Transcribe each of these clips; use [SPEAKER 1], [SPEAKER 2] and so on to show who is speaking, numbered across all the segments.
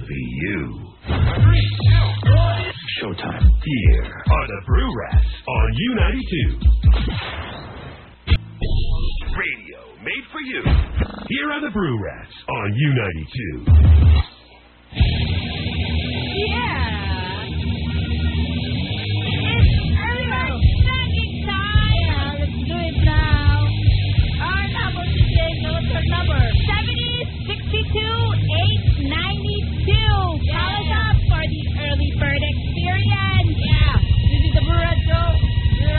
[SPEAKER 1] you. Showtime. Here are the Brew Rats on U92. Radio made for you. Here are the Brew Rats on U92.
[SPEAKER 2] Yeah. It's everyone's second time. Yeah, let's do it now. Our number today, so what's our number? 70, 62, 8, 92. Call us up for the early bird experience. Yeah. This is the Burrito Show. We're, uh,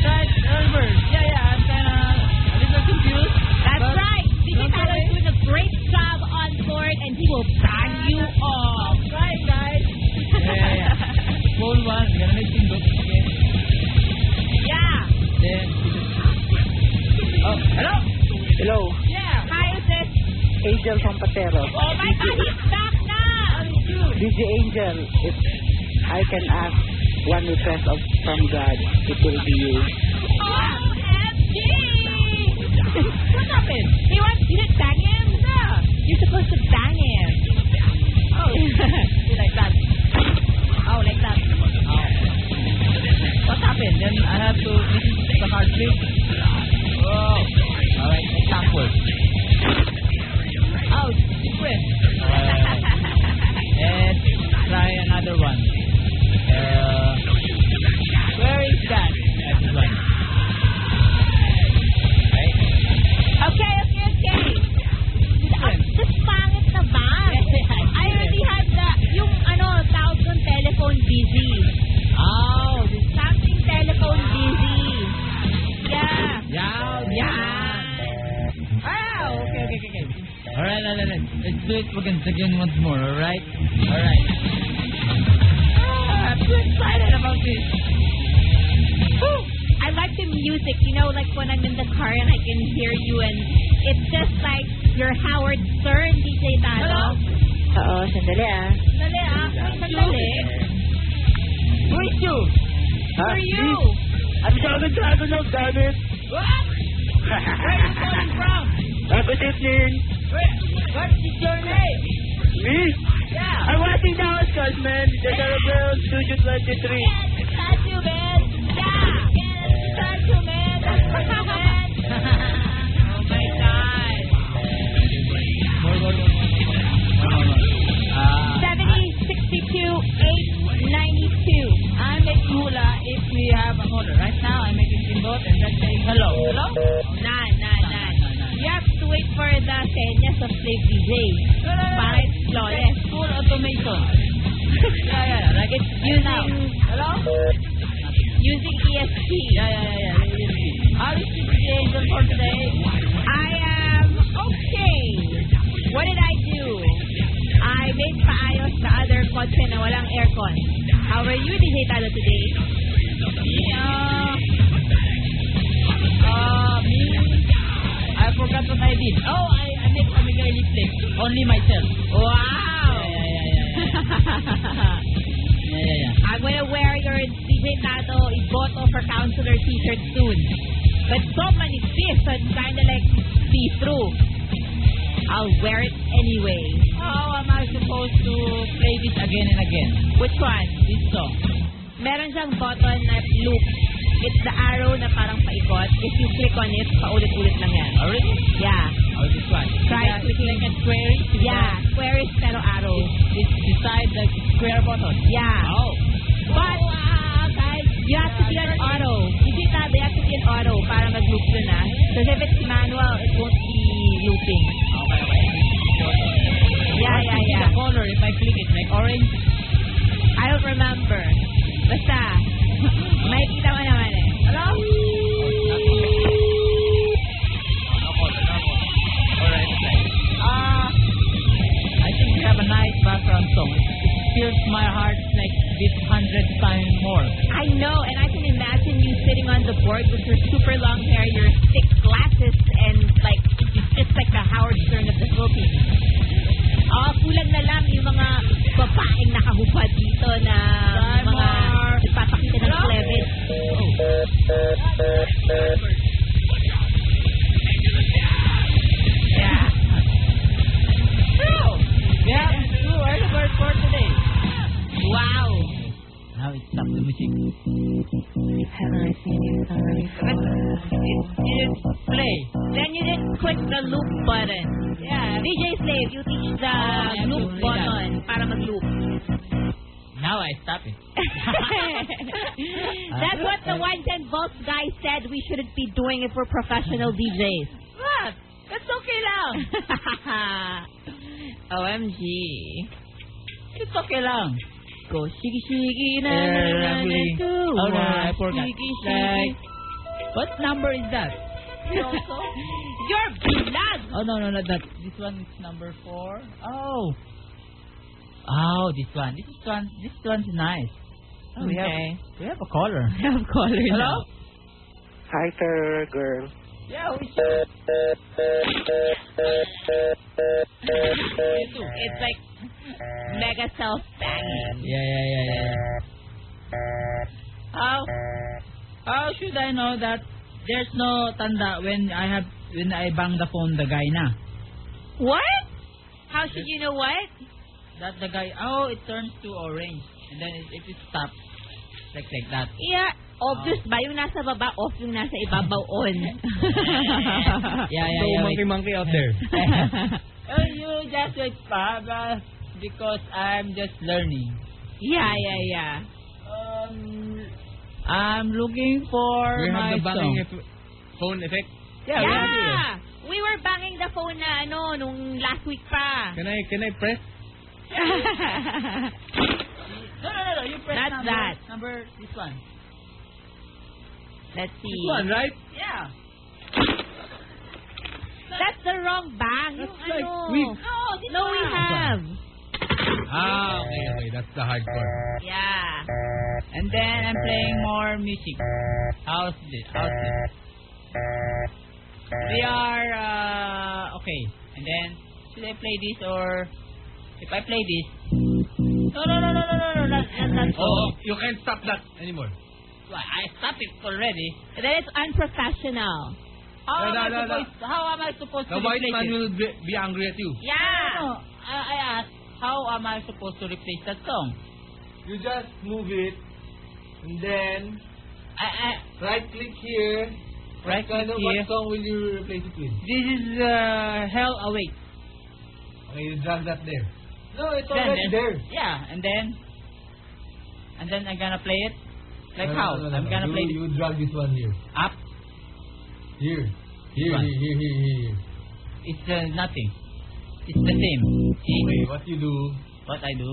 [SPEAKER 2] Charles Elbert. Yeah, yeah, I'm kind of a little confused. That's
[SPEAKER 3] but-
[SPEAKER 2] right. Vicky
[SPEAKER 3] That's
[SPEAKER 2] Tyler
[SPEAKER 3] okay.
[SPEAKER 2] doing a great job on board, and he will sign you off.
[SPEAKER 3] Right, guys. Yeah, yeah. Pole one, ganun look. Okay.
[SPEAKER 2] Yeah.
[SPEAKER 3] Then, oh, hello?
[SPEAKER 4] Hello,
[SPEAKER 2] Yeah. Hi, sis.
[SPEAKER 4] Angel Pampatero.
[SPEAKER 2] Oh my God, he's back na.
[SPEAKER 4] DJ Angel, if I can ask one request of from God, it will be you.
[SPEAKER 2] OMG. what happened? He wants you to bang him? No. You're supposed to bang him. Oh. you like that. Oh, like that.
[SPEAKER 3] What happened? Then I have to listen to the heartbeat. Oh. Alright, example.
[SPEAKER 2] Oh, different.
[SPEAKER 3] Alright. And try another one. Uh, where is that? Everyone. Right?
[SPEAKER 2] okay, okay, okay. Ang sus pangit na ba? I already had the, yung ano, tawag ng telephone busy.
[SPEAKER 3] Oh, this
[SPEAKER 2] Something telephone busy. Yeah.
[SPEAKER 3] Yeah,
[SPEAKER 2] Yeah. Oh, okay, okay, okay.
[SPEAKER 3] Alright, alright, alright. Let's do it once again once more, alright? Alright.
[SPEAKER 2] Ah, I'm so excited about this. Whew. I like the music, you know, like when I'm in the car and I can hear you, and it's just like you're Howard Stern, DJ Tano.
[SPEAKER 4] Oo, sandali ah.
[SPEAKER 2] Sandali ah, Uy, sandali.
[SPEAKER 3] Who is you?
[SPEAKER 2] Who
[SPEAKER 4] Ha?
[SPEAKER 2] are you?
[SPEAKER 4] I'm Dragon Dragon of David.
[SPEAKER 2] What? Where are you calling from?
[SPEAKER 4] Ah, good evening.
[SPEAKER 2] Where? What is your name?
[SPEAKER 4] Me?
[SPEAKER 2] Yeah.
[SPEAKER 4] I'm watching the house calls, man. The Carabel Studio 23.
[SPEAKER 2] Oh
[SPEAKER 3] More, more, more. More, more. Ah, I'm making hula if we have a hula. Right now, I'm making simbot and then saying hello. Hello? No, no, no. no. Full automation. yeah, yeah, yeah. Like it's you now. Hello? Yeah, yeah, yeah, yeah. You see. How is this the angel for today?
[SPEAKER 2] What did I do? I made paayos sa other kotse na walang aircon. How are you, DJ Talo, today?
[SPEAKER 3] Yeah. Uh, me, I forgot what I did. Oh, I, I made Amiga Elite. Only myself.
[SPEAKER 2] Wow!
[SPEAKER 3] Yeah, yeah, yeah, yeah. yeah. Yeah, yeah, yeah.
[SPEAKER 2] I'm gonna wear your DJ Tato Iboto for counselor t-shirt soon. But so manifest, so it's kinda like see-through. I'll wear it anyway.
[SPEAKER 3] How am I supposed to play this again and again?
[SPEAKER 2] Which one?
[SPEAKER 3] This song.
[SPEAKER 2] Meron siyang button na loop. It's the arrow na parang paikot. If you click on it, paulit-ulit lang yan.
[SPEAKER 3] Oh, really?
[SPEAKER 2] Yeah.
[SPEAKER 3] Or this one?
[SPEAKER 2] Try
[SPEAKER 3] yeah,
[SPEAKER 2] clicking.
[SPEAKER 3] Like a square. diba?
[SPEAKER 2] Yeah. Where is pero arrow?
[SPEAKER 3] It's beside the square button.
[SPEAKER 2] Yeah.
[SPEAKER 3] Oh.
[SPEAKER 2] But, uh, guys, you have to be an auto. Hindi tabi, you have to be an auto para mag-loop yun ah. Because if it's manual, it won't be looping.
[SPEAKER 3] Okay, okay.
[SPEAKER 2] Yeah,
[SPEAKER 3] What
[SPEAKER 2] yeah,
[SPEAKER 3] is
[SPEAKER 2] yeah.
[SPEAKER 3] The color, if I click it, like orange.
[SPEAKER 2] I don't remember. Basta, may kita mo naman eh. Hello?
[SPEAKER 3] Ah, I think we have a nice background song. It fills my heart like this hundred times more.
[SPEAKER 2] I know, and I can imagine you sitting on the board with your super long hair, your thick glasses, and like, it's just like the Howard Stern of the Philippines. Ah, kulang na lang yung mga babaeng nakahupa dito na mga
[SPEAKER 3] Diamond.
[SPEAKER 2] nagpapakita ng
[SPEAKER 3] Hello?
[SPEAKER 2] cleavage. Yeah.
[SPEAKER 3] Yeah, sure. how it stopped the music.
[SPEAKER 5] Haven't I seen you already?
[SPEAKER 3] But it didn't play.
[SPEAKER 5] Then you just click the loop button.
[SPEAKER 2] Yeah.
[SPEAKER 5] DJ Slave, you teach the
[SPEAKER 3] yeah,
[SPEAKER 5] loop
[SPEAKER 3] absolutely
[SPEAKER 5] button para mag-loop.
[SPEAKER 3] Now I stop it.
[SPEAKER 5] That's what the wines and boss guy said we shouldn't be doing if we're professional DJs. What? That's okay lang.
[SPEAKER 3] OMG. It's okay lang.
[SPEAKER 5] Go shiggy shiggy na na
[SPEAKER 3] Eh,
[SPEAKER 5] na na
[SPEAKER 3] lovely.
[SPEAKER 5] do.
[SPEAKER 3] Oh, no, I
[SPEAKER 5] One,
[SPEAKER 3] forgot.
[SPEAKER 5] Shiggy shiggy.
[SPEAKER 3] Like, what number is that?
[SPEAKER 5] You also? You're blood.
[SPEAKER 3] Oh, no, no, no, that. This one is number four. Oh. Oh, this one. This is one. This one's nice. Oh, we have-
[SPEAKER 5] Okay.
[SPEAKER 3] We have a caller.
[SPEAKER 5] I have caller
[SPEAKER 3] Hello?
[SPEAKER 6] Hi, Terror Girl.
[SPEAKER 3] Yeah, we should. Me too.
[SPEAKER 5] It's like mega self banging.
[SPEAKER 3] Yeah, yeah, yeah, yeah. How how should I know that there's no tanda when I have when I bang the phone the guy na
[SPEAKER 5] What? How should you know what?
[SPEAKER 3] that the guy oh it turns to orange and then it, if it stops like like that.
[SPEAKER 5] Yeah, obvious ba yung nasa baba off yung nasa ibabaw on?
[SPEAKER 3] Yeah, yeah, yeah. wait.
[SPEAKER 7] monkey out there.
[SPEAKER 3] oh, you just wait, Papa, because I'm just learning.
[SPEAKER 5] yeah, yeah, yeah.
[SPEAKER 3] Um, I'm looking for
[SPEAKER 7] We
[SPEAKER 3] my
[SPEAKER 7] have the banging
[SPEAKER 3] song.
[SPEAKER 7] eff- phone effect.
[SPEAKER 3] yeah, we have it.
[SPEAKER 5] yeah. We were banging the phone na ano nung last week pa.
[SPEAKER 7] Can I can I press?
[SPEAKER 3] No, no, no, no. You press
[SPEAKER 5] Not
[SPEAKER 3] number,
[SPEAKER 5] that.
[SPEAKER 3] number this one.
[SPEAKER 5] Let's see.
[SPEAKER 7] This one, right?
[SPEAKER 3] Yeah.
[SPEAKER 5] That's the wrong bang.
[SPEAKER 7] That's
[SPEAKER 5] Yung
[SPEAKER 7] like
[SPEAKER 5] ano.
[SPEAKER 7] we-
[SPEAKER 5] No, no, we
[SPEAKER 3] one.
[SPEAKER 5] have.
[SPEAKER 7] Ah, okay, okay. That's the hardcore.
[SPEAKER 5] Yeah.
[SPEAKER 3] And then I'm playing more music. How's this? How's this? We are uh, okay. And then should I play this or if I play this? No, no, no, no, no, no, no. Not, not, not
[SPEAKER 7] Oh, you can't stop that anymore.
[SPEAKER 3] Why, I stopped it already.
[SPEAKER 5] And then it's unprofessional. Oh,
[SPEAKER 3] How am
[SPEAKER 7] No,
[SPEAKER 3] I
[SPEAKER 7] no, no, no.
[SPEAKER 3] supposed? How am I supposed
[SPEAKER 7] The
[SPEAKER 3] to
[SPEAKER 7] white
[SPEAKER 3] replace
[SPEAKER 7] man
[SPEAKER 3] it?
[SPEAKER 7] will be, be angry at you.
[SPEAKER 3] No,
[SPEAKER 5] Yeah.
[SPEAKER 3] I, I asked, how am I supposed to replace that song?
[SPEAKER 7] You just move it, and then
[SPEAKER 3] I, I
[SPEAKER 7] right click here.
[SPEAKER 3] Right click here.
[SPEAKER 7] song will you replace it with?
[SPEAKER 3] This is uh, Hell Awake.
[SPEAKER 7] Okay, you drag that there. No, it's
[SPEAKER 3] Then- then- Yeah, and then and then I'm gonna play it. Like
[SPEAKER 7] No, no,
[SPEAKER 3] how?
[SPEAKER 7] no, no,
[SPEAKER 3] I'm
[SPEAKER 7] no.
[SPEAKER 3] gonna
[SPEAKER 7] you,
[SPEAKER 3] play
[SPEAKER 7] You drag this one here.
[SPEAKER 3] this up.
[SPEAKER 7] Here.
[SPEAKER 3] This
[SPEAKER 7] Here,
[SPEAKER 3] one.
[SPEAKER 7] here, here, here, here.
[SPEAKER 3] It's uh, nothing. It's the same. See
[SPEAKER 7] Okay, what you do?
[SPEAKER 3] what I do?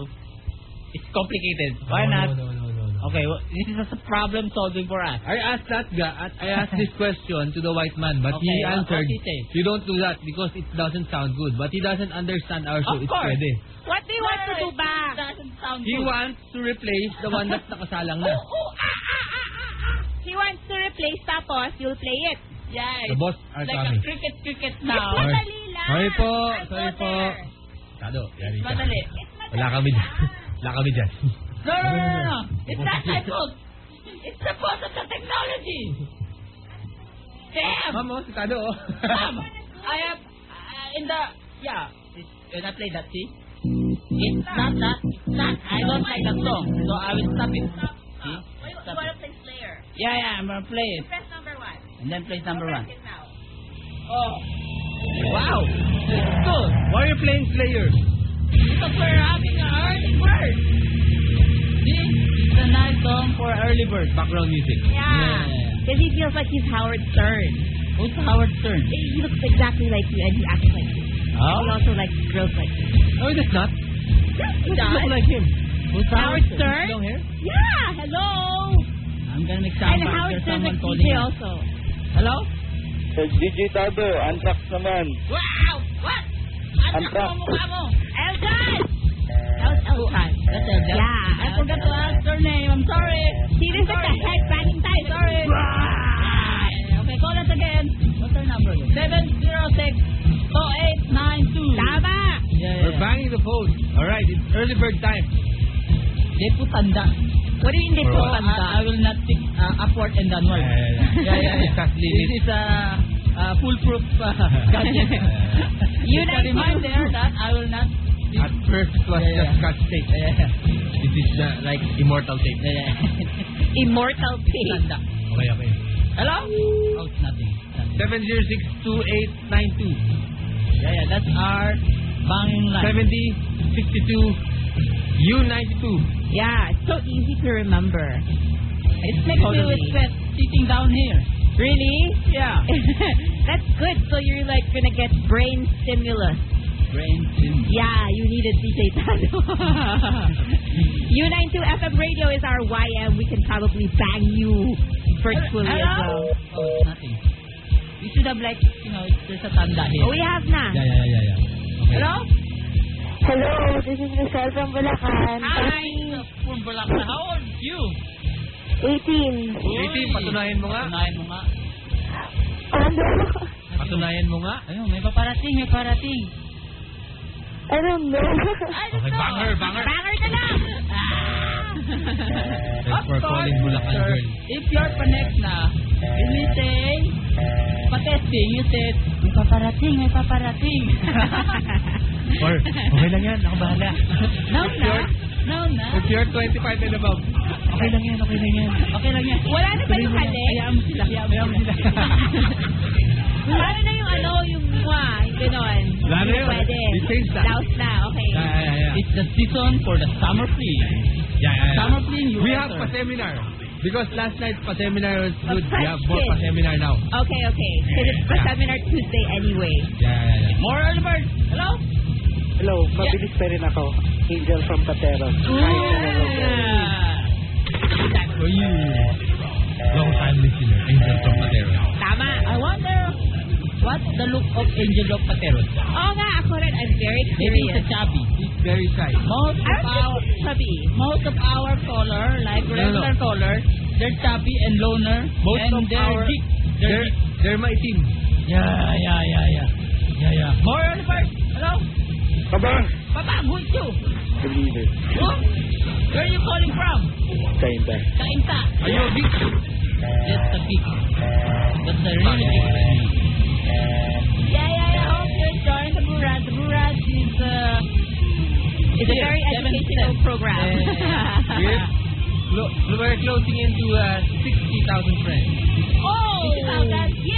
[SPEAKER 3] It's complicated. Why
[SPEAKER 7] no,
[SPEAKER 3] not?
[SPEAKER 7] No, no, no, no, no.
[SPEAKER 3] Okay, well, this is a problem solving for us.
[SPEAKER 7] I asked that guy. I asked this question to the white man, but he
[SPEAKER 3] Okay, what-
[SPEAKER 7] answered,
[SPEAKER 3] what he say?
[SPEAKER 7] "You don't do that because it doesn't sound good." But he doesn't understand our show.
[SPEAKER 3] Of
[SPEAKER 7] it's
[SPEAKER 3] course.
[SPEAKER 7] pwede.
[SPEAKER 5] What do you want to do
[SPEAKER 3] It
[SPEAKER 5] ba?
[SPEAKER 3] doesn't sound
[SPEAKER 7] He
[SPEAKER 3] good.
[SPEAKER 7] wants to replace the one that's nakasalang
[SPEAKER 5] Oh,
[SPEAKER 7] na.
[SPEAKER 5] ah, ah, ah, ah, ah. He wants to replace tapos you'll play it.
[SPEAKER 3] yeah,
[SPEAKER 7] The
[SPEAKER 3] it's
[SPEAKER 7] boss are
[SPEAKER 3] like a
[SPEAKER 7] coming.
[SPEAKER 3] cricket cricket now.
[SPEAKER 7] Sorry.
[SPEAKER 5] Madali lang.
[SPEAKER 7] Sorry po,
[SPEAKER 5] I go
[SPEAKER 7] sorry po.
[SPEAKER 5] there.
[SPEAKER 7] Tado, Ya, yari ka.
[SPEAKER 3] Madali.
[SPEAKER 7] Wala kami dyan. Wala kami dyan.
[SPEAKER 3] No, no, no, no, no. It's not my fault. It's the fault of the technology. Damn.
[SPEAKER 7] Ma'am, oh, si Tado, oh.
[SPEAKER 3] Ma'am, Um, I have uh, in the yeah. It's, when I play that, see, it's not that. It's not. I don't like that song, so I will stop it. See?
[SPEAKER 5] Wait, you
[SPEAKER 3] Stop
[SPEAKER 5] wanna
[SPEAKER 3] it.
[SPEAKER 5] play Slayer?
[SPEAKER 3] Yeah, yeah, I'm gonna play it
[SPEAKER 5] Press number one.
[SPEAKER 3] and then play number one.
[SPEAKER 5] Press it now.
[SPEAKER 3] Oh, wow, this is good.
[SPEAKER 7] Why are you playing Slayer?
[SPEAKER 3] Because we're having an early bird. See, it's a nice song for early bird.
[SPEAKER 7] Background music.
[SPEAKER 5] Yeah. Because he feels like he's Howard Stern.
[SPEAKER 3] Who's Howard Stern?
[SPEAKER 5] He looks exactly like you and he acts like you.
[SPEAKER 3] Oh,
[SPEAKER 5] He also likes girls like you.
[SPEAKER 7] No, it is not.
[SPEAKER 5] Does?
[SPEAKER 7] like him.
[SPEAKER 3] who's
[SPEAKER 5] Howard
[SPEAKER 3] Howard
[SPEAKER 5] Stern?
[SPEAKER 3] Stern?
[SPEAKER 5] Yeah, hello.
[SPEAKER 3] I'm gonna make sound
[SPEAKER 5] And
[SPEAKER 3] bites.
[SPEAKER 5] Howard
[SPEAKER 3] There's
[SPEAKER 5] Stern's
[SPEAKER 3] someone
[SPEAKER 5] like
[SPEAKER 3] calling
[SPEAKER 5] DJ
[SPEAKER 3] me.
[SPEAKER 5] also.
[SPEAKER 3] Hello?
[SPEAKER 8] DJ Tado, unbox naman.
[SPEAKER 3] Wow! What? Anak
[SPEAKER 8] Anta.
[SPEAKER 3] mo mukha mo!
[SPEAKER 5] Elton! That was Elton.
[SPEAKER 3] That's Elton.
[SPEAKER 5] Yeah, Ah, I forgot to ask
[SPEAKER 3] her name. I'm sorry.
[SPEAKER 5] See, this is the head banging time.
[SPEAKER 3] Sorry.
[SPEAKER 7] Ah!
[SPEAKER 3] Okay, call us again. What's her number? 706
[SPEAKER 5] Tama.
[SPEAKER 3] Yeah,
[SPEAKER 7] We're banging the phone. Alright, it's early bird time.
[SPEAKER 3] They put tanda.
[SPEAKER 5] What do you mean they
[SPEAKER 7] Bro.
[SPEAKER 5] put
[SPEAKER 3] I, I will not think uh, upward and downward.
[SPEAKER 7] Eh, yeah, yeah. Exactly.
[SPEAKER 3] This is a uh, uh, foolproof uh, gadget.
[SPEAKER 7] Yeah.
[SPEAKER 3] You
[SPEAKER 5] Yun
[SPEAKER 3] Just
[SPEAKER 5] ang
[SPEAKER 3] a reminder that I will not be
[SPEAKER 7] At first, first was
[SPEAKER 3] Yeah,
[SPEAKER 7] just
[SPEAKER 3] yeah.
[SPEAKER 7] scotch tape. This is the, like immortal tape.
[SPEAKER 5] Immortal tape.
[SPEAKER 3] Tanda.
[SPEAKER 7] Okay, okay.
[SPEAKER 3] Hello? Oh, it's nothing. It's nothing.
[SPEAKER 7] 7062892.
[SPEAKER 3] Yeah, yeah, that's our banging line.
[SPEAKER 7] 7062 U92.
[SPEAKER 5] Yeah, it's so easy to remember.
[SPEAKER 3] It's next to
[SPEAKER 5] Totally.
[SPEAKER 3] with Seth sitting down here.
[SPEAKER 5] Really?
[SPEAKER 3] Yeah.
[SPEAKER 5] That's good. So you're like gonna get brain stimulus.
[SPEAKER 3] Brain sim.
[SPEAKER 5] Yeah, you need it, DJ Tano. U92 FM radio is our YM. We can probably bang you virtually as well.
[SPEAKER 3] Hello? Oh, it's nothing. We should have like, you know, it's- there's a tanda here.
[SPEAKER 5] Oh, we have na.
[SPEAKER 7] Yeah, yeah, yeah, yeah.
[SPEAKER 3] Hello?
[SPEAKER 2] Hello, this is Michelle from Bulacan.
[SPEAKER 3] Hi, from Bulacan. How old are you?
[SPEAKER 2] 18.
[SPEAKER 7] JT, patunayan mo nga.
[SPEAKER 3] Patunayan mo nga.
[SPEAKER 2] Ano?
[SPEAKER 7] Patunayan mo nga.
[SPEAKER 3] Ayun, may paparating, may parating.
[SPEAKER 2] I don't know.
[SPEAKER 7] Okay, banger, banger.
[SPEAKER 5] Banger na lang!
[SPEAKER 7] Thanks for calling Bulacan
[SPEAKER 3] sir,
[SPEAKER 7] Girl.
[SPEAKER 3] If you're connect na, you may say, patesting, you said, may paparating, may paparating.
[SPEAKER 7] Or, okay lang yan, ako bahala.
[SPEAKER 3] no na, no na.
[SPEAKER 7] If you're 25 and above, okay lang yan, okay lang yan.
[SPEAKER 3] Okay lang yan.
[SPEAKER 5] Wala na ba yung hali?
[SPEAKER 3] Hayaan mo sila, hayaan mo sila.
[SPEAKER 5] Wala na yung ano, yung mwa, yung ganon.
[SPEAKER 7] Wala na
[SPEAKER 5] Hindi
[SPEAKER 7] yun.
[SPEAKER 5] Pwede.
[SPEAKER 7] We changed that.
[SPEAKER 5] Laos na, okay.
[SPEAKER 7] Yeah, yeah, yeah.
[SPEAKER 3] It's the season for the summer fling.
[SPEAKER 7] Yeah, yeah, yeah.
[SPEAKER 3] Summer fling, you
[SPEAKER 7] We have
[SPEAKER 3] enter.
[SPEAKER 7] pa-seminar. Because last night's pa-seminar was good. We have more
[SPEAKER 5] Kid.
[SPEAKER 7] pa-seminar now.
[SPEAKER 5] Okay, okay. Because it's
[SPEAKER 7] Yeah.
[SPEAKER 5] seminar Tuesday anyway.
[SPEAKER 7] Yeah, yeah, yeah.
[SPEAKER 3] Moral bird. Hello?
[SPEAKER 6] Hello, mabilis pa rin ako. Angel from Pateros.
[SPEAKER 4] Ah!
[SPEAKER 3] Yeah.
[SPEAKER 7] For you, long time listener, Angel from Matera.
[SPEAKER 5] Tama.
[SPEAKER 3] I wonder what the look of Angel of Pateros.
[SPEAKER 5] Oo nga, ako rin. I'm very
[SPEAKER 3] Maybe it's
[SPEAKER 5] curious.
[SPEAKER 3] a chubby.
[SPEAKER 7] He's very shy.
[SPEAKER 3] Most
[SPEAKER 5] I
[SPEAKER 3] of
[SPEAKER 5] don't
[SPEAKER 3] our
[SPEAKER 5] think it's chubby.
[SPEAKER 3] most of our caller, like
[SPEAKER 7] No,
[SPEAKER 3] regular
[SPEAKER 7] no.
[SPEAKER 3] caller, they're chubby and loner
[SPEAKER 7] Most
[SPEAKER 3] and
[SPEAKER 7] of
[SPEAKER 3] they're
[SPEAKER 7] our...
[SPEAKER 3] geek. They're,
[SPEAKER 7] They're,
[SPEAKER 3] geek.
[SPEAKER 7] they're my team.
[SPEAKER 3] Yeah, yeah, yeah, yeah.
[SPEAKER 7] Yeah, yeah.
[SPEAKER 3] Moral first. Hello?
[SPEAKER 8] Kabang!
[SPEAKER 3] Papa, who is you?
[SPEAKER 8] The leader.
[SPEAKER 3] Who? Where are you calling from?
[SPEAKER 8] Kinda.
[SPEAKER 3] Kainta.
[SPEAKER 7] Are you a geek?
[SPEAKER 3] That's the big. That's the really big.
[SPEAKER 5] Yeah, yeah, yeah. Also, join the Murad. The Murad is, uh, is a
[SPEAKER 3] Here,
[SPEAKER 5] very
[SPEAKER 3] seven
[SPEAKER 5] educational
[SPEAKER 3] steps.
[SPEAKER 5] program.
[SPEAKER 7] Yeah, yeah, yeah. We're, clo- we're closing into uh, 60,000 friends.
[SPEAKER 5] oh,
[SPEAKER 3] Did you know that?
[SPEAKER 5] yeah.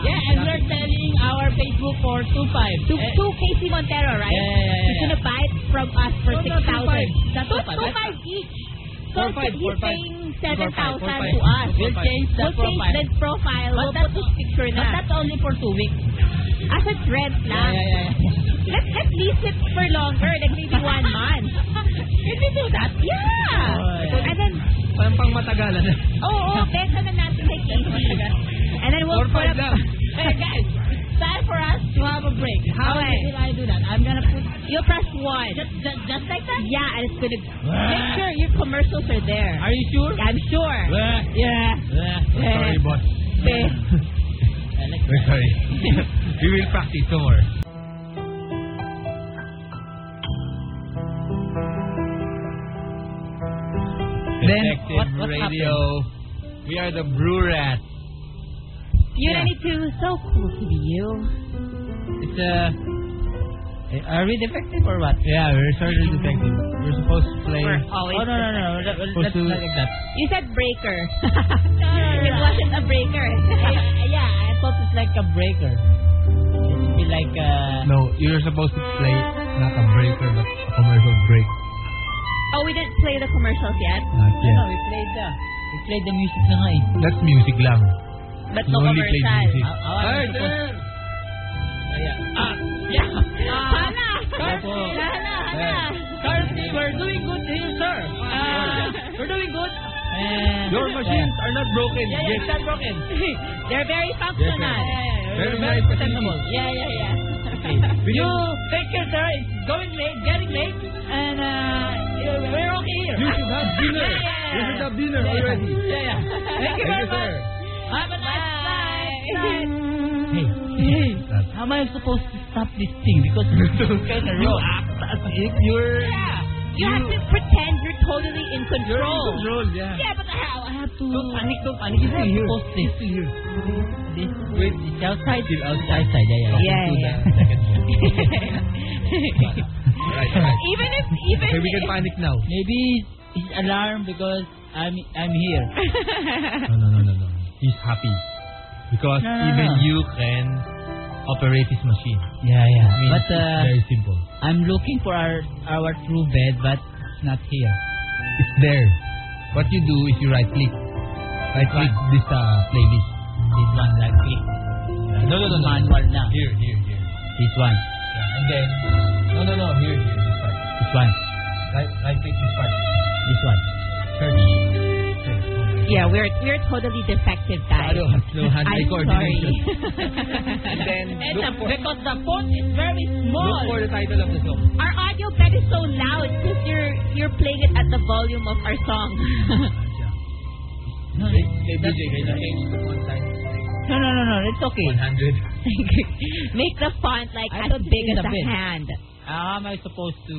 [SPEAKER 3] Yeah, and we're selling our Facebook for 25.
[SPEAKER 5] To,
[SPEAKER 3] Eh,
[SPEAKER 5] to Casey Montero, right?
[SPEAKER 3] Yeah, yeah, yeah,
[SPEAKER 5] He's gonna buy it from us for
[SPEAKER 3] No, no,
[SPEAKER 5] 6,000.
[SPEAKER 3] That's
[SPEAKER 5] So,
[SPEAKER 3] two five.
[SPEAKER 5] two five each. So,
[SPEAKER 7] Four five,
[SPEAKER 5] he's
[SPEAKER 7] four five.
[SPEAKER 5] paying
[SPEAKER 7] Four five,
[SPEAKER 5] 7,000
[SPEAKER 7] four five.
[SPEAKER 5] to us.
[SPEAKER 3] We'll change the
[SPEAKER 5] We'll change
[SPEAKER 3] profile.
[SPEAKER 5] the profile.
[SPEAKER 3] But
[SPEAKER 5] we'll put
[SPEAKER 3] that's-
[SPEAKER 5] his picture
[SPEAKER 3] But
[SPEAKER 5] na.
[SPEAKER 3] that's only for two weeks.
[SPEAKER 5] As a trend lang.
[SPEAKER 3] yeah, yeah.
[SPEAKER 5] Let's at least it for longer, like maybe one month. Can we do that? Yeah.
[SPEAKER 3] Oh, yeah.
[SPEAKER 5] And then,
[SPEAKER 7] Parang pang matagalan.
[SPEAKER 5] oo, oh, benta na natin kay Casey. And then we'll
[SPEAKER 7] Or
[SPEAKER 5] put
[SPEAKER 7] five
[SPEAKER 5] up...
[SPEAKER 7] lang.
[SPEAKER 5] Hey, guys, it's time for us to have a break.
[SPEAKER 3] How
[SPEAKER 5] okay.
[SPEAKER 3] will I do that? I'm gonna put
[SPEAKER 5] You'll press one.
[SPEAKER 3] just, just, just like that.
[SPEAKER 5] Yeah, and it's gonna... Make sure your commercials are there.
[SPEAKER 7] Are you sure?
[SPEAKER 5] I'm sure. Yeah.
[SPEAKER 7] Eh, Sorry, boss.
[SPEAKER 5] Eh.
[SPEAKER 7] We're sorry. we will practice tomorrow.
[SPEAKER 3] Then,
[SPEAKER 7] Effective
[SPEAKER 3] what- what
[SPEAKER 7] radio. We are the Brew Rats.
[SPEAKER 5] You
[SPEAKER 7] Yeah.
[SPEAKER 5] need to... So cool to be you.
[SPEAKER 7] It's a. Are we defective or what? Yeah, we're sort of defective. We're supposed to play.
[SPEAKER 5] We're always
[SPEAKER 7] oh no no no! Let,
[SPEAKER 3] let's
[SPEAKER 7] let's
[SPEAKER 3] not
[SPEAKER 7] like that.
[SPEAKER 5] You said breaker. it wasn't a breaker.
[SPEAKER 3] yeah, I thought it's like a breaker. It'd be like uh, a.
[SPEAKER 7] No, you're supposed to play not a breaker but a commercial break.
[SPEAKER 5] oh, we didn't play the commercials yet.
[SPEAKER 7] Not
[SPEAKER 3] No, no,
[SPEAKER 7] yet.
[SPEAKER 3] we played the. We played the music na nga eh.
[SPEAKER 7] That's music lang.
[SPEAKER 5] But
[SPEAKER 7] You
[SPEAKER 5] no
[SPEAKER 7] only play
[SPEAKER 5] commercials.
[SPEAKER 7] music.
[SPEAKER 3] Ah, ah,
[SPEAKER 7] Ay,
[SPEAKER 3] ano po? Kaya, ah,
[SPEAKER 5] Hala!
[SPEAKER 3] Opo.
[SPEAKER 5] Hala, hala!
[SPEAKER 3] Currently, we're doing good here, sir.
[SPEAKER 5] Ah.
[SPEAKER 3] we're doing good. And
[SPEAKER 7] Your machines are not broken.
[SPEAKER 3] Yeah, yeah,
[SPEAKER 7] Yes.
[SPEAKER 3] it's not broken.
[SPEAKER 5] They're very functional.
[SPEAKER 7] Very
[SPEAKER 3] Very
[SPEAKER 7] nice
[SPEAKER 3] presentable.
[SPEAKER 5] Yeah, yeah, yeah.
[SPEAKER 3] You take care, sir. It's going late, getting late, and uh, we're okay here.
[SPEAKER 7] You should have dinner.
[SPEAKER 3] Yeah, yeah, yeah.
[SPEAKER 7] You should have dinner
[SPEAKER 3] Yeah,
[SPEAKER 7] already.
[SPEAKER 3] Yeah, yeah. Thank you very much. Have a nice night.
[SPEAKER 5] Bye.
[SPEAKER 7] Hey,
[SPEAKER 3] Hey, how am I supposed to stop this thing? Because it's kind of
[SPEAKER 7] you
[SPEAKER 3] wrong.
[SPEAKER 7] act as if you're
[SPEAKER 5] Yeah. You have to pretend you're totally in
[SPEAKER 7] you're in
[SPEAKER 5] control.
[SPEAKER 7] control. Yeah.
[SPEAKER 5] Yeah, but how? I have to...
[SPEAKER 3] Don't panic, don't panic. You
[SPEAKER 7] Still here.
[SPEAKER 3] post this.
[SPEAKER 7] Still here.
[SPEAKER 3] This, it's outside. Outside, yeah, yeah.
[SPEAKER 5] Yeah,
[SPEAKER 7] To
[SPEAKER 5] yeah.
[SPEAKER 7] the second floor. right, right.
[SPEAKER 5] Even if, even
[SPEAKER 7] Okay, we can
[SPEAKER 5] if,
[SPEAKER 7] panic now.
[SPEAKER 3] Maybe he's alarmed because I'm I'm here.
[SPEAKER 7] No, no, no, no, no. He's happy. Because
[SPEAKER 3] No, no,
[SPEAKER 7] even
[SPEAKER 3] no.
[SPEAKER 7] you can operate his machine.
[SPEAKER 3] Yeah, yeah.
[SPEAKER 7] I mean,
[SPEAKER 3] But
[SPEAKER 7] it's
[SPEAKER 3] uh,
[SPEAKER 7] very simple.
[SPEAKER 3] I'm looking for our our true bed, but it's not here.
[SPEAKER 7] It's there. What you do is you right click. Right click this uh, playlist.
[SPEAKER 3] This one right click.
[SPEAKER 7] No, no, no, no.
[SPEAKER 3] Manual na.
[SPEAKER 7] Here, here, here.
[SPEAKER 3] This one.
[SPEAKER 7] Yeah, and then, no, no, no. Here, here. This part.
[SPEAKER 3] This one.
[SPEAKER 7] Right, right click this part.
[SPEAKER 3] This one.
[SPEAKER 7] Search. Search.
[SPEAKER 5] yeah, we're we're totally defective guys.
[SPEAKER 7] Shadow has no hand eye
[SPEAKER 5] I'm sorry.
[SPEAKER 7] coordination. And then,
[SPEAKER 3] And
[SPEAKER 7] look
[SPEAKER 3] the,
[SPEAKER 7] for,
[SPEAKER 3] because the font is very
[SPEAKER 7] look for
[SPEAKER 3] small.
[SPEAKER 7] the title of the song.
[SPEAKER 5] our audio bed is so loud because you're you're playing it at the volume of our song.
[SPEAKER 3] No,
[SPEAKER 7] Hey, hey, BJ, can you change the font size?
[SPEAKER 3] no, no, no, no. It's okay.
[SPEAKER 7] 100.
[SPEAKER 5] Make the font like
[SPEAKER 3] I
[SPEAKER 5] as
[SPEAKER 3] thought it
[SPEAKER 5] big
[SPEAKER 3] was
[SPEAKER 5] as
[SPEAKER 3] a
[SPEAKER 5] a
[SPEAKER 3] bit.
[SPEAKER 5] hand.
[SPEAKER 3] How am I supposed to?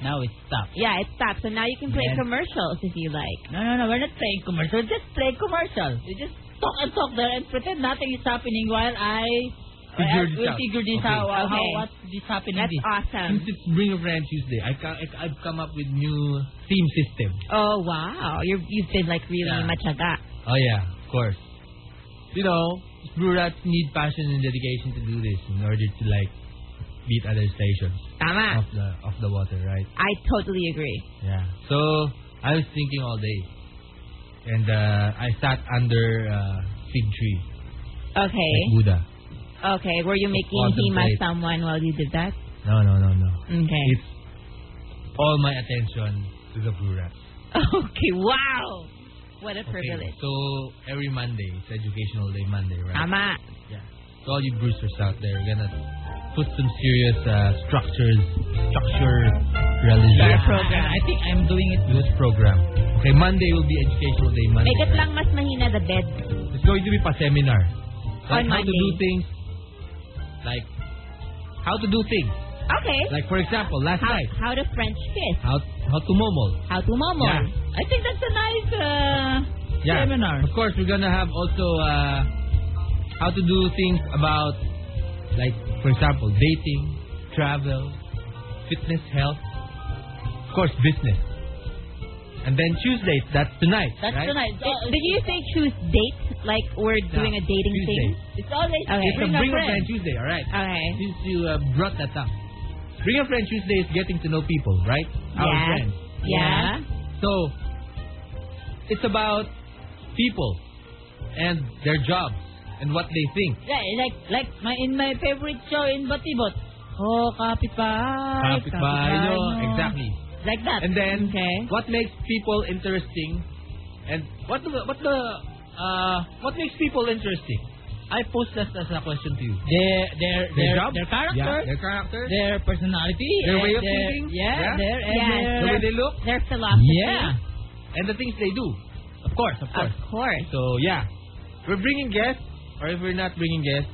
[SPEAKER 3] Now it's stopped.
[SPEAKER 5] Yeah, it stops. So now you can play
[SPEAKER 3] Then-
[SPEAKER 5] commercials if you like.
[SPEAKER 3] No, no, no. We're not playing commercial. Just play commercial. We just talk and talk there and pretend nothing is happening while I
[SPEAKER 7] Figure this
[SPEAKER 3] will
[SPEAKER 7] out.
[SPEAKER 3] figure this
[SPEAKER 7] Okay.
[SPEAKER 3] out. How,
[SPEAKER 5] Okay.
[SPEAKER 3] what is happening?
[SPEAKER 5] That's
[SPEAKER 3] this.
[SPEAKER 5] awesome.
[SPEAKER 7] Since it's Bring a Friend Tuesday, I ca- I- I've come up with new theme system.
[SPEAKER 5] Oh wow, you're, you've been like really
[SPEAKER 7] Yeah.
[SPEAKER 5] machaga.
[SPEAKER 7] Oh yeah, of course. You know, Blue Rats need passion and dedication to do this in order to like beat other stations
[SPEAKER 5] Tama.
[SPEAKER 7] of the of the water, right?
[SPEAKER 5] I totally agree.
[SPEAKER 7] Ah. Yeah. So I was thinking all day, and uh, I sat under uh, fig tree
[SPEAKER 5] Okay.
[SPEAKER 7] like Buddha.
[SPEAKER 5] Okay. Were you making him
[SPEAKER 7] Contemplate.
[SPEAKER 5] as someone while you did that?
[SPEAKER 7] No, no, no, no.
[SPEAKER 5] Okay.
[SPEAKER 7] It's all my attention to the Blue Rats.
[SPEAKER 5] Okay. Wow. What a privilege.
[SPEAKER 7] So every Monday, it's educational day Monday, right?
[SPEAKER 5] Tama.
[SPEAKER 7] So all you Brewsters out there, we're gonna put some serious uh, structures, structure
[SPEAKER 5] Yeah.
[SPEAKER 7] realization
[SPEAKER 5] program.
[SPEAKER 3] I think I'm doing it.
[SPEAKER 7] to this program. Okay, Monday will be educational day Monday.
[SPEAKER 5] Make it
[SPEAKER 7] right?
[SPEAKER 5] lang mas mahina the bed.
[SPEAKER 7] It's going to be pa seminar.
[SPEAKER 5] On
[SPEAKER 7] Like how to
[SPEAKER 5] Monday.
[SPEAKER 7] do things, like how to do things.
[SPEAKER 5] Okay.
[SPEAKER 7] Like for example, last
[SPEAKER 5] How,
[SPEAKER 7] night,
[SPEAKER 5] how to French kiss.
[SPEAKER 7] how how to momol.
[SPEAKER 5] How to momo.
[SPEAKER 7] Yeah.
[SPEAKER 5] I think that's a nice uh,
[SPEAKER 7] Yeah.
[SPEAKER 5] seminar.
[SPEAKER 7] Of course, we're gonna have also uh, how to do things about, like for example, dating, travel, fitness, health, of course, business. And then Tuesday, that's tonight.
[SPEAKER 3] That's
[SPEAKER 7] right?
[SPEAKER 3] tonight. So,
[SPEAKER 5] Did you say choose date? Like we're doing a dating
[SPEAKER 7] Tuesday.
[SPEAKER 5] thing?
[SPEAKER 3] It's always
[SPEAKER 5] Okay.
[SPEAKER 7] It's a bring a friend Tuesday. All right.
[SPEAKER 5] Okay.
[SPEAKER 7] Since you uh, brought that up, bring a friend Tuesday is getting to know people, right? Our
[SPEAKER 5] Yeah.
[SPEAKER 7] friends.
[SPEAKER 5] Yeah.
[SPEAKER 7] So it's about people and their jobs and what they think.
[SPEAKER 3] Like, like, like my, in my favorite show in Batibot. Oh, kapitbahay.
[SPEAKER 7] Kapit bahay nyo. Exactly.
[SPEAKER 3] Like that.
[SPEAKER 7] And then,
[SPEAKER 5] Okay.
[SPEAKER 7] what makes people interesting? And what the, what the, uh, what makes people interesting? I pose that as a question to you.
[SPEAKER 3] their, their, their,
[SPEAKER 7] Their job?
[SPEAKER 3] their character,
[SPEAKER 7] Yeah, their character?
[SPEAKER 3] their personality,
[SPEAKER 7] Their
[SPEAKER 3] and
[SPEAKER 7] way of
[SPEAKER 3] their,
[SPEAKER 7] thinking?
[SPEAKER 3] Yeah,
[SPEAKER 7] Yeah.
[SPEAKER 3] Their, and
[SPEAKER 5] Yeah.
[SPEAKER 3] their,
[SPEAKER 7] the way they look?
[SPEAKER 5] Their philosophy.
[SPEAKER 3] yeah.
[SPEAKER 7] And the things they do. Of course, of
[SPEAKER 5] Of
[SPEAKER 7] course.
[SPEAKER 5] course.
[SPEAKER 7] So, yeah. We're bringing guests, or if we're not bringing guests,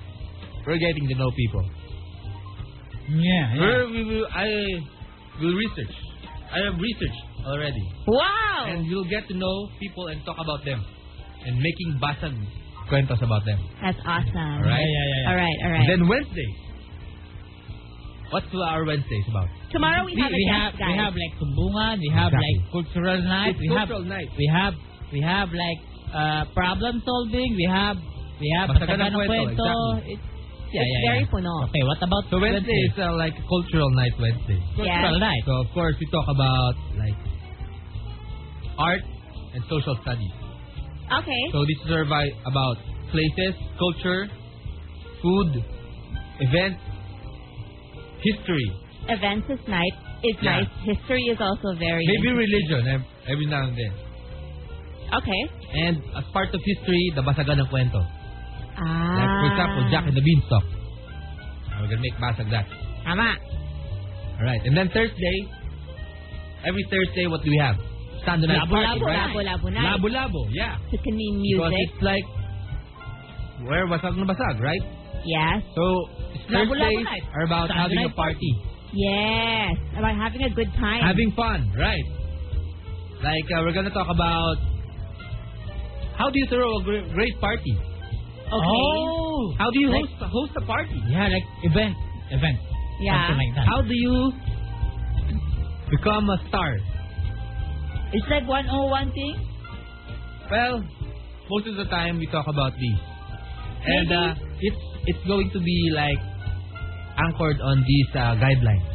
[SPEAKER 7] we're getting to know people.
[SPEAKER 3] Yeah.
[SPEAKER 7] We're, we will, I will research. I have researched already.
[SPEAKER 5] Wow.
[SPEAKER 7] And
[SPEAKER 3] Oh.
[SPEAKER 7] you'll get to know people and talk about them. And making basan kwentas about them.
[SPEAKER 5] That's awesome.
[SPEAKER 7] All right? Yeah,
[SPEAKER 5] All right. All
[SPEAKER 7] And
[SPEAKER 5] right.
[SPEAKER 7] then Wednesday. What's our Wednesdays about?
[SPEAKER 5] Tomorrow we,
[SPEAKER 3] We,
[SPEAKER 5] have a
[SPEAKER 3] we
[SPEAKER 5] guest,
[SPEAKER 3] have we
[SPEAKER 5] guys.
[SPEAKER 3] have like sumbungan, we have
[SPEAKER 7] Exactly.
[SPEAKER 3] like cultural night,
[SPEAKER 7] it's
[SPEAKER 3] we have
[SPEAKER 7] cultural night.
[SPEAKER 3] we have we have like uh, problem solving, we have we have
[SPEAKER 7] Basagan
[SPEAKER 3] Basagan
[SPEAKER 7] ng
[SPEAKER 3] ng
[SPEAKER 7] kwento,
[SPEAKER 3] kwento.
[SPEAKER 7] exactly.
[SPEAKER 3] It's, yeah,
[SPEAKER 5] it's
[SPEAKER 3] yeah,
[SPEAKER 5] very
[SPEAKER 3] yeah.
[SPEAKER 5] puno.
[SPEAKER 3] Okay, what about
[SPEAKER 7] So Wednesday is uh, like a cultural night Wednesday.
[SPEAKER 5] Yeah.
[SPEAKER 3] Cultural night.
[SPEAKER 7] So of course we talk about like art and social studies.
[SPEAKER 5] Okay.
[SPEAKER 7] So this is by, about places, culture, food, events, history,
[SPEAKER 5] Events is nice. It's
[SPEAKER 7] Yeah.
[SPEAKER 5] nice. History is also very
[SPEAKER 7] maybe
[SPEAKER 5] interesting.
[SPEAKER 7] religion ev- every now and then.
[SPEAKER 5] Okay.
[SPEAKER 7] And as part of history, the basagan ng kwento.
[SPEAKER 5] Ah.
[SPEAKER 7] Like for example, Jack and the Beanstalk. Uh, We're gonna make basag that.
[SPEAKER 5] Tama.
[SPEAKER 7] All right. And then Thursday, every Thursday, what do we have? Stand on
[SPEAKER 5] Labo-labo,
[SPEAKER 7] right?
[SPEAKER 5] labo-labo night.
[SPEAKER 7] Labo-labo, yeah.
[SPEAKER 5] It can mean
[SPEAKER 7] Because
[SPEAKER 5] music.
[SPEAKER 7] it's like where basag na basag, right?
[SPEAKER 5] Yes.
[SPEAKER 7] So
[SPEAKER 3] Labo-labo
[SPEAKER 7] Thursdays
[SPEAKER 3] night.
[SPEAKER 7] are about
[SPEAKER 3] Saturday
[SPEAKER 7] having a
[SPEAKER 3] night
[SPEAKER 7] party,
[SPEAKER 5] Yes. About having a good time.
[SPEAKER 7] having fun, right? Like uh, we're gonna talk about how do you throw a gr- great party? Oh.
[SPEAKER 5] okay.
[SPEAKER 3] Oh,
[SPEAKER 7] How do you
[SPEAKER 3] Like-
[SPEAKER 7] host host a party?
[SPEAKER 3] yeah, like event, event.
[SPEAKER 5] Yeah.
[SPEAKER 3] Something like that.
[SPEAKER 7] How do you become a star?
[SPEAKER 3] It's like 101 thing.
[SPEAKER 7] Well, most of the time we talk about these. And uh, it's it's going to be like anchored on these uh, guidelines.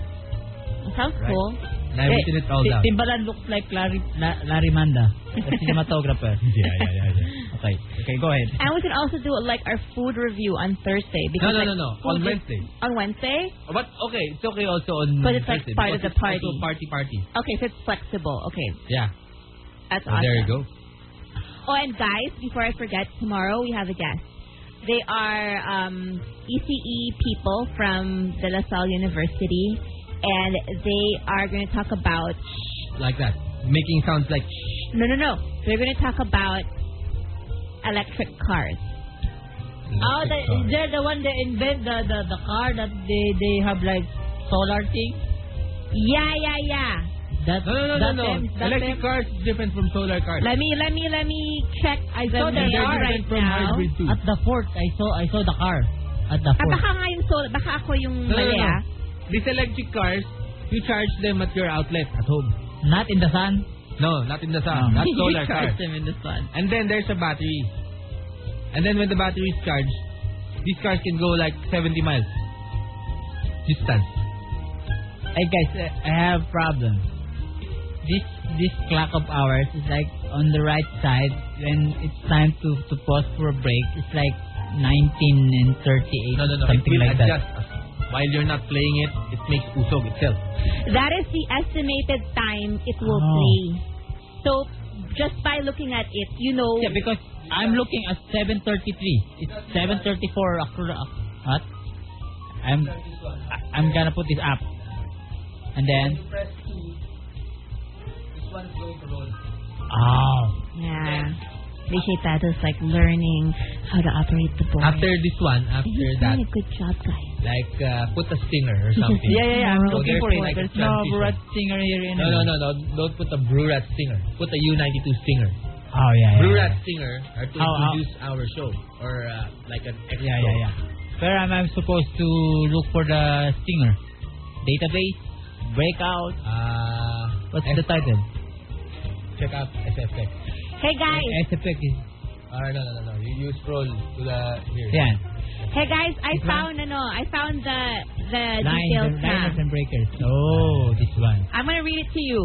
[SPEAKER 5] Sounds
[SPEAKER 7] Right.
[SPEAKER 5] cool. Eh,
[SPEAKER 7] And I've written it all
[SPEAKER 3] Ti-
[SPEAKER 7] down.
[SPEAKER 3] Timbaland looks like Larry, eh, La- Larry Manda, the cinematographer.
[SPEAKER 7] Yeah, yeah, yeah,
[SPEAKER 3] Okay, okay, go ahead.
[SPEAKER 5] And we can also do like our food review on Thursday
[SPEAKER 7] No,
[SPEAKER 5] because
[SPEAKER 7] no,
[SPEAKER 5] like,
[SPEAKER 7] no, no.
[SPEAKER 5] food
[SPEAKER 7] On
[SPEAKER 5] is-
[SPEAKER 7] Wednesday.
[SPEAKER 5] On Wednesday?
[SPEAKER 7] But okay, it's okay also on
[SPEAKER 5] But it's like
[SPEAKER 7] Thursday
[SPEAKER 5] part of
[SPEAKER 7] because
[SPEAKER 5] the
[SPEAKER 7] it's also party party.
[SPEAKER 5] Okay, so it's flexible. Okay,
[SPEAKER 7] Yeah.
[SPEAKER 5] that's
[SPEAKER 7] So
[SPEAKER 5] awesome.
[SPEAKER 7] there you go.
[SPEAKER 5] Oh, and guys, before I forget, tomorrow we have a guest. They are um, ECE people from De La Salle University, and they are going to talk about.
[SPEAKER 7] Like that. Making sounds like shh,
[SPEAKER 5] No, no, no. They're going to talk about electric cars.
[SPEAKER 3] Oh,
[SPEAKER 7] electric
[SPEAKER 3] the,
[SPEAKER 7] cars.
[SPEAKER 3] is there the one they invent the, the, the car that they, they have like solar thing?
[SPEAKER 5] Yeah, yeah, yeah.
[SPEAKER 3] That,
[SPEAKER 7] No, no, no, no,
[SPEAKER 3] that
[SPEAKER 7] no.
[SPEAKER 3] Them, that
[SPEAKER 7] Electric
[SPEAKER 3] them-
[SPEAKER 7] cars is different from solar cars.
[SPEAKER 5] Let me, let me, let me check. I
[SPEAKER 3] So
[SPEAKER 5] don't know
[SPEAKER 3] they
[SPEAKER 5] where
[SPEAKER 3] are
[SPEAKER 5] right
[SPEAKER 7] different from
[SPEAKER 5] now.
[SPEAKER 7] hybrid too.
[SPEAKER 3] At the fort, I saw I saw the car. At the
[SPEAKER 5] Ah,
[SPEAKER 3] fort.
[SPEAKER 5] baka nga yung solar, baka ako yung
[SPEAKER 7] No, no,
[SPEAKER 5] mali
[SPEAKER 7] no.
[SPEAKER 5] ah.
[SPEAKER 7] Mm. These electric cars, you charge them at your outlet at home.
[SPEAKER 3] Not in the sun.
[SPEAKER 7] No, not in the sun. Not solar
[SPEAKER 3] Mm. charge
[SPEAKER 7] cars.
[SPEAKER 3] them in the sun.
[SPEAKER 7] And then there's a battery. And then when the battery is charged, these cars can go like 70 miles distance.
[SPEAKER 3] Hey guys, uh, I have a problem. This this clock of ours is like on the right side when it's time to, to pause for a break. It's like 19 and 38,
[SPEAKER 7] No, no, no. it
[SPEAKER 3] something
[SPEAKER 7] will
[SPEAKER 3] like that.
[SPEAKER 7] adjust. While you're not playing it, it makes usog itself.
[SPEAKER 5] That is the estimated time it will
[SPEAKER 3] Oh.
[SPEAKER 5] play. So, just by looking at it, you know.
[SPEAKER 3] Yeah, because I'm looking at 7:33. It's 7:34 acro- ac- What? I'm I- I'm gonna put this up, and then
[SPEAKER 7] press two, this one's going to roll.
[SPEAKER 3] oh,
[SPEAKER 5] Yeah. Appreciate that. It's like learning how to operate the board.
[SPEAKER 7] After this one, after
[SPEAKER 5] He's
[SPEAKER 7] that,
[SPEAKER 5] doing a good job, guys.
[SPEAKER 7] like uh, put a stinger or something.
[SPEAKER 3] yeah, yeah, yeah. I'm
[SPEAKER 7] So
[SPEAKER 3] looking for
[SPEAKER 7] there's
[SPEAKER 3] it.
[SPEAKER 7] like a
[SPEAKER 3] There's no
[SPEAKER 7] transition.
[SPEAKER 3] Brad Singer here in
[SPEAKER 7] No, no, no, no. Don't put a Brew Rat stinger. Put a U92 stinger.
[SPEAKER 3] Oh yeah, yeah.
[SPEAKER 7] Brew
[SPEAKER 3] yeah.
[SPEAKER 7] Rat stinger are to
[SPEAKER 3] How- how-
[SPEAKER 7] introduce our show or uh, like an extra.
[SPEAKER 3] Yeah, yeah, yeah. Where am I supposed to look for the stinger? Database? Breakout?
[SPEAKER 7] Uh,
[SPEAKER 3] What's
[SPEAKER 7] S-
[SPEAKER 3] the title?
[SPEAKER 7] Check out SFX.
[SPEAKER 5] Hey guys,
[SPEAKER 3] SFX is...
[SPEAKER 7] Uh, no, no, no, no. You, you scroll to the here.
[SPEAKER 3] Yan.
[SPEAKER 5] hey guys, I
[SPEAKER 3] This one?
[SPEAKER 5] found ano, I found the the details
[SPEAKER 3] Lines,
[SPEAKER 5] na.
[SPEAKER 3] liners and breakers. Oh, this one.
[SPEAKER 5] I'm gonna read it to you.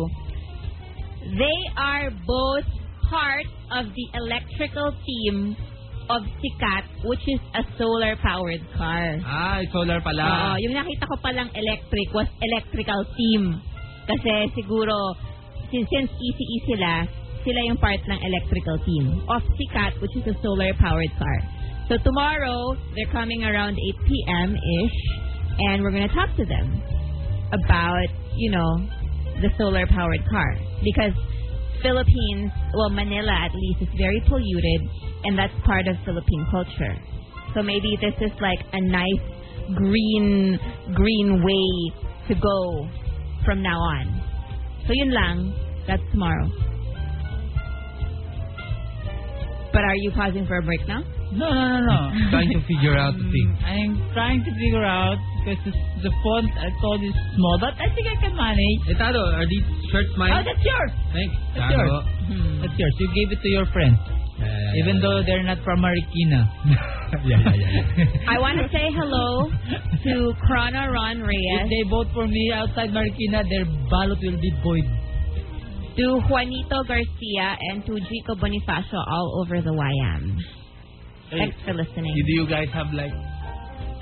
[SPEAKER 5] They are both part of the electrical team of Sikat, which is a solar powered car.
[SPEAKER 7] Ah, solar pala.
[SPEAKER 5] Oo, yung nakita ko palang electric was electrical team. Kasi siguro, since, since ECE sila, sila yung part ng electrical team of SICAT, which is a solar-powered car. So tomorrow, they're coming around 8 p.m.-ish, and we're gonna talk to them about, you know, the solar-powered car. Because Philippines, well, Manila at least, is very polluted, and that's part of Philippine culture. So maybe this is like a nice green green way to go from now on. So yun lang. That's tomorrow. But are you pausing for a break now?
[SPEAKER 3] No, no, no, no.
[SPEAKER 7] Trying to figure out the thing.
[SPEAKER 3] Mm, I'm trying to figure out because the, the font I thought is small, but I think I can manage.
[SPEAKER 7] Eh, Taro, are these shirts mine?
[SPEAKER 3] Oh, that's yours.
[SPEAKER 7] Thanks.
[SPEAKER 3] That's
[SPEAKER 7] Taro.
[SPEAKER 3] yours. Mm-hmm. That's yours. You gave it to your friends,
[SPEAKER 7] Yeah, yeah, yeah,
[SPEAKER 3] even
[SPEAKER 7] yeah,
[SPEAKER 3] though
[SPEAKER 7] yeah.
[SPEAKER 3] they're not from Marikina.
[SPEAKER 7] yeah, yeah, yeah, yeah.
[SPEAKER 5] I want to say hello to Krona Ron
[SPEAKER 3] If
[SPEAKER 5] Reyes,
[SPEAKER 3] they vote for me outside Marikina, their ballot will be void.
[SPEAKER 5] to Juanito Garcia, and to Jico Bonifacio all over the YM. Thanks for listening.
[SPEAKER 7] Do you guys have like,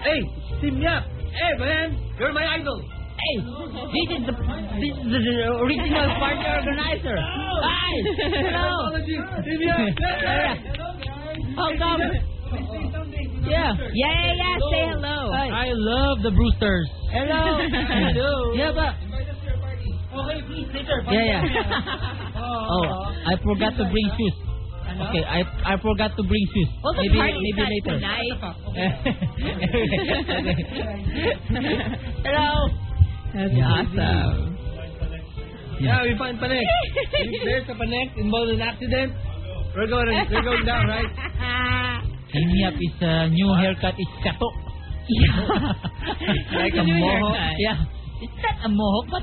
[SPEAKER 7] hey, team me up, hey man, you're my idol.
[SPEAKER 3] Hey, this is the, this is the original party organizer. Hi, hello.
[SPEAKER 7] Team me up.
[SPEAKER 3] Yeah. How come? Yeah.
[SPEAKER 5] Yeah, yeah, yeah. Say hello.
[SPEAKER 3] I love the Brewsters. Hello.
[SPEAKER 5] Hello.
[SPEAKER 3] Yeah, but. Yeah, yeah. oh, I forgot to bring shoes. Okay, I I forgot to bring shoes.
[SPEAKER 5] Well, the
[SPEAKER 3] maybe
[SPEAKER 5] party's
[SPEAKER 3] maybe
[SPEAKER 5] not
[SPEAKER 3] later.
[SPEAKER 5] tonight.
[SPEAKER 3] Hello.
[SPEAKER 5] That's
[SPEAKER 3] Yeah.
[SPEAKER 5] awesome.
[SPEAKER 7] Yeah, we find Panek. if there's a Panek involved in an accident, we're going, we're going down, right?
[SPEAKER 3] Team me up uh, is a new haircut is kato.
[SPEAKER 7] Like a
[SPEAKER 3] Doing your
[SPEAKER 7] mohawk?
[SPEAKER 3] side. Yeah. It's not a mohawk, but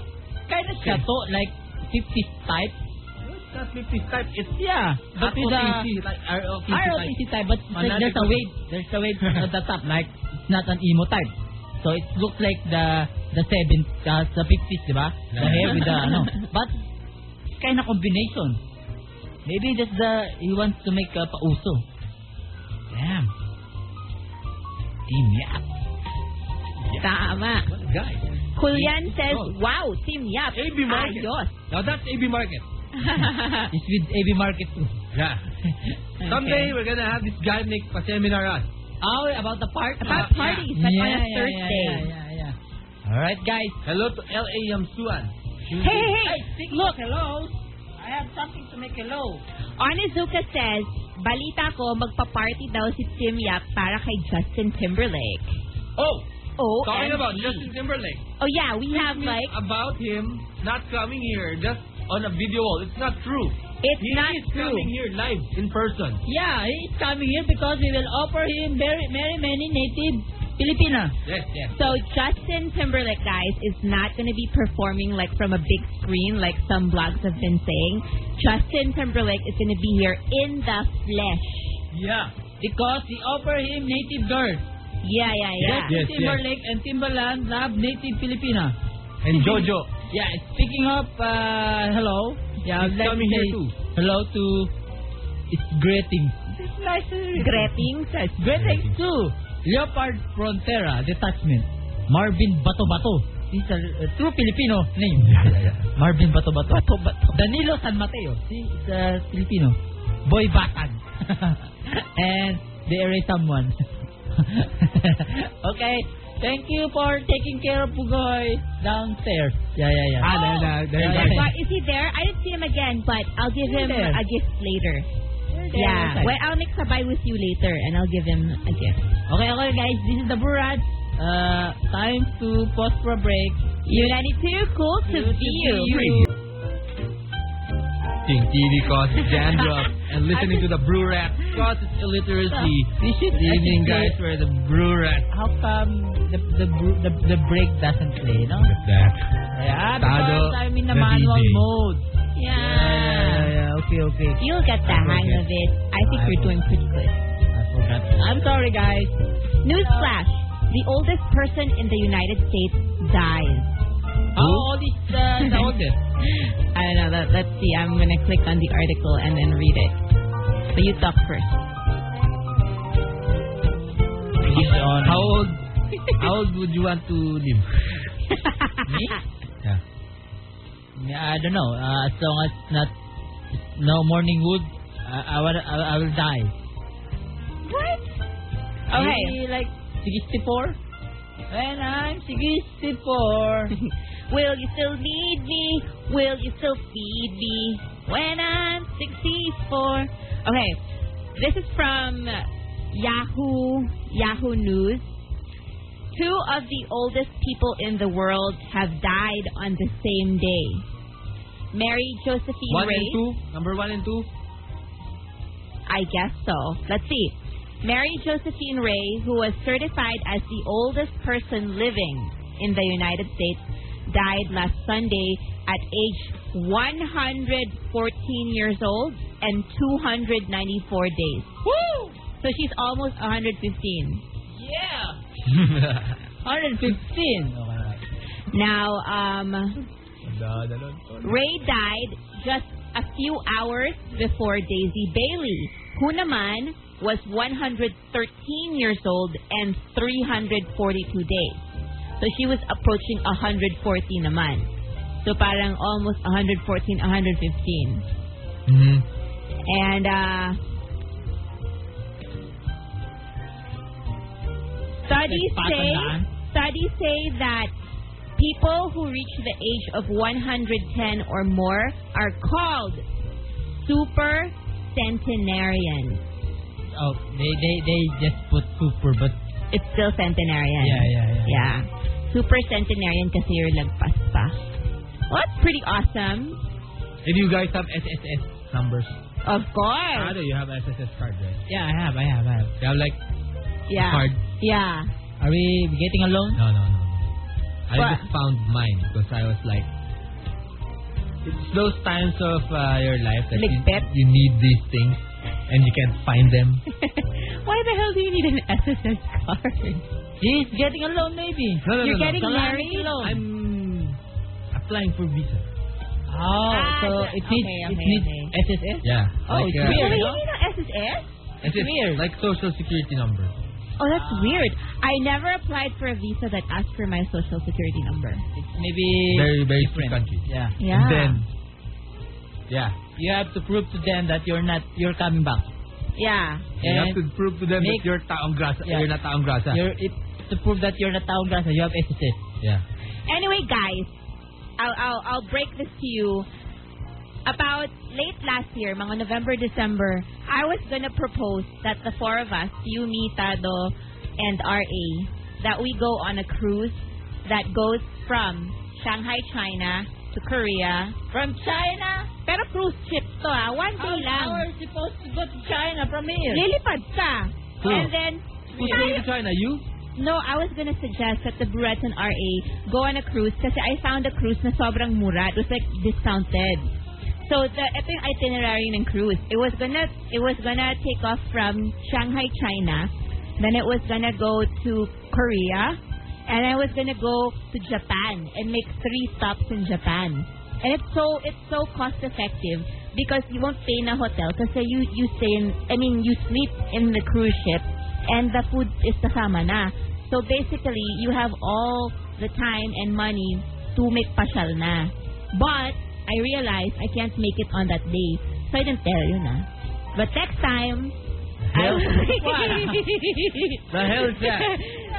[SPEAKER 3] kind of chateau, like 50s type.
[SPEAKER 7] It's not 50 type. It's
[SPEAKER 3] Yeah. But
[SPEAKER 7] ROTC,
[SPEAKER 3] it's a...
[SPEAKER 7] like ROTC
[SPEAKER 3] I
[SPEAKER 7] type.
[SPEAKER 3] ROTC type, but it's like there's a
[SPEAKER 7] Fanatical.
[SPEAKER 3] weight. There's a weight at the top, like it's not an emo type. So it looks like the the seven, uh, the fifties, di ba? The hair with the ano, but kind of combination. Maybe that's the he wants to make uh, pauso. Damn. ah. Team Yap.
[SPEAKER 5] Tama.
[SPEAKER 7] What a guy.
[SPEAKER 5] Julian says, wow, Team Yap.
[SPEAKER 7] AB Market.
[SPEAKER 5] Ayos.
[SPEAKER 7] Now that's AB Market.
[SPEAKER 3] It's with AB Market too.
[SPEAKER 7] Yeah.
[SPEAKER 5] Okay.
[SPEAKER 7] Someday we're gonna have this guy make a seminar us.
[SPEAKER 3] Oh, about the part
[SPEAKER 5] About
[SPEAKER 7] Yeah.
[SPEAKER 5] parties, like on a Thursday.
[SPEAKER 3] Yeah, yeah, yeah. All right, guys.
[SPEAKER 7] Hello to L.A. Yamsuan.
[SPEAKER 5] Hey, hey, hey.
[SPEAKER 3] Look, hello. I have something to make hello.
[SPEAKER 5] Onizuka says, balita ko magpa-party daw si Tim Yap para kay Justin Timberlake.
[SPEAKER 7] Oh,
[SPEAKER 5] Oh,
[SPEAKER 7] talking about Justin Timberlake.
[SPEAKER 5] Oh yeah, we have like
[SPEAKER 7] about him not coming here just on a video wall. It's not true.
[SPEAKER 5] it's
[SPEAKER 7] he
[SPEAKER 5] not
[SPEAKER 7] is
[SPEAKER 5] true.
[SPEAKER 7] coming here live in person.
[SPEAKER 3] Yeah, he's coming here because we will offer him very, very many native Filipina.
[SPEAKER 7] Yes, yes.
[SPEAKER 5] So Justin Timberlake, guys, is not going to be performing like from a big screen like some blogs have been saying. Justin Timberlake is going to be here in the flesh.
[SPEAKER 3] Yeah. Because we offer him native girls.
[SPEAKER 5] Yeah, yeah, yeah.
[SPEAKER 7] Yes, yes.
[SPEAKER 3] Timberlake and Timberland love native Filipina.
[SPEAKER 7] And Jojo.
[SPEAKER 3] Yeah, speaking of uh, hello, yeah,
[SPEAKER 7] He's
[SPEAKER 3] I'd like
[SPEAKER 7] coming
[SPEAKER 3] to say
[SPEAKER 7] here too.
[SPEAKER 3] hello to it's greetings.
[SPEAKER 5] Greetings.
[SPEAKER 3] Greetings to Leopard Frontera Detachment. Marvin Bato Bato. This is a a true Filipino name. Marvin Bato Bato. Danilo San Mateo. He is a Filipino. Boy Batag. and they erase someone. okay. Thank you for taking care of Pugoy downstairs. Yeah, yeah, yeah.
[SPEAKER 7] Ah, there, there, there,
[SPEAKER 3] Yeah,
[SPEAKER 7] there.
[SPEAKER 3] yeah.
[SPEAKER 5] But is he there? I didn't see him again, but I'll give him
[SPEAKER 3] He's there.
[SPEAKER 5] a gift later. Yeah. Well, I'll make sabay with you later, and I'll give him a gift.
[SPEAKER 3] Okay, okay guys, this is the Burat. Uh, time to pause for a break.
[SPEAKER 5] Unani too cool to
[SPEAKER 3] Good
[SPEAKER 5] see you.
[SPEAKER 7] Stinky because it's dandruff and listening to the brew rat causes illiteracy.
[SPEAKER 3] We should
[SPEAKER 7] Good evening, guys. We're the brew rat.
[SPEAKER 3] How come the the br- the, the break doesn't play, no?
[SPEAKER 7] That.
[SPEAKER 3] Yeah,
[SPEAKER 7] Tado,
[SPEAKER 3] because I'm in the
[SPEAKER 7] the
[SPEAKER 3] manual
[SPEAKER 7] DJ.
[SPEAKER 3] mode.
[SPEAKER 5] Yeah.
[SPEAKER 3] yeah, okay, okay.
[SPEAKER 5] You'll get the hang of it. I think
[SPEAKER 3] I
[SPEAKER 5] you're doing pretty good.
[SPEAKER 3] I forgot.
[SPEAKER 5] I'm sorry, guys. Newsflash. The oldest person in the United States dies.
[SPEAKER 3] How old is the, the oldest?
[SPEAKER 5] I don't know. Let, let's see. I'm going to click on the article and then read it. But you talk first.
[SPEAKER 7] How old? How old would you want to live? Yeah.
[SPEAKER 3] Yeah, I don't know. Uh, as long as not no morning wood, I, I, will, I, I will die.
[SPEAKER 5] what? Okay.
[SPEAKER 3] Maybe like 64? When I'm 64.
[SPEAKER 5] Will you still need me? Will you still feed me when I'm 64? Okay, this is from Yahoo Yahoo News. Two of the oldest people in the world have died on the same day. Mary Josephine
[SPEAKER 7] One
[SPEAKER 5] Ray.
[SPEAKER 7] and two. Number one and two.
[SPEAKER 5] I guess so. Let's see. Mary Josephine Ray, who was certified as the oldest person living in the United States, died last Sunday at age 114 years old and 294 days. Woo! So she's almost 115.
[SPEAKER 3] Yeah! 115. Okay.
[SPEAKER 5] Now, um, Ray died just a few hours before Daisy Bailey, who naman was 113 years old and 342 days. So she was approaching 140 naman. So parang almost 114, 115.
[SPEAKER 3] Mm-hmm.
[SPEAKER 7] Mhm.
[SPEAKER 5] And uh, studies
[SPEAKER 3] Like
[SPEAKER 5] say
[SPEAKER 3] patandaan?
[SPEAKER 5] studies say that people who reach the age of 110 or more are called super centenarians.
[SPEAKER 3] Oh, they, they, they just put super, but
[SPEAKER 5] It's still centenarian.
[SPEAKER 3] yeah, yeah, yeah.
[SPEAKER 5] Yeah. Super centenarian kasi you're lagpas pa. Well, that's pretty awesome.
[SPEAKER 7] If you guys have SSS numbers.
[SPEAKER 5] Of course.
[SPEAKER 7] Ado, you have SSS card, right?
[SPEAKER 3] Yeah, I have, I have, I have.
[SPEAKER 7] You have like
[SPEAKER 5] Yeah.
[SPEAKER 7] card.
[SPEAKER 5] Yeah.
[SPEAKER 7] I
[SPEAKER 3] Are we getting a loan?
[SPEAKER 7] No, no, no. I
[SPEAKER 5] What?
[SPEAKER 7] just found mine because I was like, it's those times of uh, your life that you,
[SPEAKER 5] Ligpit?
[SPEAKER 7] you need these things and you can't find them.
[SPEAKER 5] Why the hell do you need an SSS card?
[SPEAKER 3] He's getting a loan maybe.
[SPEAKER 7] No, no,
[SPEAKER 5] You're
[SPEAKER 7] no, no.
[SPEAKER 5] getting
[SPEAKER 7] Kailangan
[SPEAKER 5] married?
[SPEAKER 7] ko loan. I'm applying for visa.
[SPEAKER 3] Oh,
[SPEAKER 5] Ah,
[SPEAKER 3] so
[SPEAKER 5] so-
[SPEAKER 3] it needs
[SPEAKER 5] okay,
[SPEAKER 3] it
[SPEAKER 5] okay,
[SPEAKER 3] needs
[SPEAKER 5] okay.
[SPEAKER 3] SSS.
[SPEAKER 7] Yeah.
[SPEAKER 3] Oh,
[SPEAKER 7] like, uh,
[SPEAKER 3] it's
[SPEAKER 5] So
[SPEAKER 3] weird.
[SPEAKER 5] you
[SPEAKER 3] no?
[SPEAKER 5] need an SSS?
[SPEAKER 7] It's
[SPEAKER 3] weird.
[SPEAKER 7] Like social security number.
[SPEAKER 5] Oh, that's weird. I never applied for a visa that asked for my social security number.
[SPEAKER 3] It's maybe
[SPEAKER 7] Very, very few
[SPEAKER 3] different.
[SPEAKER 7] countries.
[SPEAKER 3] Yeah.
[SPEAKER 5] Yeah.
[SPEAKER 7] And then, yeah.
[SPEAKER 3] You have to prove to them that you're not you're coming back.
[SPEAKER 5] yeah.
[SPEAKER 7] You
[SPEAKER 3] And
[SPEAKER 7] have to prove to them
[SPEAKER 3] make-
[SPEAKER 7] that you're taong grasa.
[SPEAKER 3] Yeah.
[SPEAKER 7] You're not taong grasa.
[SPEAKER 3] You're it to prove that you're not taong grasa, you have SSS.
[SPEAKER 7] yeah.
[SPEAKER 5] Anyway, guys, I'll, I'll, I'll break this to you. About late last year, mga November, December, I was gonna propose that the four of us, you, me, Tado, and RA, that we go on a cruise that goes from Shanghai, China to Korea.
[SPEAKER 3] From China?
[SPEAKER 5] Pero cruise ship to ah, one day lang.
[SPEAKER 3] supposed to go to China from here?
[SPEAKER 5] Lilipad ka.
[SPEAKER 7] Who?
[SPEAKER 5] And then,
[SPEAKER 7] Who's going to China? You?
[SPEAKER 5] No, I was gonna suggest that the Burettes and RA go on a cruise kasi I found a cruise na sobrang mura. It was like discounted. So the ito yung itinerary ng cruise. It was gonna it was gonna take off from Shanghai, China. Then it was gonna go to Korea, and I was gonna go to Japan and make three stops in Japan. And it's so it's so cost effective because you won't stay in a hotel kasi you you stay in I mean you sleep in the cruise ship and the food is kasama na. So basically, you have all the time and money to make pasyal na. But I realized I can't make it on that day. So I didn't tell you na. But next time, I
[SPEAKER 7] Hell?
[SPEAKER 5] will
[SPEAKER 7] The hell is that?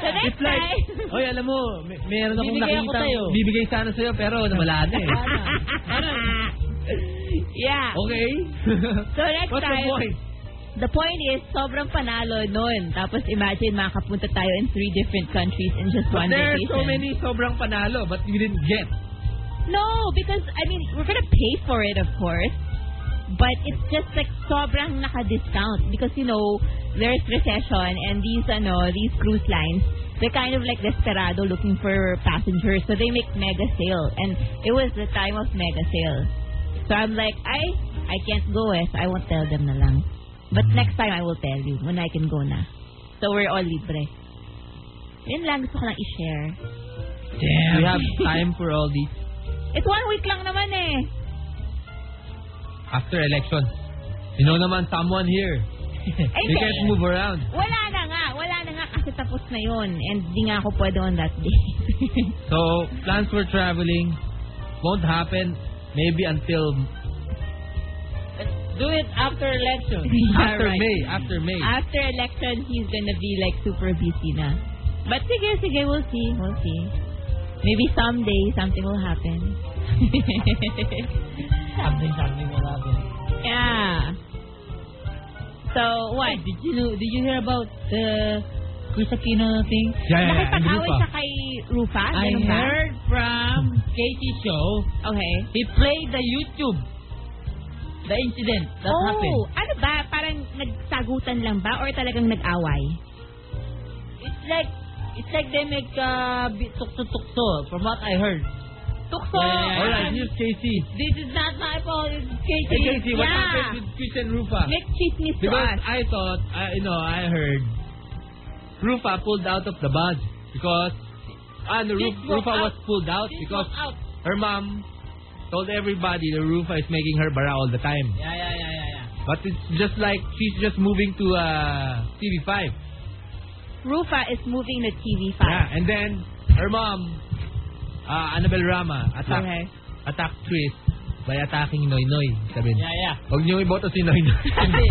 [SPEAKER 5] so next
[SPEAKER 7] It's like,
[SPEAKER 5] time.
[SPEAKER 7] oy, alam mo, may, meron akong
[SPEAKER 3] Bibigay ako
[SPEAKER 7] nakita.
[SPEAKER 3] sa'yo.
[SPEAKER 7] Bibigay sana sa'yo, pero wala na eh.
[SPEAKER 5] yeah.
[SPEAKER 7] Okay?
[SPEAKER 5] So next
[SPEAKER 7] What's the
[SPEAKER 5] time,
[SPEAKER 7] point?
[SPEAKER 5] The point is, sobrang panalo nun. Tapos imagine, makapunta tayo in three different countries in just one
[SPEAKER 7] But there are
[SPEAKER 5] vacation.
[SPEAKER 7] so many sobrang panalo, but you didn't get.
[SPEAKER 5] No, because, I mean, we're gonna pay for it, of course. But it's just like sobrang naka-discount because, you know, there's recession and these, ano, these cruise lines, they're kind of like desperado looking for passengers. So they make mega sale. And it was the time of mega sale. So I'm like, I, I can't go eh. So I won't tell them na lang. But next time I will tell you when I can go na. So we're all libre. Yun lang gusto ko lang i-share.
[SPEAKER 7] Damn. We have time for all these
[SPEAKER 5] It's one week lang naman eh.
[SPEAKER 7] after elections. You know naman, someone here.
[SPEAKER 5] Ay,
[SPEAKER 7] You
[SPEAKER 5] hindi.
[SPEAKER 7] can't move around.
[SPEAKER 5] Wala na nga, wala na nga kasi tapos na yun. And di nga ako pwede on that day.
[SPEAKER 7] So, plans for traveling won't happen maybe until
[SPEAKER 3] Do it after election.
[SPEAKER 7] after
[SPEAKER 5] Alright.
[SPEAKER 7] May. After May.
[SPEAKER 5] After election, he's gonna be like super busy na. But sige, sige, we'll see, we'll see. Maybe someday, something will happen.
[SPEAKER 3] something something will happen.
[SPEAKER 5] yeah. So, what?
[SPEAKER 3] Did you know, did you hear about the Chris Aquino thing?
[SPEAKER 7] Yeah, yeah, yeah. Andrew
[SPEAKER 5] Nakipag-away
[SPEAKER 7] pa.
[SPEAKER 5] siya kay Rufa?
[SPEAKER 3] I
[SPEAKER 5] Ganun ba?
[SPEAKER 3] heard from Katie's show.
[SPEAKER 5] Okay.
[SPEAKER 3] He played the YouTube. The incident that
[SPEAKER 5] oh,
[SPEAKER 3] happened.
[SPEAKER 5] ano ba? Parang nagsagutan lang ba? Or talagang nag-away?
[SPEAKER 3] It's like it's like they make uh bi- tukso tukso from what I heard.
[SPEAKER 5] Tukso! Um,
[SPEAKER 3] Yeah.
[SPEAKER 7] Alright, here's KC.
[SPEAKER 3] This is not my fault. It's
[SPEAKER 7] Hey,
[SPEAKER 3] Katie.
[SPEAKER 7] KC, what
[SPEAKER 5] Yeah.
[SPEAKER 7] happened with Christian Rufa?
[SPEAKER 5] Make chismis to
[SPEAKER 7] Because
[SPEAKER 5] us.
[SPEAKER 7] I thought, I, you know, I heard Rufa pulled out of the bus because and Ru-
[SPEAKER 3] She's
[SPEAKER 7] Rufa
[SPEAKER 3] walked
[SPEAKER 7] was pulled out
[SPEAKER 3] She
[SPEAKER 7] because
[SPEAKER 3] walked out.
[SPEAKER 7] her mom told everybody that Rufa is making her bara all the time.
[SPEAKER 3] Yeah, yeah, yeah, yeah, yeah.
[SPEAKER 7] But it's just like she's just moving to uh, TV5.
[SPEAKER 5] Rufa is moving to TV5.
[SPEAKER 7] Yeah, and then her mom, uh, Annabel Rama, attacked,
[SPEAKER 5] Okay.
[SPEAKER 7] attacked Chris by attacking Noy Noy. Sabi,
[SPEAKER 3] Yeah, yeah.
[SPEAKER 7] huwag niyong iboto si Noy Noy.
[SPEAKER 3] Kasi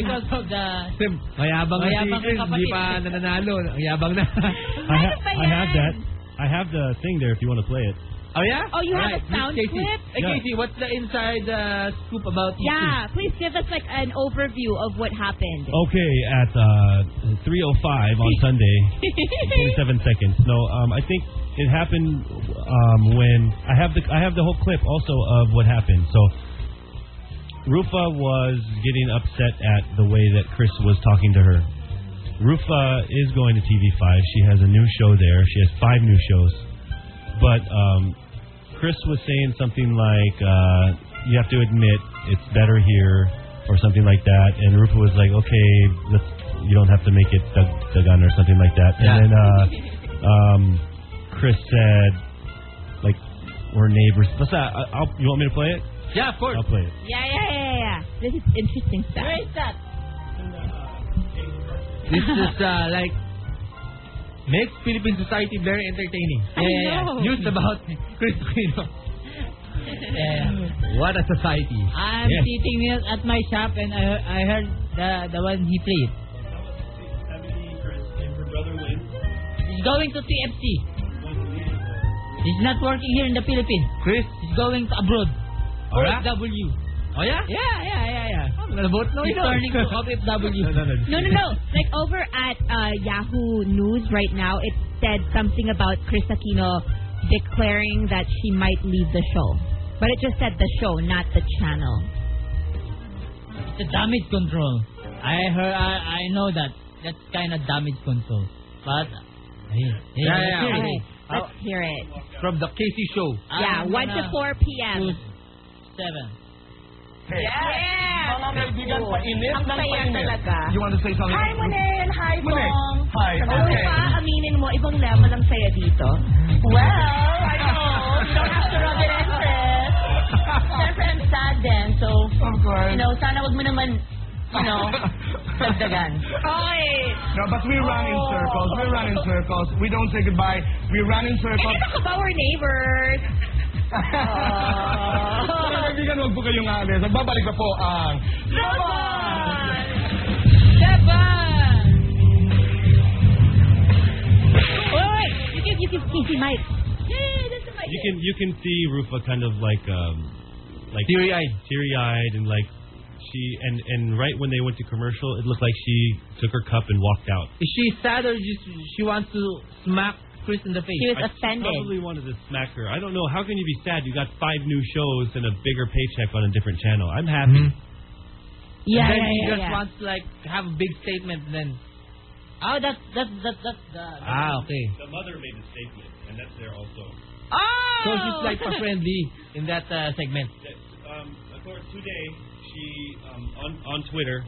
[SPEAKER 3] because of the
[SPEAKER 7] Kasi mayabang,
[SPEAKER 3] Mayabang
[SPEAKER 7] na si Chris,
[SPEAKER 3] ka kapatid.
[SPEAKER 7] hindi pa nananalo. Ang yabang na.
[SPEAKER 5] Ano ba
[SPEAKER 1] I
[SPEAKER 5] yan?
[SPEAKER 1] have that. I have the thing there if you want to play it.
[SPEAKER 7] oh, yeah?
[SPEAKER 5] Oh, you have
[SPEAKER 7] Alright,
[SPEAKER 5] a sound
[SPEAKER 7] Miss Casey.
[SPEAKER 5] clip?
[SPEAKER 7] Hey,
[SPEAKER 1] Yeah.
[SPEAKER 7] Casey, what's the inside uh, scoop about you two?
[SPEAKER 5] Yeah, please give us like an overview of what happened.
[SPEAKER 3] Oh.
[SPEAKER 1] Okay, at uh, 3.05 on Sunday, 27 seconds. No, um, I think it happened um, when I have the I have the whole clip also of what happened. So Rufa was getting upset at the way that Chris was talking to her, Rufa is going to TV5. She has a new show there. She has five new shows. But um, Chris was saying something like, uh, "You have to admit it's better here," or something like that. And Rufa was like, "Okay, let's. You don't have to make it Doug, Dugan or something like that." And
[SPEAKER 7] Yeah.
[SPEAKER 1] then uh, um, Chris said, "Like we're neighbors." Let's. Uh, I'll, you want me to play it?
[SPEAKER 7] Yeah, of course.
[SPEAKER 1] I'll play it.
[SPEAKER 5] Yeah, yeah, yeah, yeah. This is interesting stuff.
[SPEAKER 3] Where is that?
[SPEAKER 7] This is uh, like makes Philippine society very entertaining.
[SPEAKER 5] I know.
[SPEAKER 7] News about Chris Aquino.
[SPEAKER 3] Yeah.
[SPEAKER 7] What a society.
[SPEAKER 3] I'm
[SPEAKER 1] Yes.
[SPEAKER 3] sitting here at my shop and I heard, I heard the the one he played. He's going to TFC. He's not working here in the Philippines.
[SPEAKER 7] Chris.
[SPEAKER 3] He's going to abroad.
[SPEAKER 7] Oh, yeah?
[SPEAKER 3] W.
[SPEAKER 7] Oh yeah?
[SPEAKER 3] Yeah, yeah, yeah, yeah.
[SPEAKER 7] I'm gonna vote no.
[SPEAKER 3] He's
[SPEAKER 7] no.
[SPEAKER 3] turning to OFW.
[SPEAKER 7] No, no, no.
[SPEAKER 5] No, no, no. Like over at uh, Yahoo News right now, it said something about Chris Aquino declaring that she might leave the show. But it just said the show, not the channel.
[SPEAKER 3] It's a damage control. I heard, I, I know that. That's kind of damage control. But hey, hey,
[SPEAKER 7] Yeah,
[SPEAKER 3] let's
[SPEAKER 7] yeah. Ah.
[SPEAKER 3] hear it.
[SPEAKER 5] Okay,
[SPEAKER 7] I'll-
[SPEAKER 5] let's hear it.
[SPEAKER 7] From the Casey Show.
[SPEAKER 5] Yeah,
[SPEAKER 3] I'm
[SPEAKER 5] 1 to
[SPEAKER 3] gonna
[SPEAKER 5] 4
[SPEAKER 3] choose
[SPEAKER 5] p.m.
[SPEAKER 3] Seven.
[SPEAKER 5] Yeah!
[SPEAKER 8] Mga kaibigan, painit ng
[SPEAKER 5] Ang saya
[SPEAKER 8] painit.
[SPEAKER 5] talaga.
[SPEAKER 8] You want to say something?
[SPEAKER 2] Hi, Monel! Hi,
[SPEAKER 8] Monel.
[SPEAKER 2] Bong!
[SPEAKER 8] Hi,
[SPEAKER 2] Ano
[SPEAKER 8] okay.
[SPEAKER 2] pa, aminin mo, ibang level ang saya dito. Well, I know. You don't have to rub it in, sis. Siyempre, I'm sad din. So,
[SPEAKER 8] Of course.
[SPEAKER 2] you know, sana wag mo naman, you know, dagdagan. Oy!
[SPEAKER 8] No, but we ran in circles. We ran in circles. We don't say goodbye. We ran in circles.
[SPEAKER 2] Talk about our neighbors.
[SPEAKER 8] Mga kaibigan, huwag po kayong aalis. At Babalik na po ang...
[SPEAKER 2] Laban! Laban!
[SPEAKER 5] Wait, you give, you give Casey Mike.
[SPEAKER 2] Yeah, that's my
[SPEAKER 1] You can you can see Rufa kind of like um like
[SPEAKER 7] Teary eyed.
[SPEAKER 1] teary eyed and like she and and right when they went to commercial, it looked like she took her cup and walked out.
[SPEAKER 7] Is she sad or just she wants to smack Chris in the face?
[SPEAKER 5] She was
[SPEAKER 1] I
[SPEAKER 5] offended.
[SPEAKER 1] probably wanted to smack her. I don't know. How can you be sad? You got five new shows and a bigger paycheck on a different channel. I'm happy.
[SPEAKER 7] Mhm.
[SPEAKER 5] Yeah,
[SPEAKER 7] then
[SPEAKER 5] yeah,
[SPEAKER 7] she
[SPEAKER 5] yeah,
[SPEAKER 7] just
[SPEAKER 5] yeah.
[SPEAKER 7] wants to like have a big statement then.
[SPEAKER 3] Oh, that's that's that's that's the.
[SPEAKER 7] Ah, okay.
[SPEAKER 1] The mother made a statement, and that's there also.
[SPEAKER 5] Oh!
[SPEAKER 7] So she's like for friendly in that uh, segment.
[SPEAKER 1] That, um, of course, today she um, on on Twitter,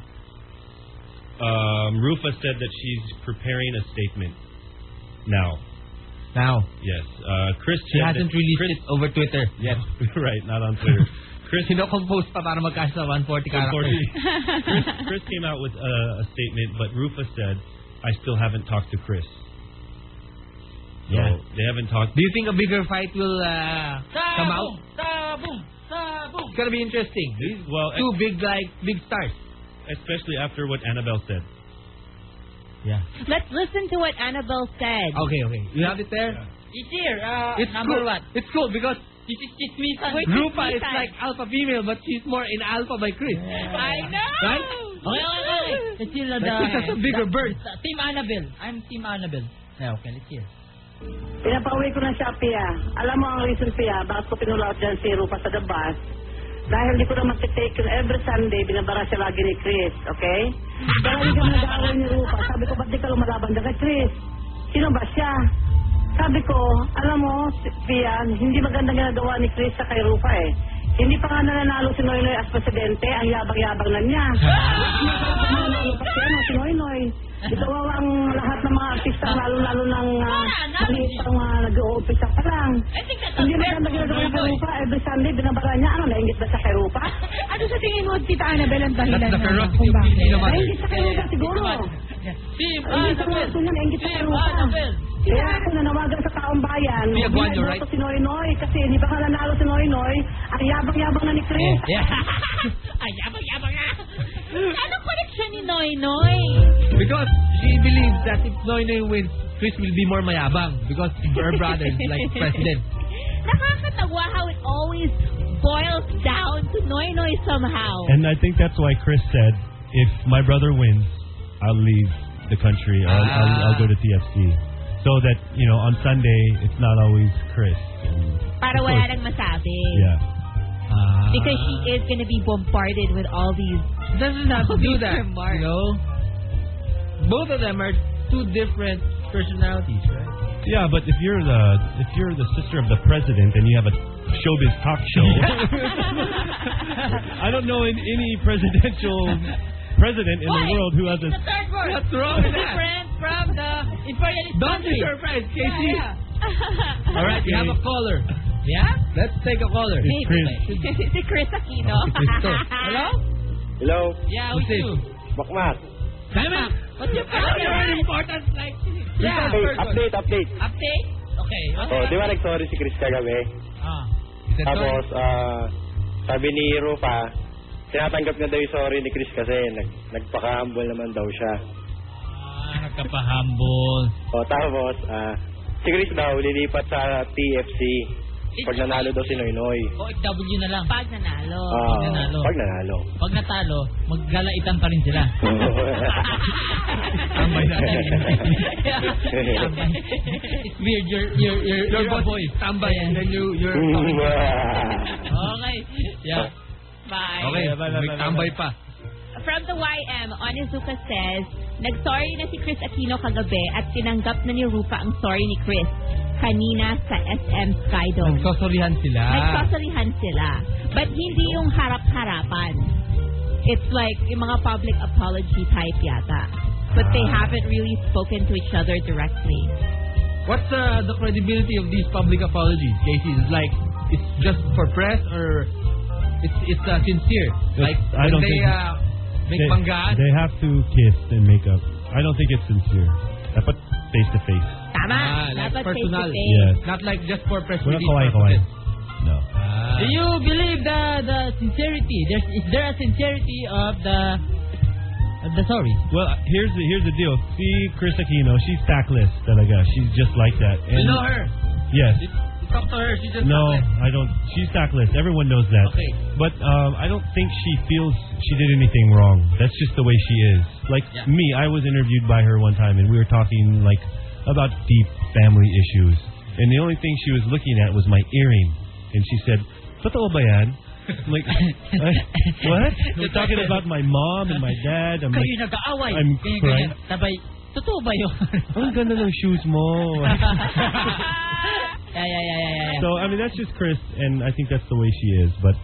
[SPEAKER 1] um, Rufa said that she's preparing a statement now.
[SPEAKER 7] Now
[SPEAKER 1] Yes, uh, Chris.
[SPEAKER 7] she
[SPEAKER 1] said
[SPEAKER 7] hasn't
[SPEAKER 1] that-
[SPEAKER 7] released
[SPEAKER 1] Chris,
[SPEAKER 7] it over Twitter yet.
[SPEAKER 1] right, not on Twitter. Chris,
[SPEAKER 7] Kinocompose pa para magkasya sa 140 characters.
[SPEAKER 1] Chris, Chris came out with a, a statement, but Rufa said, "I still haven't talked to Chris." So
[SPEAKER 7] Yeah.
[SPEAKER 1] they haven't talked.
[SPEAKER 7] Do you think a bigger fight will uh, come out?
[SPEAKER 3] Sabong, sabong.
[SPEAKER 7] It's gonna be interesting.
[SPEAKER 1] These- well,
[SPEAKER 7] Two big like big stars.
[SPEAKER 1] especially after what Annabelle said.
[SPEAKER 7] Yeah.
[SPEAKER 5] Let's listen to what Annabelle said.
[SPEAKER 7] Okay, okay. You have it there.
[SPEAKER 1] Yeah.
[SPEAKER 3] This year, uh,
[SPEAKER 7] It's
[SPEAKER 3] number
[SPEAKER 7] cool.
[SPEAKER 3] one.
[SPEAKER 7] It's cool because
[SPEAKER 3] This is Chismisan.
[SPEAKER 5] Wait.
[SPEAKER 7] Rupa is
[SPEAKER 5] Misan.
[SPEAKER 7] like alpha female, but she's more in alpha by Chris.
[SPEAKER 5] I know!
[SPEAKER 7] Right?
[SPEAKER 5] Oh,
[SPEAKER 3] Okay, okay, okay. Let's hear the.
[SPEAKER 7] That's- that's a bigger
[SPEAKER 3] the-
[SPEAKER 7] bird.
[SPEAKER 3] the- Team Annabelle. I'm Team Annabelle. Yeah, okay, let's hear.
[SPEAKER 6] Pinapauwi ko na siya, Pia. Alam mo ang reason, Pia, bakit ko pinulaot dyan si Rupa sa the bus? Dahil hindi ko na matitake yun. Every Sunday, binabara siya lagi ni Chris, okay? Dahil hindi ka nag-aaway ni Rupa. Sabi ko, ba't di ka lumalaban dyan kay Chris? Sino ba siya? Sabi ko, alam mo, si- Pia, hindi maganda ginagawa ni Chris sa kay Rupa eh. Hindi pa nga nananalo si Noynoy as presidente, ang yabang-yabang na niya. Nanalo pa siya, no, si Noynoy. Itawawa ang lahat ng mga artista, lalo-lalo ng ah, maliit pang mga nag-uumpisa pa lang.
[SPEAKER 2] I think that's
[SPEAKER 6] Hindi
[SPEAKER 2] unfair.
[SPEAKER 6] maganda ginagawa ng Kerupa. Every Sunday, binabara niya. Ano, nainggit ba sa Kerupa?
[SPEAKER 2] Ano sa tingin mo, Tita Annabelle, ang dahilan
[SPEAKER 7] That's the
[SPEAKER 2] niya
[SPEAKER 7] correct
[SPEAKER 2] kung bakit?
[SPEAKER 7] thing naman.
[SPEAKER 6] Nainggit sa
[SPEAKER 2] Eh,
[SPEAKER 6] Kerupa siguro.
[SPEAKER 5] Ah,
[SPEAKER 3] Team
[SPEAKER 6] Hindi sa
[SPEAKER 3] Annabelle.
[SPEAKER 6] gusto niya, nainggit sa
[SPEAKER 3] Team
[SPEAKER 6] Kerupa.
[SPEAKER 3] Annabelle.
[SPEAKER 6] Kaya ako nanawagan sa taong bayan,
[SPEAKER 7] Pia
[SPEAKER 6] huwag
[SPEAKER 7] Guanyo,
[SPEAKER 6] na iboto
[SPEAKER 7] right?
[SPEAKER 6] si Noy Noy kasi hindi ba ka nanalo si Noy Noy? Ang yabang-yabang na ni Chris.
[SPEAKER 7] Eh, Yeah.
[SPEAKER 5] Ay, yabang, yabang ah. Anong connection ni Noy Noy?
[SPEAKER 7] Because she believes that if Noy Noy wins, Chris will be more mayabang because her brother is like president.
[SPEAKER 5] Nakakatawa how it always boils down to Noy Noy somehow.
[SPEAKER 1] And I think that's why Chris said, if my brother wins, I'll leave the country. I'll, I'll,
[SPEAKER 5] Ah.
[SPEAKER 1] I'll go to TFC. So that, you know, on Sunday, it's not always Chris. And,
[SPEAKER 5] Para wala nang masabi.
[SPEAKER 1] yeah.
[SPEAKER 7] Ah.
[SPEAKER 5] Because she is gonna be bombarded with all these
[SPEAKER 7] doesn't have to do that.
[SPEAKER 5] Remark.
[SPEAKER 7] You know? both of them are two different personalities, right?
[SPEAKER 1] Yeah, but if you're the if you're the sister of the president and you have a showbiz talk show, I don't know in any presidential president in the
[SPEAKER 5] Why?
[SPEAKER 1] world who has a
[SPEAKER 5] The third word.
[SPEAKER 7] What's wrong with that?
[SPEAKER 5] Different from the imperialist
[SPEAKER 7] Don't be
[SPEAKER 5] country.
[SPEAKER 7] surprised, Casey.
[SPEAKER 5] Yeah, yeah.
[SPEAKER 7] All right, we have a caller.
[SPEAKER 3] Yeah?
[SPEAKER 7] Let's take a caller.
[SPEAKER 1] It's Chris.
[SPEAKER 5] si Chris Aquino.
[SPEAKER 7] Si Cristo.
[SPEAKER 5] Hello?
[SPEAKER 4] Hello,
[SPEAKER 3] Yeah,
[SPEAKER 7] Who's this?
[SPEAKER 4] Bakmat.
[SPEAKER 3] Simon!
[SPEAKER 5] What's
[SPEAKER 3] Your
[SPEAKER 5] your problem?
[SPEAKER 3] important slides.
[SPEAKER 4] Update,
[SPEAKER 7] Yeah, first one.
[SPEAKER 4] update, update.
[SPEAKER 3] Update? Okay.
[SPEAKER 4] Oh, di ba nag-sorry si Chris kagabi?
[SPEAKER 3] Ah.
[SPEAKER 7] Is that
[SPEAKER 4] Tapos, ah, sabi ni Rufa, tinatanggap na daw yung sorry ni Chris kasi nag, nagpaka-humble naman daw siya.
[SPEAKER 3] Ah, nagkapahambol.
[SPEAKER 4] O, tapos, ah, si Chris daw lilipat sa TFC pag nanalo daw si Noynoy.
[SPEAKER 3] OFW na lang.
[SPEAKER 5] Oh, Pag nanalo.
[SPEAKER 4] Ah,
[SPEAKER 3] pag nanalo.
[SPEAKER 4] Pag nanalo.
[SPEAKER 3] Pag natalo, maglalaitan pa rin sila. Tambay na. Tambay. It's weird. You're, you're, you're,
[SPEAKER 7] Your
[SPEAKER 3] you're a
[SPEAKER 7] boss
[SPEAKER 3] boy.
[SPEAKER 7] is tambay and then you, you're talking.
[SPEAKER 4] Mm.
[SPEAKER 3] Okay. Yeah.
[SPEAKER 5] Bye.
[SPEAKER 7] Okay, may tambay pa.
[SPEAKER 5] From the YM, Onizuka says, Nag-sorry na si Chris Aquino kagabi at tinanggap na ni Rupa ang sorry ni Chris kanina sa SM Skydome.
[SPEAKER 7] Nagsosorihan sila.
[SPEAKER 5] Nagsasalihan sila. But hindi yung harap-harapan. It's like yung mga public apology type yata. But they
[SPEAKER 7] Ah.
[SPEAKER 5] haven't really spoken to each other directly.
[SPEAKER 7] What's uh, the credibility of these public apologies, Casey? It's like, it's just for press or it's it's uh, sincere? Like,
[SPEAKER 1] I
[SPEAKER 7] when
[SPEAKER 1] don't
[SPEAKER 7] they
[SPEAKER 1] think-
[SPEAKER 7] uh, make
[SPEAKER 1] They-
[SPEAKER 7] manggaan?
[SPEAKER 1] They have to kiss and make up. I don't think it's sincere. Dapat face to face.
[SPEAKER 5] Tama!
[SPEAKER 7] Ah, like
[SPEAKER 5] Dapat
[SPEAKER 7] personal.
[SPEAKER 5] face-to-face.
[SPEAKER 1] Yes.
[SPEAKER 7] Not like just for press
[SPEAKER 1] Wala
[SPEAKER 7] release
[SPEAKER 1] kawaii kawaii.
[SPEAKER 7] purposes.
[SPEAKER 1] No.
[SPEAKER 7] Ah.
[SPEAKER 3] Do you believe the the sincerity? There's, is there a sincerity of the of the sorry?
[SPEAKER 1] Well, uh, here's the here's the deal. See Chris Aquino, she's tactless talaga. She's just like that.
[SPEAKER 7] You
[SPEAKER 1] And-
[SPEAKER 7] know her?
[SPEAKER 1] Yes.
[SPEAKER 7] You talk to her, she just
[SPEAKER 1] No,
[SPEAKER 7] talks like-
[SPEAKER 1] I don't. She's tactless. Everyone knows that.
[SPEAKER 7] Okay.
[SPEAKER 1] But um, I don't think she feels she did anything wrong. That's just the way she is. Like
[SPEAKER 7] Yeah.
[SPEAKER 1] me, I was interviewed by her one time, and we were talking like about deep family issues. And the only thing she was looking at was my earring, and she said, "Totoo ba yan?" I'm like, "Uh, what? We're talking about my mom and my dad. I'm
[SPEAKER 3] Kayo
[SPEAKER 1] like,
[SPEAKER 3] nag-aaway.
[SPEAKER 1] I'm
[SPEAKER 3] Kayo
[SPEAKER 1] crying. Oh,
[SPEAKER 3] ganyan. Sabay, totoo ba yun?
[SPEAKER 1] ang ganda ng shoes mo.
[SPEAKER 3] yeah, yeah, yeah, yeah, yeah.
[SPEAKER 1] So I mean that's just Chris, and I think that's the way she is. But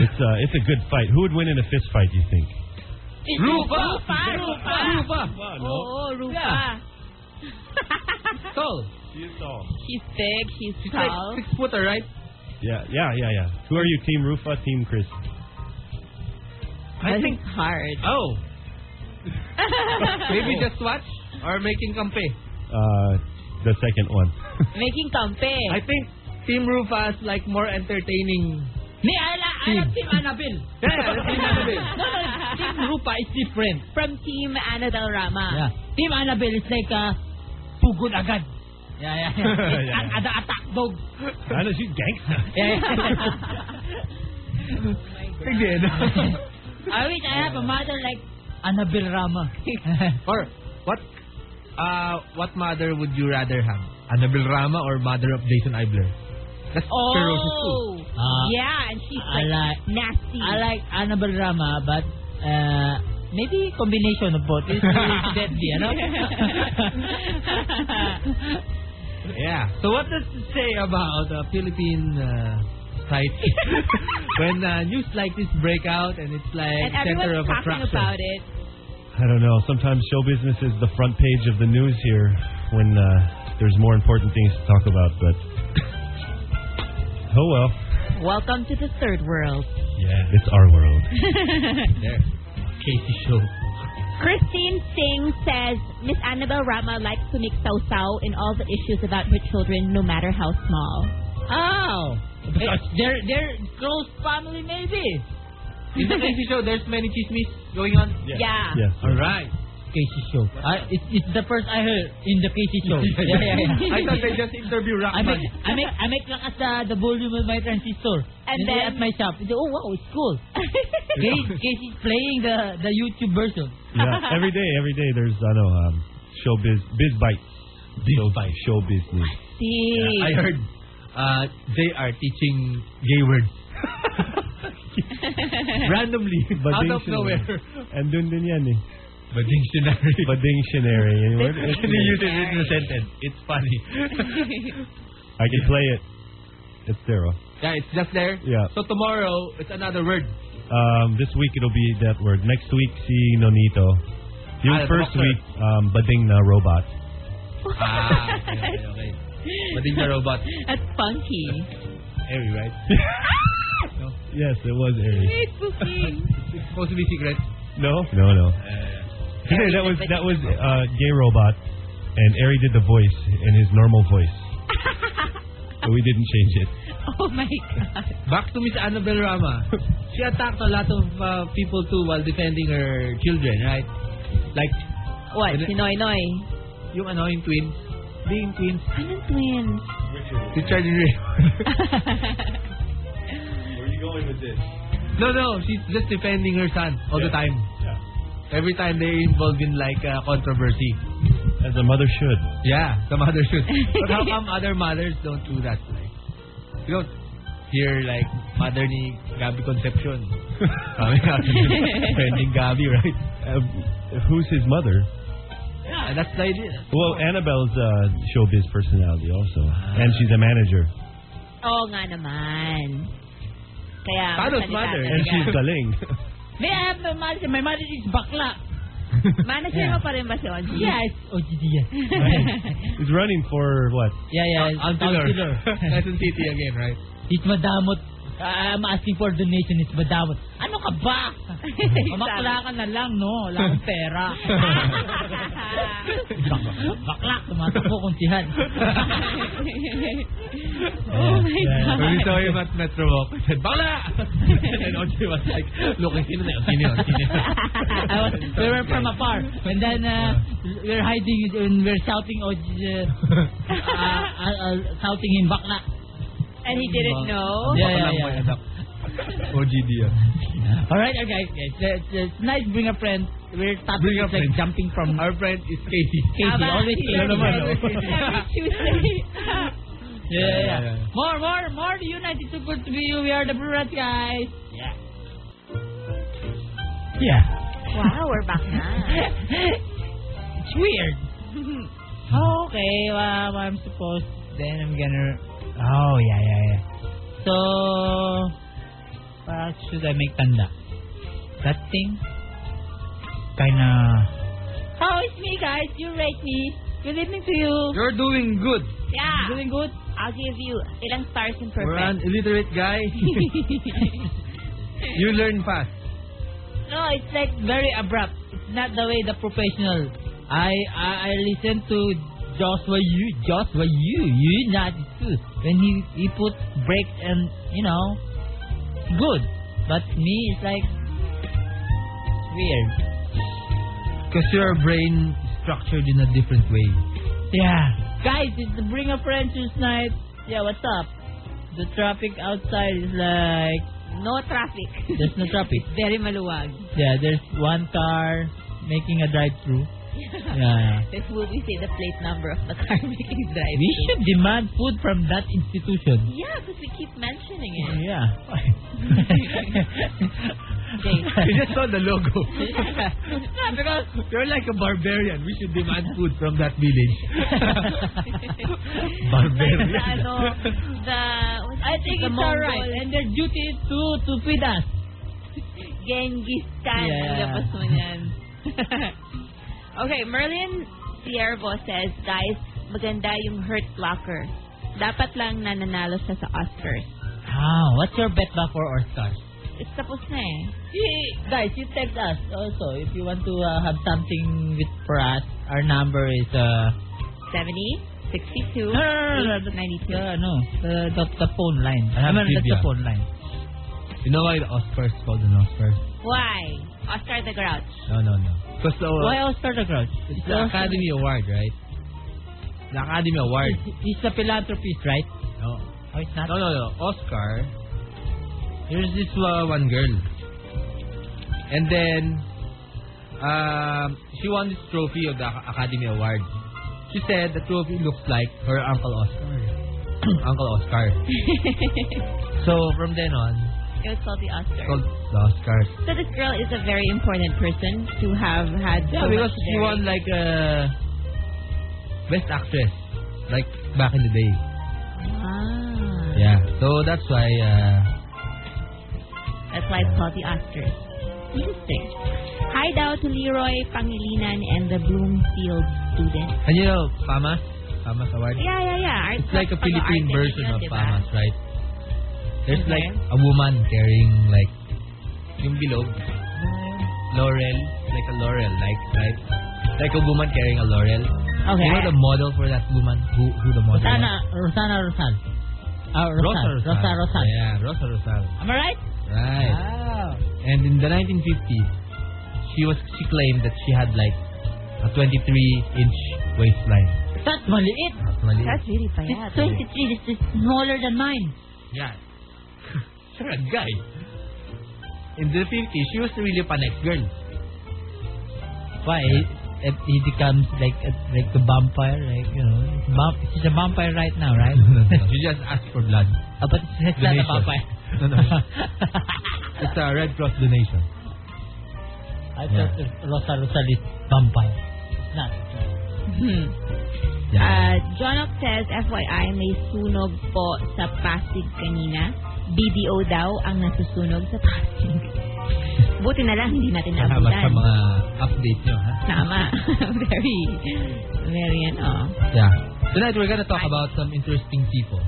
[SPEAKER 1] it's uh, it's a good fight. Who would win in a fist fight? Do you think?
[SPEAKER 7] Rupa!
[SPEAKER 5] Rupa! Rupa!
[SPEAKER 7] Rupa!
[SPEAKER 5] Oo, Rupa.
[SPEAKER 7] Yeah. oh, Tall.
[SPEAKER 1] She's tall.
[SPEAKER 5] She's big, she's
[SPEAKER 7] She's like
[SPEAKER 5] tall.
[SPEAKER 7] six footer, right?
[SPEAKER 1] Yeah, yeah, yeah, yeah. Who are you, Team Rufa, Team Chris?
[SPEAKER 7] I think.
[SPEAKER 5] hard.
[SPEAKER 7] Oh. Maybe just watch or making kampe.
[SPEAKER 1] Uh, the second one.
[SPEAKER 5] Making kampe.
[SPEAKER 7] I think Team Rufa is like more entertaining.
[SPEAKER 3] Me, I, la- I love
[SPEAKER 7] Team.
[SPEAKER 3] Team Annabelle.
[SPEAKER 7] Yeah, that's Team Annabelle.
[SPEAKER 5] No, no, no.
[SPEAKER 3] Team Rupa is different.
[SPEAKER 5] From Team Ana Del Rama.
[SPEAKER 3] Yeah. Team Annabelle is like uh, pugod agad. Yeah, yeah, yeah.
[SPEAKER 1] Yeah.
[SPEAKER 3] At- at the attack dog.
[SPEAKER 1] I know she's gangster.
[SPEAKER 3] Yeah, yeah.
[SPEAKER 7] Sige, no?
[SPEAKER 3] I wish I have a mother like Annabelle Rama.
[SPEAKER 7] or what? Uh, what mother would you rather have? Annabel Rama or mother of Jason Ibler? That's ferocious
[SPEAKER 5] Oh.
[SPEAKER 7] too.
[SPEAKER 3] Ah.
[SPEAKER 5] yeah, and she's
[SPEAKER 3] I
[SPEAKER 5] like,
[SPEAKER 3] like-
[SPEAKER 5] nasty.
[SPEAKER 3] I like Annabelle Rama, but uh, maybe combination of both is really deadly, ano?
[SPEAKER 7] Yeah. So what does it say about uh, Philippine uh, society when uh, news like this break out and it's like
[SPEAKER 5] and
[SPEAKER 7] center of
[SPEAKER 5] everyone's talking
[SPEAKER 7] attraction?
[SPEAKER 5] about it.
[SPEAKER 1] I don't know. Sometimes show business is the front page of the news here when uh, there's more important things to talk about. But oh well.
[SPEAKER 5] Welcome to the third world.
[SPEAKER 1] Yeah, it's our world.
[SPEAKER 7] There. Casey Show.
[SPEAKER 5] Christine Singh says Miss Annabelle Rama likes to make sausaw in all the issues about her children, no matter how small.
[SPEAKER 3] oh, because they're they're close family maybe.
[SPEAKER 7] In the Casey Show, there's many chismis going on.
[SPEAKER 1] Yes.
[SPEAKER 5] Yeah.
[SPEAKER 1] Yes.
[SPEAKER 7] All right.
[SPEAKER 3] Casey show. I, it's, it's the first I heard in the Casey show. yeah, yeah, yeah.
[SPEAKER 7] I thought they just interview
[SPEAKER 3] I make
[SPEAKER 7] Rockman.
[SPEAKER 3] I make I make lakas the, the volume of my transistor.
[SPEAKER 5] And
[SPEAKER 3] Then
[SPEAKER 5] then-
[SPEAKER 3] at my shop, they say, oh wow, it's cool. Casey, Casey's playing the the YouTube version.
[SPEAKER 1] yeah, every day, every day there's I know um, showbiz biz bites. Show, show business.
[SPEAKER 5] See.
[SPEAKER 7] I heard uh, they are teaching gay words. Randomly,
[SPEAKER 1] But
[SPEAKER 7] out
[SPEAKER 1] they
[SPEAKER 7] of
[SPEAKER 1] should-
[SPEAKER 7] nowhere.
[SPEAKER 1] Andun din yan eh.
[SPEAKER 7] Badictionary.
[SPEAKER 1] Badingtionary. You know, it's-
[SPEAKER 7] Can you use it in a sentence? It's funny.
[SPEAKER 1] I can play it. It's zero.
[SPEAKER 7] yeah, it's just there.
[SPEAKER 1] Yeah.
[SPEAKER 7] So tomorrow, it's another word.
[SPEAKER 1] Um, this week it'll be that word. Next week si Nonito. Yung
[SPEAKER 7] Ah, the
[SPEAKER 1] first
[SPEAKER 7] doctor.
[SPEAKER 1] week, um, bading na robot.
[SPEAKER 7] ah, okay, okay, okay. Bading na robot.
[SPEAKER 5] That's funky.
[SPEAKER 7] Airy, right?
[SPEAKER 1] Yes, it was Aries.
[SPEAKER 5] Great booking.
[SPEAKER 7] It's supposed to be secret.
[SPEAKER 1] No, no, no.
[SPEAKER 7] Uh,
[SPEAKER 1] Hey, that was that was uh, gay robot, and Ari did the voice in his normal voice. so we didn't change it.
[SPEAKER 5] Oh my God.
[SPEAKER 7] back to Miss Annabel Rama. She attacked a lot of uh, people too while defending her children, right? Like,
[SPEAKER 5] What?
[SPEAKER 7] Wala-
[SPEAKER 5] Si Noy Noy.
[SPEAKER 7] yung ano, yung twins. Hindi yung twins.
[SPEAKER 5] Anong twins?
[SPEAKER 7] Richard and Ray.
[SPEAKER 1] Where are you going with this?
[SPEAKER 7] no, no, she's just defending her son all the
[SPEAKER 1] Yeah.
[SPEAKER 7] time.
[SPEAKER 1] Yeah.
[SPEAKER 7] Every time they're involved in like uh, controversy.
[SPEAKER 1] As a mother should.
[SPEAKER 7] Yeah, the mother should. But how come other mothers don't do that? Like, you don't hear like mother ni Gabby Concepcion. Kami Gabby, defending Gabby, right?
[SPEAKER 1] Uh, who's his mother?
[SPEAKER 7] Yeah, that's the idea.
[SPEAKER 1] Well, Annabelle's a showbiz personality also, and she's a manager,
[SPEAKER 5] Oo nga naman. Kaya,
[SPEAKER 7] Paano's
[SPEAKER 5] masalita
[SPEAKER 7] mother?
[SPEAKER 5] talaga.
[SPEAKER 1] and she's galing.
[SPEAKER 3] May I have my manager? My manager is bakla. Oh,
[SPEAKER 5] Manager mo pa rin ba si Onji?
[SPEAKER 3] Yeah, it's OGD yan.
[SPEAKER 1] He's running for what?
[SPEAKER 3] yeah, yeah. it's
[SPEAKER 7] Until
[SPEAKER 3] Councilor.
[SPEAKER 7] Quezon City again, right?
[SPEAKER 3] It's madamot. I'm asking for donation. It's madamot. Ano ka ba? Mamakla ka na lang, no? Wala akong pera. Bakla, tumatakbo kong tihan.
[SPEAKER 5] oh my God.
[SPEAKER 7] When we saw him at Metro Walk, we said, Bakla! and Ochi was like, looking, sino na yun? Sino yun? Sino yun?
[SPEAKER 3] I was, Oh, we were from afar. And then, uh, we're hiding and we're shouting, oh, j- uh, uh, uh, shouting him, bakla.
[SPEAKER 5] And he didn't know?
[SPEAKER 3] Yeah, yeah,
[SPEAKER 7] Bakla mo
[SPEAKER 3] yeah.
[SPEAKER 7] yan, anak. OGD yun.
[SPEAKER 3] Alright, okay. okay. It's, it's nice bring a friend. We're topic
[SPEAKER 7] Bring a
[SPEAKER 3] is like
[SPEAKER 7] friend.
[SPEAKER 3] jumping from
[SPEAKER 7] Our friend is Casey.
[SPEAKER 3] Casey.
[SPEAKER 5] Aba,
[SPEAKER 3] Always
[SPEAKER 5] si
[SPEAKER 3] Casey.
[SPEAKER 5] Onji
[SPEAKER 7] naman, oh.
[SPEAKER 5] Every Tuesday.
[SPEAKER 3] Yeah,
[SPEAKER 7] Yeah,
[SPEAKER 3] yeah,
[SPEAKER 7] yeah,
[SPEAKER 3] yeah.
[SPEAKER 7] yeah.
[SPEAKER 3] More, more, more united. So good to be you. We are the Blue Rat guys. Yeah. Yeah.
[SPEAKER 5] wow, we're back na.
[SPEAKER 3] It's weird. Oh, okay, well, I'm supposed. Then I'm gonna. Oh yeah, yeah, yeah. So, what should I make tanda? That thing. Kinda.
[SPEAKER 5] How is me, guys? You rate me. Good evening to you.
[SPEAKER 7] You're doing good.
[SPEAKER 5] Yeah.
[SPEAKER 3] Doing good.
[SPEAKER 5] I'll give you ilang stars in
[SPEAKER 7] We're an
[SPEAKER 5] perfect.
[SPEAKER 7] illiterate guy. you learn fast.
[SPEAKER 3] No, it's like very abrupt. It's not the way the professional. I I, I listen to Joshua Yu, Joshua Yu, Yu not too. When he he put break and you know, good. But me, it's like weird.
[SPEAKER 7] Because your brain is structured in a different way.
[SPEAKER 3] Yeah. Guys, it's the Bring a Friend night. Yeah, what's up? The traffic outside is like
[SPEAKER 5] No traffic.
[SPEAKER 3] there's no traffic.
[SPEAKER 5] Very maluwag.
[SPEAKER 3] Yeah, there's one car making a drive-through. Yeah.
[SPEAKER 5] This will we say the plate number of the car making drive.
[SPEAKER 3] We should demand food from that institution.
[SPEAKER 5] Yeah, because we keep mentioning it.
[SPEAKER 3] Yeah.
[SPEAKER 7] You just saw the logo. because you're like a barbarian. We should demand food from that village. barbarian.
[SPEAKER 5] The ano, the,
[SPEAKER 3] I think
[SPEAKER 5] the
[SPEAKER 3] it's
[SPEAKER 5] Mongol
[SPEAKER 3] alright. And their duty is to, to feed us.
[SPEAKER 5] Genghis Khan.
[SPEAKER 3] Yeah.
[SPEAKER 5] Ang labas mo niyan. okay, Merlin Siervo says, guys, maganda yung Hurt Locker. Dapat lang nananalo siya sa Oscars.
[SPEAKER 3] Ah, what's your bet ba for Oscars?
[SPEAKER 5] It's tapos na eh.
[SPEAKER 3] Guys, you text us also if you want to uh, have something with for us. Our number is uh
[SPEAKER 5] 70, 62,
[SPEAKER 3] No, no, no, no,
[SPEAKER 5] 92.
[SPEAKER 3] the, no the, the, the phone line.
[SPEAKER 7] I have
[SPEAKER 3] no, no, that's the
[SPEAKER 7] trivia.
[SPEAKER 3] phone line.
[SPEAKER 7] You know why the Oscars called an Oscars?
[SPEAKER 5] Why? Oscar the Grouch.
[SPEAKER 7] No, no, no. Because the,
[SPEAKER 3] Why Oscar the Grouch?
[SPEAKER 7] it's the Academy Award, right? The Academy Award.
[SPEAKER 3] He's, he's the philanthropist, right?
[SPEAKER 7] No,
[SPEAKER 3] Oh, it's not.
[SPEAKER 7] no, no. no. Oscar. There's this uh, one girl. And then, um, she won this trophy of the Ac- Academy Award. She said the trophy looks like her Uncle Oscar. Uncle Oscar. so, from then on,
[SPEAKER 5] It was called the Oscar.
[SPEAKER 3] Oh.
[SPEAKER 7] called the Oscars.
[SPEAKER 5] So this girl is a very important person to have had.
[SPEAKER 7] Yeah,
[SPEAKER 5] so
[SPEAKER 7] because
[SPEAKER 5] much
[SPEAKER 7] she
[SPEAKER 5] there.
[SPEAKER 7] won like uh, best actress, like back in the day.
[SPEAKER 5] Ah,
[SPEAKER 7] Yeah, so that's why. Uh,
[SPEAKER 5] that's why it's called the Oscars. Interesting. Hi, daw to Leroy Pangilinan and the Bloomfield students.
[SPEAKER 7] and you know, Famas, Famas Award.
[SPEAKER 5] Yeah, yeah, yeah. Arts
[SPEAKER 7] It's like a
[SPEAKER 5] Pag-arte
[SPEAKER 7] Philippine
[SPEAKER 5] nila,
[SPEAKER 7] version of
[SPEAKER 5] diba?
[SPEAKER 7] Famas, right? There's
[SPEAKER 5] Okay.
[SPEAKER 7] like a woman carrying like yung bilog, laurel, like a laurel, like right, like a woman carrying a laurel.
[SPEAKER 3] Okay.
[SPEAKER 7] You know the model for that woman? Who who the model?
[SPEAKER 3] Rosana,
[SPEAKER 7] was?
[SPEAKER 3] Rosana Rosal. Ah,
[SPEAKER 7] Rosa
[SPEAKER 3] Rosal.
[SPEAKER 7] Rosal.
[SPEAKER 3] Rosa Rosal.
[SPEAKER 7] Yeah, Rosa Rosal.
[SPEAKER 3] Am I right?
[SPEAKER 7] Right.
[SPEAKER 3] Wow.
[SPEAKER 7] And in the 1950s, she was she claimed that she had like a 23 inch waistline.
[SPEAKER 3] That's maliit.
[SPEAKER 7] That's mali.
[SPEAKER 5] That's really
[SPEAKER 3] It's
[SPEAKER 5] payat.
[SPEAKER 3] 23. This is smaller than mine.
[SPEAKER 7] Yeah. You're a guy. In the 50s, she was really a Panex girl.
[SPEAKER 3] Why? It, it becomes like a, like a vampire, like you know, it's vamp- she's a vampire right now, right?
[SPEAKER 7] she just asked for blood.
[SPEAKER 3] Ah, but it's not a vampire.
[SPEAKER 7] Donation. No, no. It's a Red Cross donation.
[SPEAKER 3] I thought Rosa Rosal is vampire. It's not.
[SPEAKER 5] Hmm.
[SPEAKER 3] Ah,
[SPEAKER 5] Uh, Jonok says, FYI, may sunog po sa Pasig kanina. BDO daw ang nasusunog sa Pasig. Buti na lang, hindi natin
[SPEAKER 7] Salamat sa
[SPEAKER 5] naabutan.
[SPEAKER 7] mga update nyo, ha?
[SPEAKER 5] Tama. very, very ano.
[SPEAKER 7] Yeah. Tonight, we're gonna talk about some interesting people.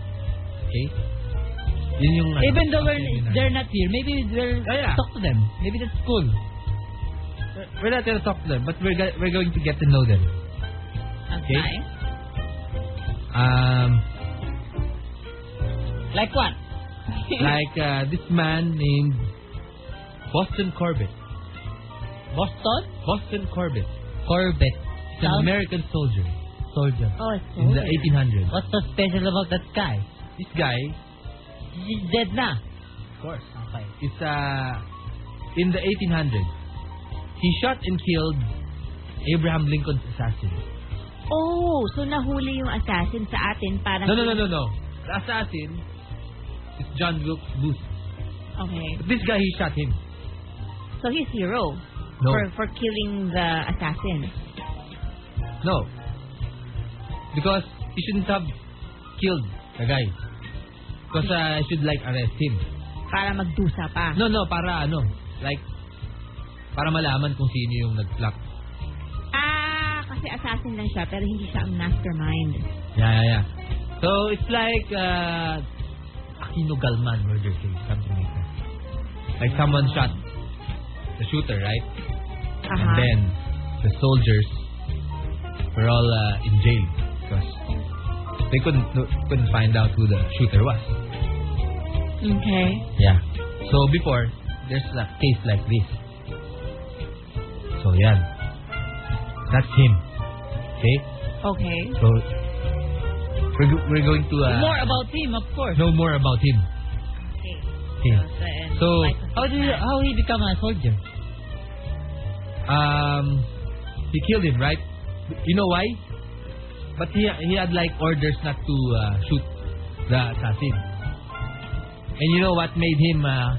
[SPEAKER 7] Okay? Yun yung... ano,
[SPEAKER 3] Even though we're,
[SPEAKER 7] seminar.
[SPEAKER 3] they're not here, maybe we'll
[SPEAKER 7] Oh, yeah.
[SPEAKER 3] talk to them.
[SPEAKER 7] Maybe that's cool. We're- We're not gonna talk to them, but we're, go- we're going to get to know them.
[SPEAKER 5] Okay.
[SPEAKER 7] Um,
[SPEAKER 3] Like what?
[SPEAKER 7] like uh, this man named Boston Corbett.
[SPEAKER 3] Boston
[SPEAKER 7] Boston Corbett.
[SPEAKER 3] Corbett
[SPEAKER 7] He's an American soldier
[SPEAKER 3] soldier.
[SPEAKER 5] Oh, it's
[SPEAKER 7] in the
[SPEAKER 5] cold.
[SPEAKER 7] 1800s.
[SPEAKER 3] What's so special about that guy?
[SPEAKER 7] This guy,
[SPEAKER 3] He's dead na.
[SPEAKER 7] of course,
[SPEAKER 3] Okay.
[SPEAKER 7] is uh, in the 1800s. He shot and killed Abraham Lincoln's assassin.
[SPEAKER 5] Oh, so nahuli yung assassin sa atin para...
[SPEAKER 7] No, no, no, no, no. The assassin is John Wilkes Booth.
[SPEAKER 5] Okay.
[SPEAKER 7] But this guy, he shot him.
[SPEAKER 5] So he's hero
[SPEAKER 7] No.
[SPEAKER 5] for, for killing the assassin.
[SPEAKER 7] No. Because he shouldn't have killed the guy. Because uh, I should like arrest him.
[SPEAKER 5] Para magdusa pa.
[SPEAKER 7] No, no, para ano, like, para malaman kung sino yung nag-plot.
[SPEAKER 5] Ah, kasi assassin lang siya pero hindi siya ang mastermind.
[SPEAKER 7] Yeah, yeah, yeah. So, it's like, uh, Aquino Galman murder case, something like that. Like someone shot the shooter, right?
[SPEAKER 5] Aha.
[SPEAKER 7] And then, the soldiers were all uh, in jail because they couldn't couldn't find out who the shooter was.
[SPEAKER 5] Okay.
[SPEAKER 7] Yeah. So before, there's a case like this. So yan. That's him. Okay?
[SPEAKER 5] Okay.
[SPEAKER 7] So we're, go- we're going to uh,
[SPEAKER 3] More about him, of course.
[SPEAKER 7] know more about him.
[SPEAKER 5] Okay.
[SPEAKER 7] Okay. So,
[SPEAKER 3] How do you, how he become a soldier?
[SPEAKER 7] Um, he killed him, right? You know why? But he he had like orders not to uh, shoot the assassin. And you know what made him uh,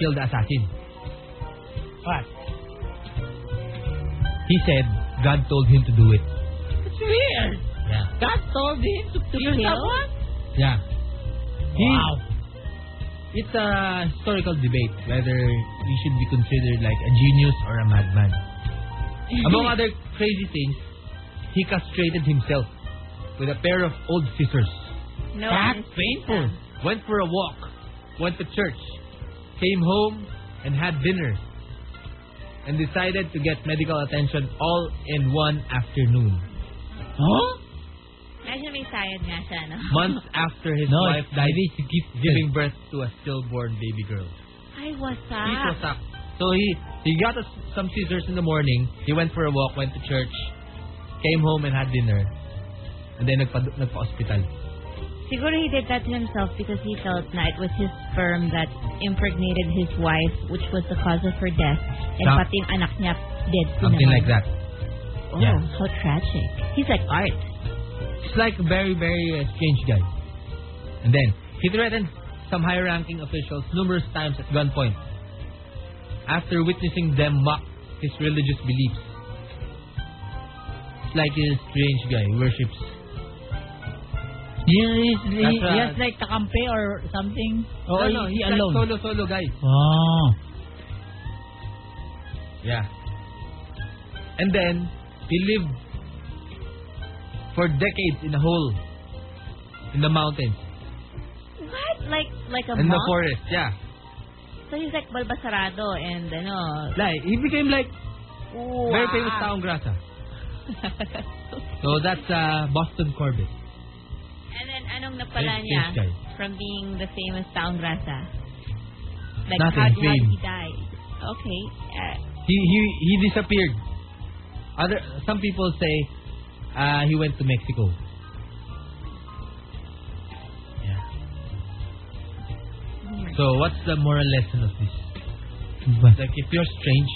[SPEAKER 7] kill the assassin?
[SPEAKER 3] What?
[SPEAKER 7] He said God told him to do it.
[SPEAKER 3] It's weird.
[SPEAKER 7] Yeah.
[SPEAKER 3] God told him to, to kill someone.
[SPEAKER 7] Yeah. He-
[SPEAKER 3] Wow.
[SPEAKER 7] It's a historical debate whether he should be considered like a genius or a madman. Among other crazy things, he castrated himself with a pair of old scissors.
[SPEAKER 5] No,
[SPEAKER 7] That's
[SPEAKER 5] it's-
[SPEAKER 7] painful. Went for a walk, went to church, came home, and had dinner. And decided to get medical attention all in one afternoon.
[SPEAKER 3] Huh?
[SPEAKER 5] Medyo may sayad nga siya, no?
[SPEAKER 7] Months after his
[SPEAKER 3] No,
[SPEAKER 7] wife died,
[SPEAKER 3] maybe he keeps
[SPEAKER 7] giving birth to a stillborn baby girl.
[SPEAKER 5] Ay, wasa.
[SPEAKER 7] He was up. So he he got us some scissors in the morning. He went for a walk, went to church, came home and had dinner, and then nagpa nagpa-hospital.
[SPEAKER 5] Siguro he did that to himself because he felt na it was his sperm that impregnated his wife which was the cause of her death. And
[SPEAKER 7] Some-
[SPEAKER 5] pati yung anak niya dead. din
[SPEAKER 7] Something
[SPEAKER 5] naman.
[SPEAKER 7] like that.
[SPEAKER 5] Oh,
[SPEAKER 7] yeah.
[SPEAKER 5] how tragic. He's like art.
[SPEAKER 7] It's like a very very uh, strange guy. And then he threatened some high-ranking officials numerous times at gunpoint after witnessing them mock his religious beliefs. It's like a strange guy who worships.
[SPEAKER 3] Yun, he's, he,
[SPEAKER 7] That's, uh,
[SPEAKER 3] he has like kakampi or something.
[SPEAKER 7] no,
[SPEAKER 3] Or
[SPEAKER 7] Oh, no,
[SPEAKER 3] he's
[SPEAKER 7] he's like
[SPEAKER 3] alone.
[SPEAKER 7] solo, solo guy.
[SPEAKER 3] Oh.
[SPEAKER 7] Yeah. And then, he lived for decades in a hole in the mountains,
[SPEAKER 5] What? Like, like a
[SPEAKER 7] in the
[SPEAKER 5] monk?
[SPEAKER 7] forest, yeah.
[SPEAKER 5] So he's like Balbasarado and ano.
[SPEAKER 7] Like, he became like
[SPEAKER 5] Wow.
[SPEAKER 7] very famous taong grasa. So that's uh, Boston Corbett.
[SPEAKER 5] and then anong napala
[SPEAKER 7] Yes,
[SPEAKER 5] niya
[SPEAKER 7] yes, guys.
[SPEAKER 5] from being the famous taong grasa? Like
[SPEAKER 7] Nothing,
[SPEAKER 5] how, how did
[SPEAKER 7] fame.
[SPEAKER 5] he die? Okay. Uh,
[SPEAKER 7] He he he disappeared. Other some people say uh, he went to Mexico. Yeah. So what's the moral lesson of this? Like if you're strange,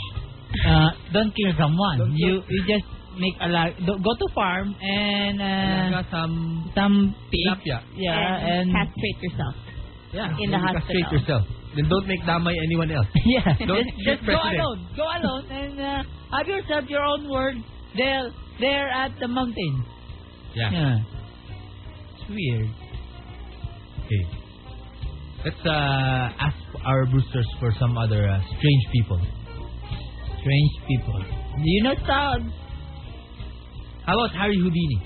[SPEAKER 3] Uh, don't kill someone. you you just make a lot. do- Go to farm and
[SPEAKER 7] you
[SPEAKER 3] uh,
[SPEAKER 7] got some
[SPEAKER 3] some pigs.
[SPEAKER 7] tilapia.
[SPEAKER 3] Yeah, and,
[SPEAKER 5] castrate yourself.
[SPEAKER 7] Yeah.
[SPEAKER 5] In the
[SPEAKER 7] you castrate
[SPEAKER 5] hospital.
[SPEAKER 7] yourself. Then don't make damay anyone else.
[SPEAKER 3] yeah.
[SPEAKER 7] Don't
[SPEAKER 3] just,
[SPEAKER 7] be
[SPEAKER 3] just go
[SPEAKER 7] president.
[SPEAKER 3] alone. Go alone and uh, have yourself your own world. There, there at the mountain.
[SPEAKER 7] Yeah.
[SPEAKER 3] Yeah. It's weird.
[SPEAKER 7] Okay. Let's uh, ask our boosters for some other uh, strange people.
[SPEAKER 3] Strange people. You know, sound.
[SPEAKER 7] How about Harry Houdini?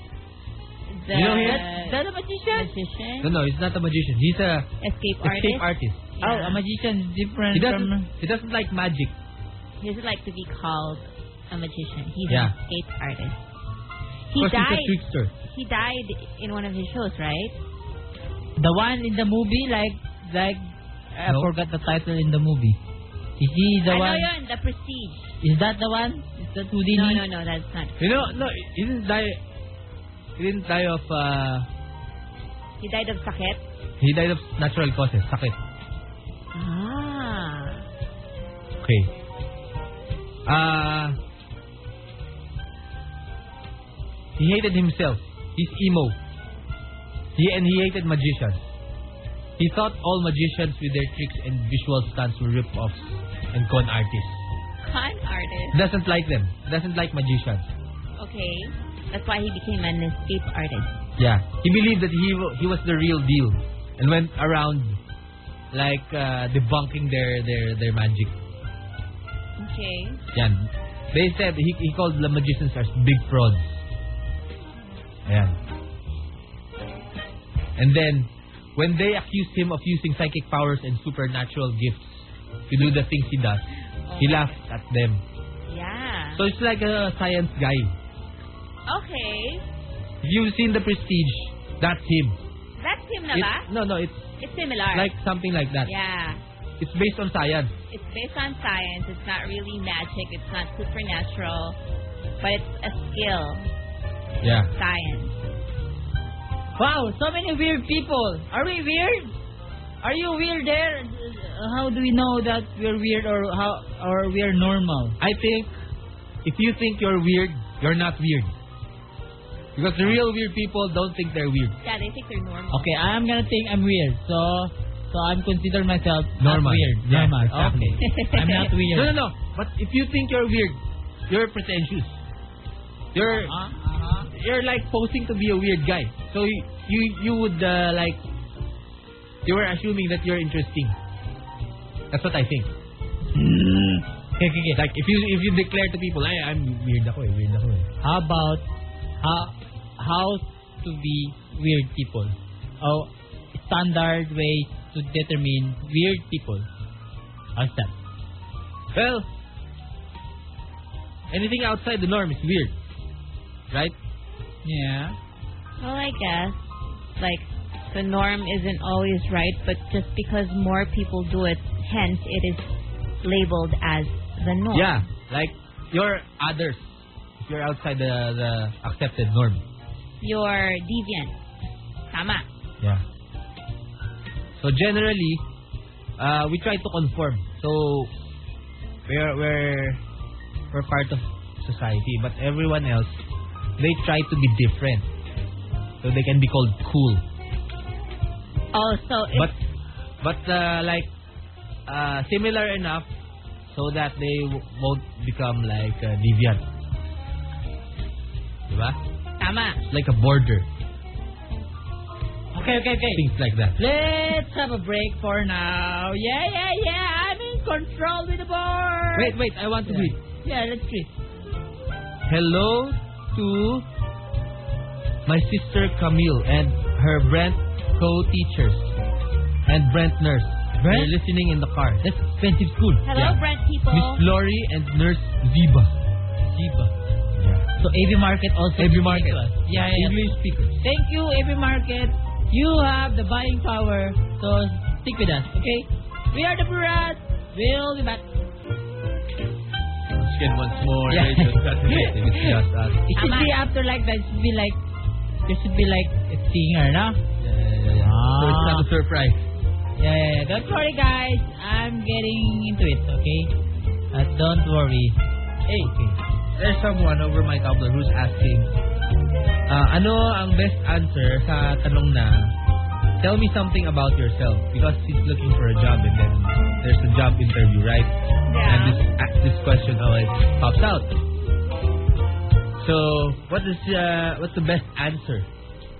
[SPEAKER 5] The
[SPEAKER 7] You know him?
[SPEAKER 3] That's a magician.
[SPEAKER 5] magician,
[SPEAKER 7] No, no, he's not a magician. He's a
[SPEAKER 5] escape artist.
[SPEAKER 7] escape artist.
[SPEAKER 3] Oh, a magician is different
[SPEAKER 7] He
[SPEAKER 3] from.
[SPEAKER 7] doesn't he doesn't like magic.
[SPEAKER 5] He doesn't like to be called a magician. He's
[SPEAKER 7] Yeah.
[SPEAKER 5] an escape artist. He
[SPEAKER 7] Of course,
[SPEAKER 5] died.
[SPEAKER 7] he's a trickster.
[SPEAKER 5] He died in one of his shows, right?
[SPEAKER 3] The one in the movie, like, like, I
[SPEAKER 7] No.
[SPEAKER 3] forgot the title in the movie. Is he the
[SPEAKER 5] I
[SPEAKER 3] one?
[SPEAKER 5] know yun, The Prestige.
[SPEAKER 3] Is that the one? Is that Houdini?
[SPEAKER 5] No, no, no, that's not.
[SPEAKER 7] You know, no, he didn't die. He didn't die of uh,
[SPEAKER 5] He died of sakit.
[SPEAKER 7] he died of natural causes, sakit.
[SPEAKER 5] Ah.
[SPEAKER 7] Okay. Uh, he hated himself. He's emo. He and he hated magicians. He thought all magicians with their tricks and visual stunts were rip-offs and con artists.
[SPEAKER 5] Con artist.
[SPEAKER 7] Doesn't like them. Doesn't like magicians.
[SPEAKER 5] Okay. That's why he became an escape artist.
[SPEAKER 7] Yeah. He believed that he wa- he was the real deal and went around like uh, debunking their their their magic.
[SPEAKER 5] Okay.
[SPEAKER 7] Yan. They said he, he called the magicians as big frauds. Ayan. And then, when they accused him of using psychic powers and supernatural gifts to do the things he does, he laughed at them.
[SPEAKER 5] Yeah.
[SPEAKER 7] So it's like a science guy.
[SPEAKER 5] okay.
[SPEAKER 7] If you've seen The Prestige, that's him.
[SPEAKER 5] That's him na
[SPEAKER 7] It-
[SPEAKER 5] ba?
[SPEAKER 7] no, no, it's
[SPEAKER 5] It's similar.
[SPEAKER 7] like something like that.
[SPEAKER 5] yeah.
[SPEAKER 7] It's based on science.
[SPEAKER 5] It's based on science. It's not really magic. It's not supernatural. But it's a skill.
[SPEAKER 7] Yeah.
[SPEAKER 5] Science.
[SPEAKER 3] Wow, so many weird people. Are we weird? Are you weird there? Uh, How do we know that we're weird or how or we're normal?
[SPEAKER 7] I think if you think you're weird, you're not weird. Because the real weird people don't think they're weird.
[SPEAKER 5] Yeah, they think they're normal.
[SPEAKER 3] Okay, I'm gonna think I'm weird. So, so I'm consider myself not
[SPEAKER 7] Normal.
[SPEAKER 3] weird.
[SPEAKER 7] Yeah,
[SPEAKER 3] normal.
[SPEAKER 7] exactly.
[SPEAKER 3] Okay, I'm not weird.
[SPEAKER 7] No, no, no. But if you think you're weird, you're pretentious. You're
[SPEAKER 3] Uh-huh, uh-huh.
[SPEAKER 7] you're like posing to be a weird guy. So you you, you would uh, like you were assuming that you're interesting. That's what I think. Okay, okay, okay. Like if you if you declare to people, ay, I'm weird ako eh, weird ako eh.
[SPEAKER 3] How about how how to be weird people? Oh, standard way to determine weird people. How's that?
[SPEAKER 7] Well, anything outside the norm is weird, right?
[SPEAKER 3] Yeah.
[SPEAKER 5] Well, I guess like the norm isn't always right, but just because more people do it, hence it is labeled as the norm.
[SPEAKER 7] Yeah, like you're others. If you're outside the, the accepted norm.
[SPEAKER 5] You're deviant. Tama.
[SPEAKER 7] Yeah. So generally, uh, we try to conform. So we're we're we're part of society, but everyone else they try to be different,
[SPEAKER 3] Eh.
[SPEAKER 7] so they can be called cool.
[SPEAKER 5] Also, it's
[SPEAKER 7] But But uh, like uh, similar enough so that they w- won't become like uh, deviant. Diba?
[SPEAKER 5] Tama.
[SPEAKER 7] Like a border.
[SPEAKER 3] Okay, okay, okay.
[SPEAKER 7] Things like that.
[SPEAKER 3] Let's have a break for now. Yeah, yeah, yeah. I'm in control with the board.
[SPEAKER 7] Wait, wait. I want to
[SPEAKER 3] Yeah.
[SPEAKER 7] read.
[SPEAKER 3] Yeah, let's read.
[SPEAKER 7] Hello to my sister Camille and her Brent co-teachers and Brent nurse.
[SPEAKER 3] Brent?
[SPEAKER 7] They're listening in the car. That's expensive school.
[SPEAKER 5] Hello, Brent people.
[SPEAKER 7] Miss Lori and Nurse Ziba. Ziba.
[SPEAKER 3] So AB Market also.
[SPEAKER 7] Every
[SPEAKER 3] listening
[SPEAKER 7] market.
[SPEAKER 3] to us. Yeah, yeah. yeah.
[SPEAKER 7] English speakers.
[SPEAKER 3] Thank you, AB Market. You have the buying power, so stick with us, okay? We are the Burats. We'll be back.
[SPEAKER 7] Skin once more.
[SPEAKER 3] Yeah.
[SPEAKER 7] It's just us. It's just us.
[SPEAKER 3] It should
[SPEAKER 5] Tama.
[SPEAKER 3] be after like that. It should be like there should be like a singer, no?
[SPEAKER 7] Yeah, yeah, yeah, yeah. So it's not a surprise.
[SPEAKER 3] Yeah, yeah, yeah. Don't worry, guys. I'm getting into it, okay? Uh, don't worry.
[SPEAKER 7] Hey, there's someone over my Tumblr who's asking, uh, ano ang best answer sa tanong na, tell me something about yourself because he's looking for a job and then there's a job interview, right?
[SPEAKER 5] Yeah.
[SPEAKER 7] And this, uh, this question always pops out. So, what is uh, what's the best answer?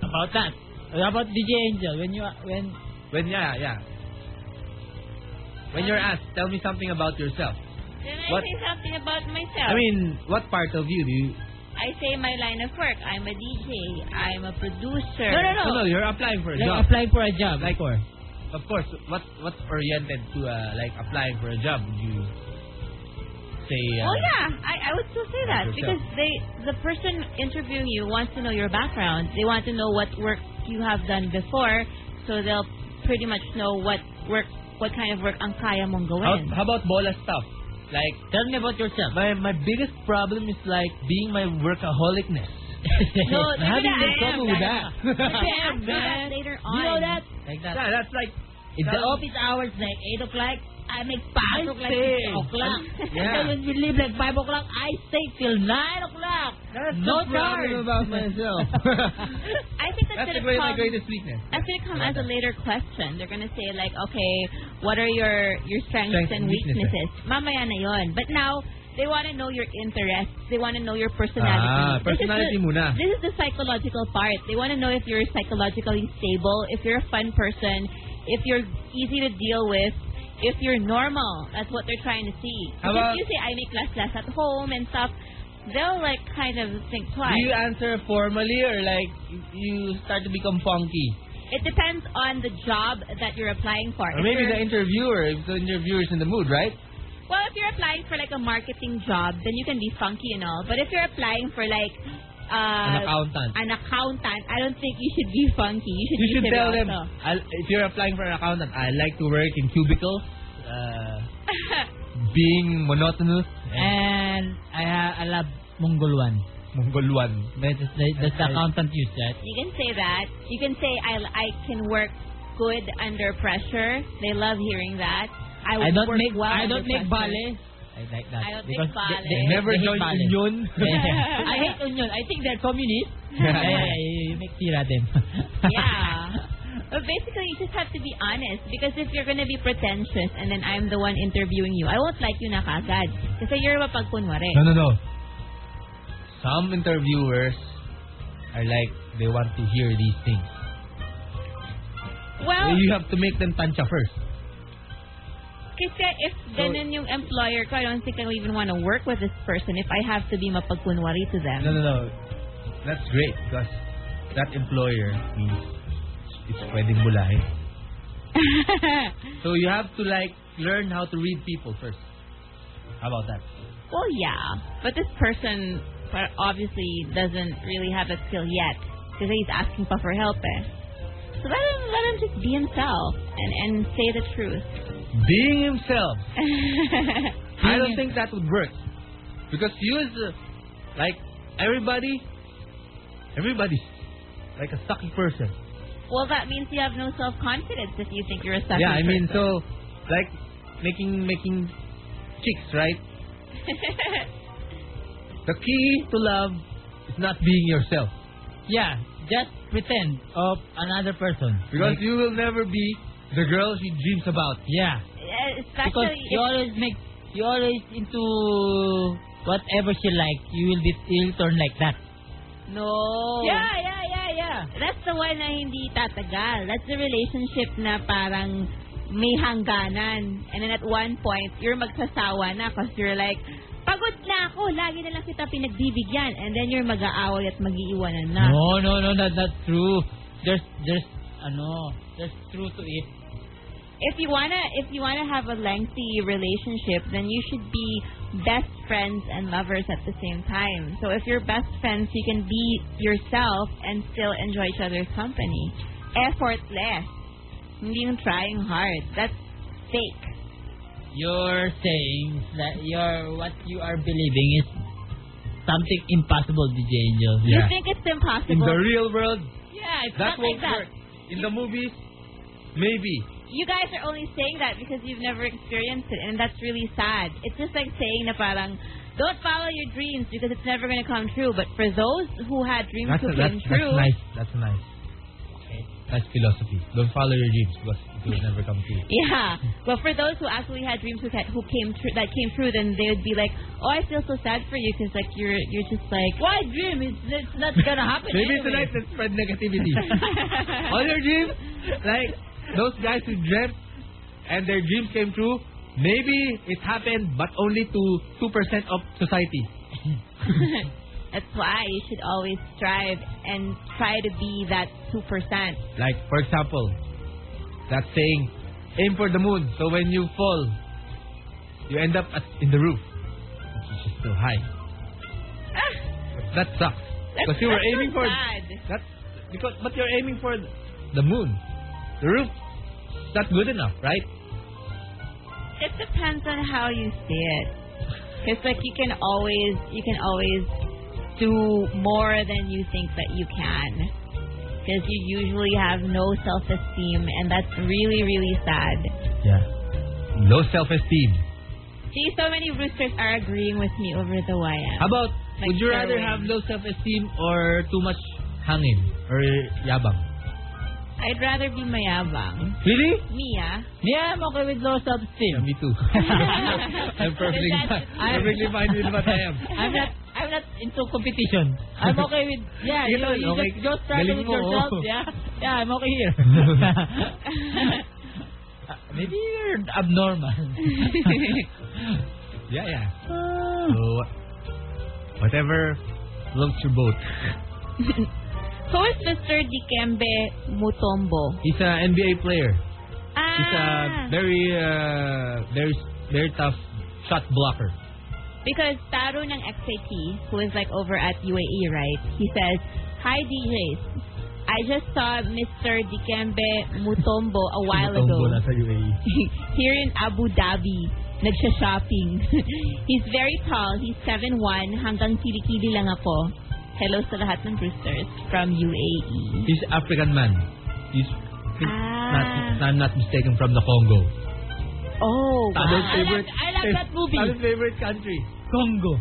[SPEAKER 3] About that. What about DJ Angel? When you are- when
[SPEAKER 7] When yeah, yeah. When you're asked, tell me something about yourself.
[SPEAKER 5] Then I
[SPEAKER 7] What?
[SPEAKER 5] say something about myself.
[SPEAKER 7] I mean, what part of you do you?
[SPEAKER 5] I say my line of work. I'm a DJ. I'm a producer. Oh,
[SPEAKER 3] No, no, no.
[SPEAKER 7] No, no, you're applying for a
[SPEAKER 3] like
[SPEAKER 7] job.
[SPEAKER 3] applying for a job,
[SPEAKER 7] Like-
[SPEAKER 3] of course.
[SPEAKER 7] Of course, what what's oriented to uh, like applying for a job? Would you say? Uh,
[SPEAKER 5] Oh yeah, I, I would still say that
[SPEAKER 7] Yourself.
[SPEAKER 5] because they the person interviewing you wants to know your background. They want to know what work you have done before, so they'll pretty much know what work what kind of work ang kaya mong
[SPEAKER 7] How,
[SPEAKER 5] gawin.
[SPEAKER 7] how about bola stuff? Like
[SPEAKER 3] Tell me about yourself.
[SPEAKER 7] my my biggest problem is like being my workaholicness.
[SPEAKER 5] No,
[SPEAKER 7] I'm
[SPEAKER 5] maybe
[SPEAKER 7] having no
[SPEAKER 5] I am,
[SPEAKER 7] trouble with
[SPEAKER 5] I
[SPEAKER 7] that.
[SPEAKER 5] They ask you that later on.
[SPEAKER 3] You know that? Like that.
[SPEAKER 7] yeah, that's like
[SPEAKER 3] If the
[SPEAKER 7] That-
[SPEAKER 3] office hours like 8 o'clock, I make 5 o'clock,
[SPEAKER 7] stay.
[SPEAKER 3] 6 o'clock.
[SPEAKER 7] Yeah.
[SPEAKER 3] And then when we leave like 5 o'clock, I stay till 9 o'clock.
[SPEAKER 7] that's
[SPEAKER 3] No
[SPEAKER 7] the problem
[SPEAKER 3] charge.
[SPEAKER 7] about myself.
[SPEAKER 5] I think that's, gonna
[SPEAKER 7] that's the great, my
[SPEAKER 5] come.
[SPEAKER 7] greatest weakness.
[SPEAKER 5] That's gonna come as a later question. They're gonna say like, okay, what are your your strengths
[SPEAKER 7] Strengths
[SPEAKER 5] and
[SPEAKER 7] and weaknesses.
[SPEAKER 5] weaknesses? Mamaya na yon. But now they want to know your interests. They want to know your personality.
[SPEAKER 7] Ah,
[SPEAKER 5] This is
[SPEAKER 7] personality
[SPEAKER 5] the-
[SPEAKER 7] muna.
[SPEAKER 5] This is the psychological part. They want to know if you're psychologically stable, if you're a fun person, if you're easy to deal with, if you're normal. That's what they're trying to see.
[SPEAKER 7] How
[SPEAKER 5] Because
[SPEAKER 7] about-
[SPEAKER 5] if you say I make less less at home and stuff, they'll like kind of think twice.
[SPEAKER 7] Do you answer formally or like you start to become funky?
[SPEAKER 5] It depends on the job that you're applying for.
[SPEAKER 7] Or
[SPEAKER 5] If
[SPEAKER 7] maybe
[SPEAKER 5] you're-
[SPEAKER 7] the interviewer, if the interviewer's in the mood, right?
[SPEAKER 5] Well, if you're applying for like a marketing job, then you can be funky and all. But if you're applying for like
[SPEAKER 7] An
[SPEAKER 5] uh,
[SPEAKER 7] accountant.
[SPEAKER 5] an accountant, I don't think you should be funky. You should,
[SPEAKER 7] You should
[SPEAKER 5] be
[SPEAKER 7] tell them,
[SPEAKER 5] seryoso.
[SPEAKER 7] I, if you're applying for an accountant, I like to work in cubicles, uh, being monotonous, and
[SPEAKER 3] And I, ha- I love Mongoluan.
[SPEAKER 5] Eh.
[SPEAKER 7] Mongoluan.
[SPEAKER 3] But that's the, that's the
[SPEAKER 7] Okay.
[SPEAKER 3] accountant use that.
[SPEAKER 5] you can say that. You can say I I can work good under pressure. They love hearing that. I,
[SPEAKER 3] I
[SPEAKER 5] would
[SPEAKER 3] don't
[SPEAKER 5] work
[SPEAKER 3] make
[SPEAKER 5] well
[SPEAKER 3] I
[SPEAKER 5] under
[SPEAKER 3] don't make
[SPEAKER 5] pressure.
[SPEAKER 3] ballet. I like that.
[SPEAKER 5] I don't
[SPEAKER 3] because
[SPEAKER 5] make ballet.
[SPEAKER 3] They, they,
[SPEAKER 7] Never
[SPEAKER 3] they hate
[SPEAKER 7] join
[SPEAKER 3] ballet.
[SPEAKER 7] union.
[SPEAKER 3] I hate union. I think they're communist. yeah, yeah, yeah, you make tira them.
[SPEAKER 5] yeah. But basically, you just have to be honest because if you're gonna be pretentious and then I'm the one interviewing you, I won't like you na kagad. Kasi you're mapagkunwari.
[SPEAKER 7] no, no. Some interviewers are like, they want to hear these things.
[SPEAKER 5] Well,
[SPEAKER 7] You have to make them tancha first.
[SPEAKER 5] Kasi if ganun yung employer ko, I don't think I would even want to work with this person if I have to be mapagkunwari to them.
[SPEAKER 7] No, no, no. That's great because that employer means it's pwedeng bulahin. So you have to like learn how to read people first. How about that?
[SPEAKER 5] well, yeah. But this person uh, obviously doesn't really have a skill yet because he's asking pa for help eh. So let him, let him just be himself and, and say the truth.
[SPEAKER 7] Being himself. I
[SPEAKER 5] Mm-hmm.
[SPEAKER 7] don't think that would work because you is uh, like everybody. Everybody's like a sucky person.
[SPEAKER 5] well, that means you have no self-confidence if you think you're a sucky
[SPEAKER 7] yeah, I mean,
[SPEAKER 5] person.
[SPEAKER 7] so like making making chicks right. The key to love is not being yourself
[SPEAKER 3] yeah, just pretend of another person.
[SPEAKER 7] because
[SPEAKER 3] Like,
[SPEAKER 7] you will never be The girl she dreams about.
[SPEAKER 3] Yeah. Because
[SPEAKER 5] Uh, especially
[SPEAKER 3] you always make you always into whatever she like, you will be you'll turn like that.
[SPEAKER 5] No.
[SPEAKER 3] Yeah, yeah, yeah, yeah.
[SPEAKER 5] That's the one na hindi tatagal. That's the relationship na parang may hangganan. And then at one point, you're magsasawa na because you're like, pagod na ako, lagi na lang kita pinagbibigyan. And then you're mag-aaway at mag-iiwanan na.
[SPEAKER 3] No, no, no, that not true. There's there's ano, there's truth to it.
[SPEAKER 5] If you wanna, if you wanna have a lengthy relationship, then you should be best friends and lovers at the same time. So if you're best friends, you can be yourself and still enjoy each other's company. Effortless. Hindi yung trying hard. That's fake.
[SPEAKER 3] You're saying that your what you are believing is something impossible, DJ Angel.
[SPEAKER 5] You think it's
[SPEAKER 7] In
[SPEAKER 5] impossible?
[SPEAKER 7] the real world,
[SPEAKER 5] yeah, it's not
[SPEAKER 7] that won't
[SPEAKER 5] like that.
[SPEAKER 7] work. In the movies, maybe.
[SPEAKER 5] You guys are only saying that because you've never experienced it, and that's really sad. It's just like saying na parang, don't follow your dreams because it's never going to come true. But for those who had dreams
[SPEAKER 7] That's,
[SPEAKER 5] who
[SPEAKER 7] a,
[SPEAKER 5] came
[SPEAKER 7] that's,
[SPEAKER 5] true,
[SPEAKER 7] that's nice. That's nice. That's philosophy. Don't follow your dreams because it will never come true.
[SPEAKER 5] yeah. But for those who actually had dreams who, ca- who came true, that came true, then they would be like, oh, I feel so sad for you because like you're you're just like,
[SPEAKER 3] Why dream? It's, it's not gonna happen.
[SPEAKER 7] Maybe
[SPEAKER 3] anyway.
[SPEAKER 7] tonight let's spread negativity. All your dreams, like those guys who dreamt and their dreams came true, maybe it happened but only to 2% of society.
[SPEAKER 5] that's why you should always strive and try to be that two percent.
[SPEAKER 7] Like, for example, that saying, aim for the moon, so when you fall, you end up at, in the roof, which is still high. That sucks. Because you were aiming for that's because but you're aiming for the moon, the roof. That's good enough, right?
[SPEAKER 5] It depends on how you see it. It's like you can always you can always do more than you think that you can. Because you usually have no self esteem, and that's really, really sad.
[SPEAKER 7] Yeah. Low self-esteem.
[SPEAKER 5] See, so many roosters are agreeing with me over the YM.
[SPEAKER 7] How about
[SPEAKER 5] Like
[SPEAKER 7] would you rather
[SPEAKER 5] heroin.
[SPEAKER 7] have low self-esteem or too much hangin or yabang?
[SPEAKER 5] I'd rather be mayabang.
[SPEAKER 7] Really?
[SPEAKER 5] Mia.
[SPEAKER 3] Yeah, I'm okay with low self-esteem.
[SPEAKER 7] Yeah, me too. I'm perfectly
[SPEAKER 5] Because
[SPEAKER 7] fine.
[SPEAKER 5] that's-
[SPEAKER 7] perfectly fine with what I am.
[SPEAKER 3] I'm not I'm not into competition. I'm okay with yeah, you,
[SPEAKER 7] Yun
[SPEAKER 3] know,
[SPEAKER 7] lang,
[SPEAKER 3] you
[SPEAKER 7] okay.
[SPEAKER 3] just go struggle
[SPEAKER 7] Galing
[SPEAKER 3] with
[SPEAKER 7] mo,
[SPEAKER 3] yourself,
[SPEAKER 7] oh.
[SPEAKER 3] yeah. Yeah, I'm okay here. Maybe you're abnormal.
[SPEAKER 7] Yeah, yeah.
[SPEAKER 3] Ah.
[SPEAKER 7] So whatever floats your boat.
[SPEAKER 5] Who is Mr. Dikembe Mutombo?
[SPEAKER 7] He's an NBA player. He's
[SPEAKER 5] Ah,
[SPEAKER 7] a very, uh, very, very tough shot blocker.
[SPEAKER 5] Because Taro ng XAT, who is like over at UAE, right? He says, Hi DJs, I just saw Mr. Dikembe Mutombo a while ago
[SPEAKER 7] Mutombo nasa UAE.
[SPEAKER 5] here in Abu Dhabi. Nagsha-shopping. He's very tall. He's 7'1". Hanggang kilikili lang ako. Hello sa lahat ng roosters from E. UAE.
[SPEAKER 7] He's African man. He's not, if
[SPEAKER 5] Ah.
[SPEAKER 7] I'm not mistaken from the Congo.
[SPEAKER 5] Oh,
[SPEAKER 7] Taro's
[SPEAKER 5] wow.
[SPEAKER 7] favorite.
[SPEAKER 3] Ah, I love that movie.
[SPEAKER 7] Taro's favorite country.
[SPEAKER 3] Congo.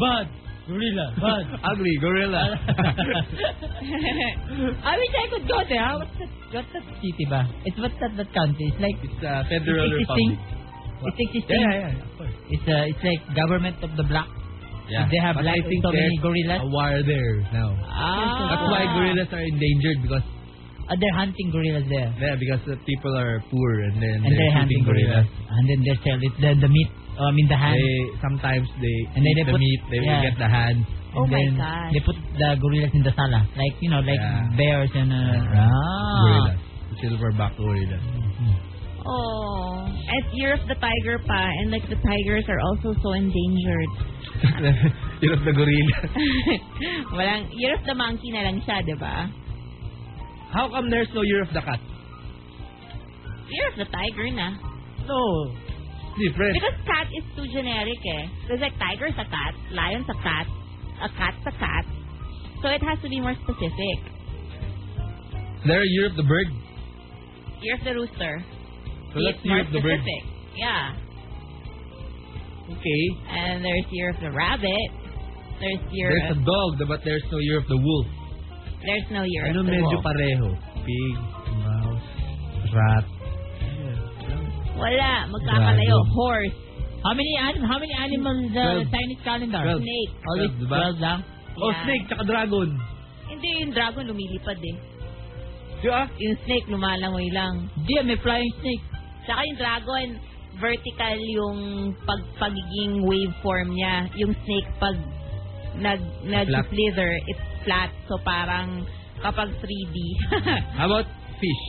[SPEAKER 3] Bad. Gorilla. Bad.
[SPEAKER 7] Ugly gorilla.
[SPEAKER 3] I wish I could go there. What's that, what's that city ba? It's what's that, that country? It's like
[SPEAKER 7] it's a
[SPEAKER 3] it's
[SPEAKER 7] federal
[SPEAKER 3] existing.
[SPEAKER 7] republic.
[SPEAKER 3] It's existing.
[SPEAKER 7] Yeah, yeah, yeah. Of course.
[SPEAKER 3] It's uh, it's like government of the black.
[SPEAKER 7] Yeah.
[SPEAKER 3] They have
[SPEAKER 7] But
[SPEAKER 3] like
[SPEAKER 7] I think
[SPEAKER 3] so many
[SPEAKER 7] there's
[SPEAKER 3] gorillas.
[SPEAKER 7] A war there now.
[SPEAKER 3] Ah.
[SPEAKER 7] That's why gorillas are endangered because
[SPEAKER 3] Uh, they're hunting gorillas there.
[SPEAKER 7] yeah, because the people are poor and then
[SPEAKER 3] And they're
[SPEAKER 7] shooting
[SPEAKER 3] hunting gorillas. And then they sell it, the, the meat, oh, I mean the hand.
[SPEAKER 7] They sometimes they
[SPEAKER 3] And then
[SPEAKER 7] eat
[SPEAKER 3] they
[SPEAKER 7] the
[SPEAKER 3] put-
[SPEAKER 7] meat, they will
[SPEAKER 3] yeah.
[SPEAKER 7] get the hand.
[SPEAKER 5] Oh
[SPEAKER 3] and
[SPEAKER 5] my
[SPEAKER 3] then
[SPEAKER 5] gosh.
[SPEAKER 3] They put the gorillas in the sala. Like, you know, like
[SPEAKER 7] Yeah.
[SPEAKER 3] bears and... Uh, ah.
[SPEAKER 7] Gorillas. Silverback gorillas.
[SPEAKER 5] Oh, at Europe the tiger pa, and like the tigers are also so endangered.
[SPEAKER 7] Yun ang the gorilla.
[SPEAKER 5] Walang, Europe the monkey na lang siya, di ba?
[SPEAKER 7] How come there's no year of the cat?
[SPEAKER 5] Europe the tiger na.
[SPEAKER 7] No. Different.
[SPEAKER 5] Because cat is too generic eh. There's like tiger's a cat, lion's a cat, a cat's a cat. So it has to be more specific.
[SPEAKER 7] There are year of the bird.
[SPEAKER 5] Europe the rooster.
[SPEAKER 7] So that's
[SPEAKER 5] it's
[SPEAKER 7] year
[SPEAKER 5] more
[SPEAKER 7] of the bird.
[SPEAKER 5] specific. Yeah.
[SPEAKER 7] Okay.
[SPEAKER 5] And there's year of the rabbit. There's year
[SPEAKER 3] uh,
[SPEAKER 7] There's
[SPEAKER 5] of,
[SPEAKER 7] a dog, but there's no year of the wolf.
[SPEAKER 5] there's no year
[SPEAKER 7] Ano
[SPEAKER 5] of the
[SPEAKER 7] medyo
[SPEAKER 5] wolf.
[SPEAKER 7] pareho? Pig, mouse, rat,
[SPEAKER 5] Wala. Magkakalayo.
[SPEAKER 7] Grabe.
[SPEAKER 5] Horse.
[SPEAKER 3] How many an- how many animals uh,
[SPEAKER 7] Twelve.
[SPEAKER 3] Chinese calendar?
[SPEAKER 7] Twelve.
[SPEAKER 5] Snake.
[SPEAKER 3] Always
[SPEAKER 7] Twelve, diba?
[SPEAKER 3] 12 lang.
[SPEAKER 7] Oh,
[SPEAKER 5] Yeah.
[SPEAKER 7] snake, tsaka dragon.
[SPEAKER 5] Hindi, yung dragon lumilipad eh.
[SPEAKER 7] Di ba?
[SPEAKER 5] Yung snake lumalangoy lang.
[SPEAKER 3] Hindi, may flying snake.
[SPEAKER 5] Saka yung dragon, vertical yung pag pagiging waveform niya. Yung snake pag nag nag
[SPEAKER 7] Flat.
[SPEAKER 5] slither, it's flat. So parang kapag 3D.
[SPEAKER 7] How about fish?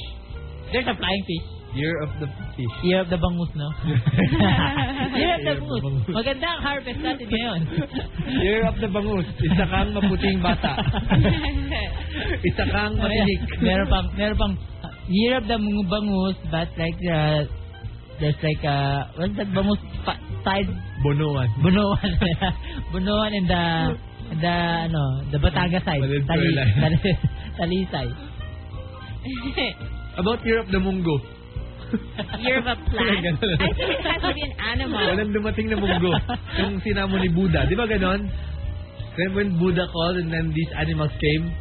[SPEAKER 3] There's a flying fish.
[SPEAKER 7] Year of the fish.
[SPEAKER 3] Year of the bangus, no? Year of the
[SPEAKER 7] Year of the
[SPEAKER 3] bangus.
[SPEAKER 7] bangus.
[SPEAKER 3] Maganda ang harvest natin ngayon.
[SPEAKER 7] Year of the bangus. Isa kang maputing bata. Isa kang matinik.
[SPEAKER 3] meron pang, meron pang, uh, year of the mga bangus, but like, uh, there's like, uh, what's that bangus? Pa- side,
[SPEAKER 7] Bonoan.
[SPEAKER 3] bunuan. bunuan in the, in the, ano, the Bataga side. Tali,
[SPEAKER 7] Valenzuela.
[SPEAKER 3] tali, talisay.
[SPEAKER 7] About year of the munggo.
[SPEAKER 5] You're a plant. I think it has to be an animal.
[SPEAKER 7] Walang dumating na munggo. Yung sinamo ni Buddha. Di ba ganon? Then when Buddha called and then these animals came,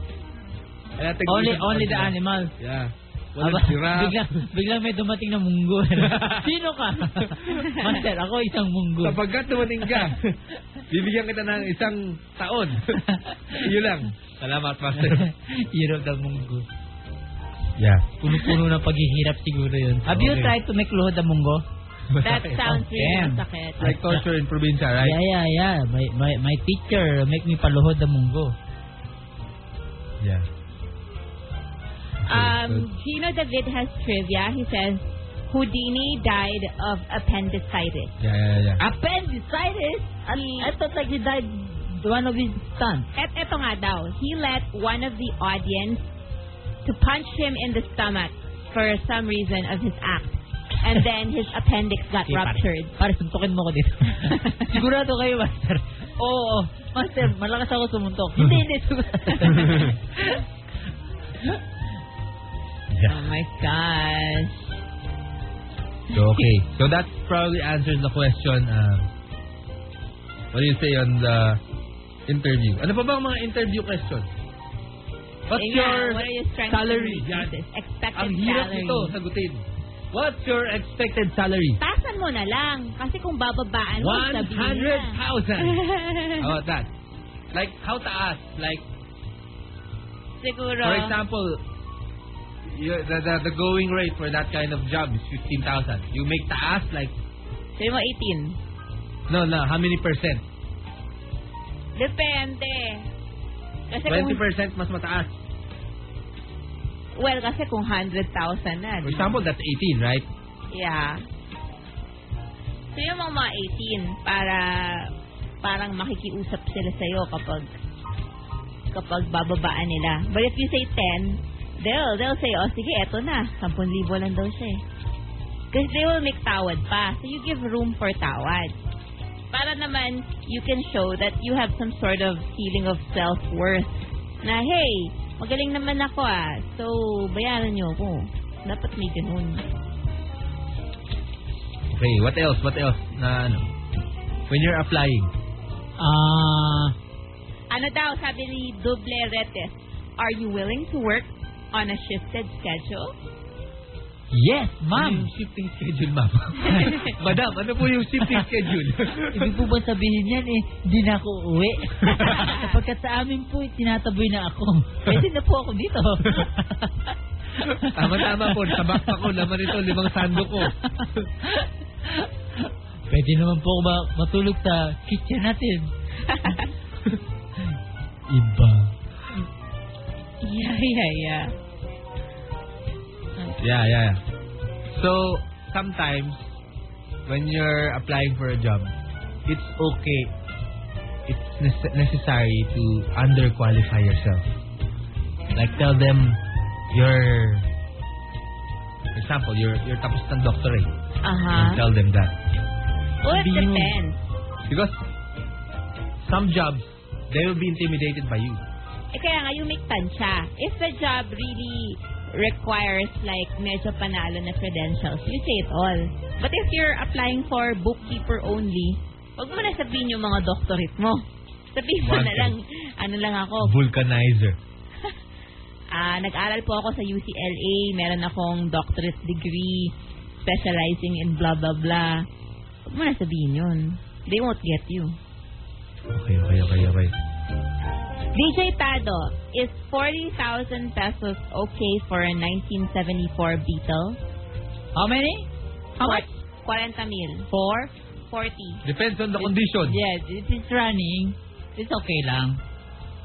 [SPEAKER 7] wala tayong
[SPEAKER 3] Only,
[SPEAKER 7] isip-
[SPEAKER 3] only the animals.
[SPEAKER 7] Yeah. Walang
[SPEAKER 3] Aba,
[SPEAKER 7] giraffe.
[SPEAKER 3] Biglang, biglang may dumating na munggo. eh. Sino ka? Master, ako isang munggo.
[SPEAKER 7] Sapagkat dumating ka, bibigyan kita ng isang taon. Yun lang. Salamat, Master.
[SPEAKER 3] Hirap ng munggo.
[SPEAKER 7] Yeah.
[SPEAKER 3] Puno-puno ng paghihirap siguro yun. Have you
[SPEAKER 7] Okay.
[SPEAKER 3] tried to make luhod ng munggo?
[SPEAKER 5] That sounds really
[SPEAKER 3] Damn.
[SPEAKER 5] masakit.
[SPEAKER 7] eh, Like culture in probinsya, right?
[SPEAKER 3] Yeah, yeah, yeah. My, my, my teacher make me paluhod ng munggo.
[SPEAKER 7] Yeah.
[SPEAKER 5] Um, Gino David has trivia. He says, Houdini died of appendicitis. Um,
[SPEAKER 7] Yeah, yeah, yeah.
[SPEAKER 3] Appendicitis? I thought like he died one of his sons.
[SPEAKER 5] At eto nga daw, he let one of the audience to punch him in the stomach for some reason of his act. And then his appendix got ruptured.
[SPEAKER 3] Pare, suntukin mo ko dito. Sigurado kayo, Master. Oo, Master, malakas ako sumuntok. hindi, hindi. sigurado.
[SPEAKER 5] Oh my gosh.
[SPEAKER 7] So, okay. So that probably answers the question. Um, what do you say on the interview? Ano pa ba ang mga interview questions? What's
[SPEAKER 5] Eh nga,
[SPEAKER 7] your
[SPEAKER 5] what are you trying
[SPEAKER 7] salary?
[SPEAKER 5] To
[SPEAKER 7] Yan.
[SPEAKER 5] do this? Expected
[SPEAKER 7] Ang hirap
[SPEAKER 5] salary.
[SPEAKER 7] nito sagutin. What's your expected salary?
[SPEAKER 5] Taasan mo na lang. Kasi kung bababaan mo, sabihin na.
[SPEAKER 7] 100,000. How about that? Like, how taas? Like,
[SPEAKER 5] Siguro.
[SPEAKER 7] for example, you, the, the, the going rate for that kind of job is 15,000. You make taas, like,
[SPEAKER 5] Sabi mo 18.
[SPEAKER 7] no, no, how many percent?
[SPEAKER 5] Depende. Kasi kung,
[SPEAKER 7] 20% mas mataas.
[SPEAKER 5] well, kasi kung 100,000 na.
[SPEAKER 7] For
[SPEAKER 5] di ba?
[SPEAKER 7] example, that's 18, right?
[SPEAKER 5] Yeah. So yung mga mga 18, para parang makikiusap sila sa'yo kapag kapag bababaan nila. But if you say 10, they'll, they'll say, oh sige, eto na. 10,000 lang daw siya eh. Kasi they will make tawad pa. So you give room for tawad. Para naman, you can show that you have some sort of feeling of self-worth. Na, hey, magaling naman ako ah. So, bayaran niyo ako. Dapat may ganun.
[SPEAKER 7] Okay, what else? What else? Na ano? When you're applying.
[SPEAKER 3] Ah,
[SPEAKER 5] Ano daw, sabi ni Duble Retes, are you willing to work on a shifted schedule?
[SPEAKER 3] yes,
[SPEAKER 7] Ano
[SPEAKER 3] ma'am.
[SPEAKER 7] yung shifting schedule, ma'am? Madam, ano po yung shifting schedule?
[SPEAKER 3] Ibig po ba sabihin yan eh, hindi na ako uwi. Sapagkat sa amin po, eh, tinataboy na ako. Pwede na po ako dito.
[SPEAKER 7] Tama-tama po. Sa backpack ko, laman ito, limang sando ko.
[SPEAKER 3] Pwede naman po ako ma- matulog sa kitchen natin. Iba.
[SPEAKER 5] Yeah, yeah, yeah.
[SPEAKER 7] Yeah, yeah, yeah. So, sometimes, when you're applying for a job, it's okay, it's nece- necessary to underqualify yourself. Like, tell them you're, for example, you're, you're tapos ng doctorate.
[SPEAKER 5] Uh-huh.
[SPEAKER 7] And tell them that.
[SPEAKER 5] Well, it
[SPEAKER 7] Sabihin mo.
[SPEAKER 5] depends.
[SPEAKER 7] Because some jobs, they will be intimidated by you.
[SPEAKER 5] Eh, kaya nga, yung make tansya. If the job really requires, like, medyo panalo na credentials, you say it all. But if you're applying for bookkeeper only, huwag mo na sabihin yung mga doctorate mo. Sabihin mo
[SPEAKER 7] One
[SPEAKER 5] na
[SPEAKER 7] thing.
[SPEAKER 5] lang, ano lang ako,
[SPEAKER 7] Vulcanizer.
[SPEAKER 5] Ah, nag-aral po ako sa UCLA, meron akong doctorate degree. specializing in blah, blah, blah. Huwag mo na sabihin yun. They won't get you.
[SPEAKER 7] Okay, okay, okay, okay.
[SPEAKER 5] DJ Tado, is 40,000 pesos okay for a 1974 Beetle?
[SPEAKER 3] How many? How much?
[SPEAKER 5] 40 mil.
[SPEAKER 3] Four?
[SPEAKER 5] 40.
[SPEAKER 7] Depends on the condition.
[SPEAKER 3] Yes, if it's running, it's okay lang.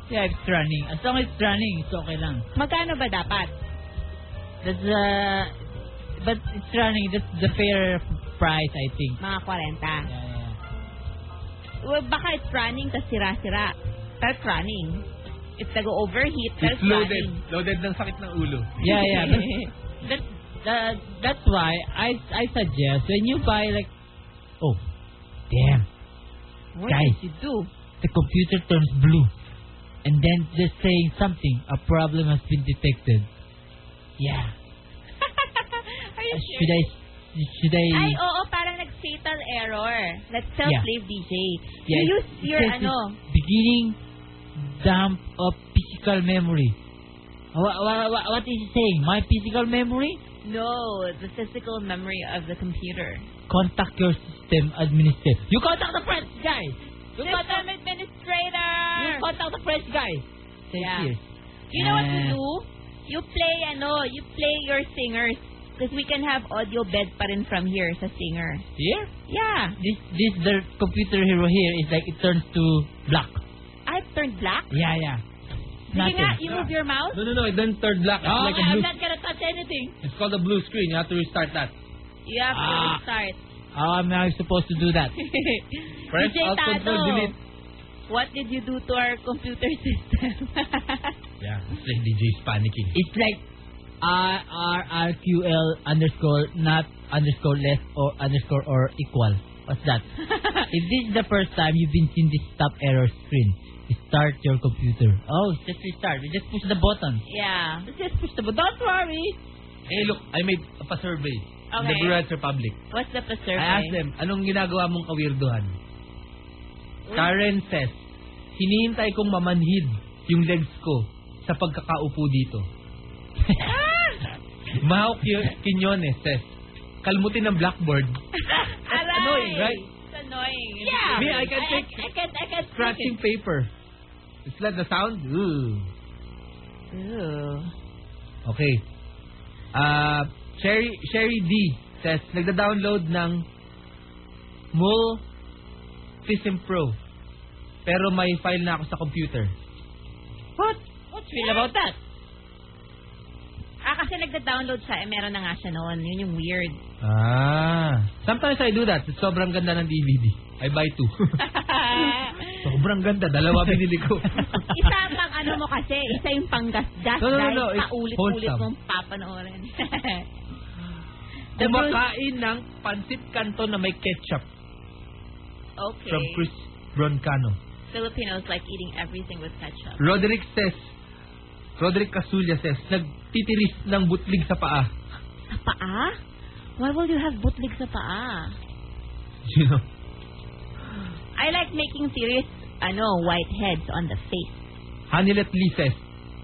[SPEAKER 3] Yeah, if it's running. As long as it's running, it's okay lang.
[SPEAKER 5] Magkano ba dapat?
[SPEAKER 3] That's, uh, but it's running, that's the fair price, I think.
[SPEAKER 5] Mga 40.
[SPEAKER 3] Yeah, yeah.
[SPEAKER 5] Well, baka it's running tas sira-sira. Pero it's running. It's nag-overheat. Pero
[SPEAKER 7] It's
[SPEAKER 5] it's
[SPEAKER 7] loaded.
[SPEAKER 5] running.
[SPEAKER 7] Loaded ng sakit ng ulo.
[SPEAKER 3] Yeah, yeah. But that, that, that's why I I suggest when you buy like, oh, damn,
[SPEAKER 5] What
[SPEAKER 3] Guys.
[SPEAKER 5] did you do?
[SPEAKER 3] the computer turns blue, and then just saying something, a problem has been detected. Yeah.
[SPEAKER 5] Are you
[SPEAKER 3] Uh,
[SPEAKER 5] sure?
[SPEAKER 3] Should I? Should I?
[SPEAKER 5] Ay,
[SPEAKER 7] Mm.
[SPEAKER 5] oo, parang nag-fatal error. Let's self-blame DJ.
[SPEAKER 3] Yeah,
[SPEAKER 5] you
[SPEAKER 3] it-
[SPEAKER 5] use
[SPEAKER 3] it
[SPEAKER 5] your
[SPEAKER 3] says
[SPEAKER 5] ano,
[SPEAKER 3] it's Beginning dump of physical memory. What, what, what is it saying? My physical memory?
[SPEAKER 5] no, the physical memory of the computer.
[SPEAKER 3] Contact your system administrator. You contact the French guy. You
[SPEAKER 5] System
[SPEAKER 3] contact
[SPEAKER 5] administrator!
[SPEAKER 3] You contact the French guy. Say
[SPEAKER 5] Yeah.
[SPEAKER 3] here.
[SPEAKER 5] You know what you
[SPEAKER 3] Eh.
[SPEAKER 5] do? You play ano, you play your singers. Because we can have audio bed pa rin from here sa singer.
[SPEAKER 3] Here?
[SPEAKER 5] Yeah.
[SPEAKER 3] This this the computer hero here is like it turns to black.
[SPEAKER 5] I've turned black.
[SPEAKER 3] Yeah, yeah.
[SPEAKER 5] Sige nga, you
[SPEAKER 7] Yeah.
[SPEAKER 5] move your mouth.
[SPEAKER 7] No, no, no. It doesn't turn black. It's
[SPEAKER 5] Oh,
[SPEAKER 7] Ah. like a
[SPEAKER 5] I'm
[SPEAKER 7] blue.
[SPEAKER 5] not gonna touch anything.
[SPEAKER 7] It's called a blue screen. You have to restart that.
[SPEAKER 5] You have to
[SPEAKER 3] Ah.
[SPEAKER 5] restart.
[SPEAKER 3] How am I Ah, supposed to do that?
[SPEAKER 7] Press
[SPEAKER 5] DJ
[SPEAKER 7] Alt Control
[SPEAKER 5] Tado,
[SPEAKER 7] Delete.
[SPEAKER 5] What did you do to our computer system?
[SPEAKER 7] Yeah, it's like DJ's panicking.
[SPEAKER 3] It's like R R R Q L underscore not underscore less or underscore or equal. What's that? if this is the first time you've been seen this stop error screen, start your computer. Oh, it's just restart. We just push the button.
[SPEAKER 5] yeah. Just push the button. Don't worry.
[SPEAKER 7] Hey, look, I made a survey in the
[SPEAKER 5] Okay.
[SPEAKER 7] Bureau Republic.
[SPEAKER 5] What's the survey?
[SPEAKER 7] I asked them, anong ginagawa mong kawirduhan? Karen says, hinihintay kong mamanhid yung legs ko sa pagkakaupo dito. Mao Ki- Quiñones says, kalmutin ng blackboard.
[SPEAKER 5] Aray!
[SPEAKER 7] annoying, right?
[SPEAKER 5] It's annoying.
[SPEAKER 7] Yeah. Me, I can take-
[SPEAKER 5] I, I can, I can
[SPEAKER 7] Scratching paper. It's like the sound. Ooh.
[SPEAKER 5] Ooh.
[SPEAKER 7] Okay. Uh, Sherry, Sherry D says, nagda-download ng Mul Fism Pro. Pero may file na ako sa computer.
[SPEAKER 5] What? What's real about that? Ah, kasi nagda-download siya, eh, meron na nga siya noon. Yun yung weird.
[SPEAKER 7] Ah. Sometimes I do that. Sobrang ganda ng DVD. I buy two. Sobrang ganda. Dalawa binili ko.
[SPEAKER 5] isa pang ano mo kasi, isa yung panggasgas
[SPEAKER 7] No, no, no,
[SPEAKER 5] dahil
[SPEAKER 7] no, it's
[SPEAKER 5] paulit-ulit
[SPEAKER 7] wholesome.
[SPEAKER 5] mong papanoorin. The
[SPEAKER 7] Kumakain ng pansit kanto na may ketchup
[SPEAKER 5] okay.
[SPEAKER 7] from Chris Broncano.
[SPEAKER 5] Filipinos like eating everything with ketchup.
[SPEAKER 7] Roderick says, Roderick Casulla says, nagtitiris ng butlig sa paa.
[SPEAKER 5] Sa paa? Why will you have bootleg sa paa?
[SPEAKER 7] You know?
[SPEAKER 5] I like making serious, ano, white heads on the face.
[SPEAKER 7] Hanilet Lee says,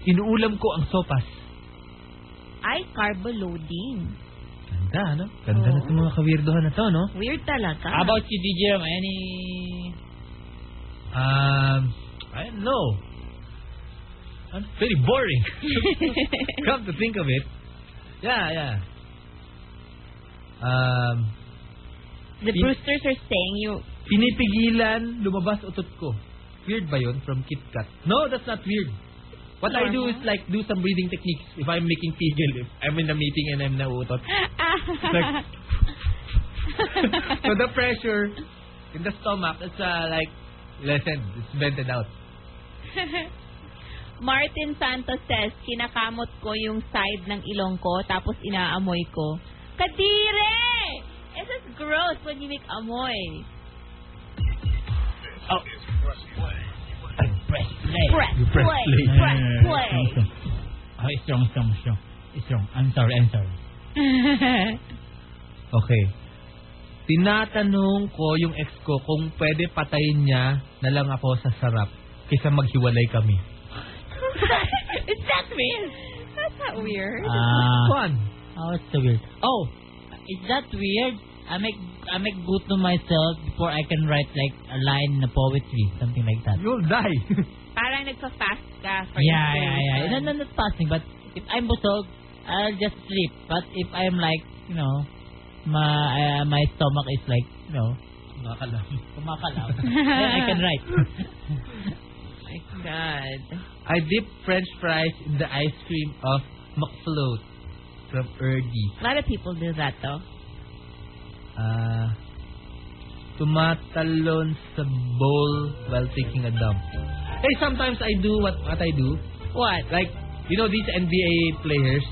[SPEAKER 7] inuulam ko ang sopas.
[SPEAKER 5] Ay, carbo loading.
[SPEAKER 7] Ganda, ano? Ganda na
[SPEAKER 5] Oo.
[SPEAKER 7] itong mga kawirdohan na to, no?
[SPEAKER 5] Weird talaga.
[SPEAKER 3] How about you, DJ? Ram? Any
[SPEAKER 7] Um, I don't know. That's very boring. Come to think of it. Yeah, yeah. Um,
[SPEAKER 5] The Brewsters are saying you...
[SPEAKER 7] Pinipigilan, lumabas utot ko. Weird ba yun from Kit Kat? No, that's not weird. What I do is like do some breathing techniques if I'm making pigil, if I'm in a meeting and I'm nauutot. like, so the pressure in the stomach, it's uh, like, lessened. It's vented out.
[SPEAKER 5] Martin Santos says, kinakamot ko yung side ng ilong ko tapos inaamoy ko. Kadire! This is gross when you make amoy.
[SPEAKER 3] press play?
[SPEAKER 5] Press,
[SPEAKER 7] You press
[SPEAKER 5] play,
[SPEAKER 7] play.
[SPEAKER 5] press, play.
[SPEAKER 3] Oh, it's wrong, it's wrong, it's wrong. It's wrong. I'm sorry, I'm sorry.
[SPEAKER 7] Okay. Tinatanong ko yung ex ko kung pwede patayin niya na lang ako sa sarap kaysa maghiwalay kami.
[SPEAKER 5] is that weird? That's not weird.
[SPEAKER 3] Ah,
[SPEAKER 7] Juan,
[SPEAKER 3] oh, it's so weird. Oh, Is that weird? I make I make good to myself before I can write like a line in a poetry, something like that.
[SPEAKER 7] You'll die.
[SPEAKER 5] Parang nagpa-fast ka for
[SPEAKER 3] yeah, yeah, yeah,
[SPEAKER 5] inspiration.
[SPEAKER 3] No, no, not fasting, but if I'm busog, I'll just sleep. But if I'm like, you know, my uh, my stomach is like, you know,
[SPEAKER 7] Nakakalam.
[SPEAKER 3] kumakalaw, then I can write.
[SPEAKER 5] Oh My God.
[SPEAKER 7] I dip french fries in the ice cream of McFloat from Erdy.
[SPEAKER 5] A lot of people do that though.
[SPEAKER 7] Ah, tumatalon sa bowl while taking a dump. Hey, sometimes I do what what I do.
[SPEAKER 5] What?
[SPEAKER 7] Like, you know these NBA players,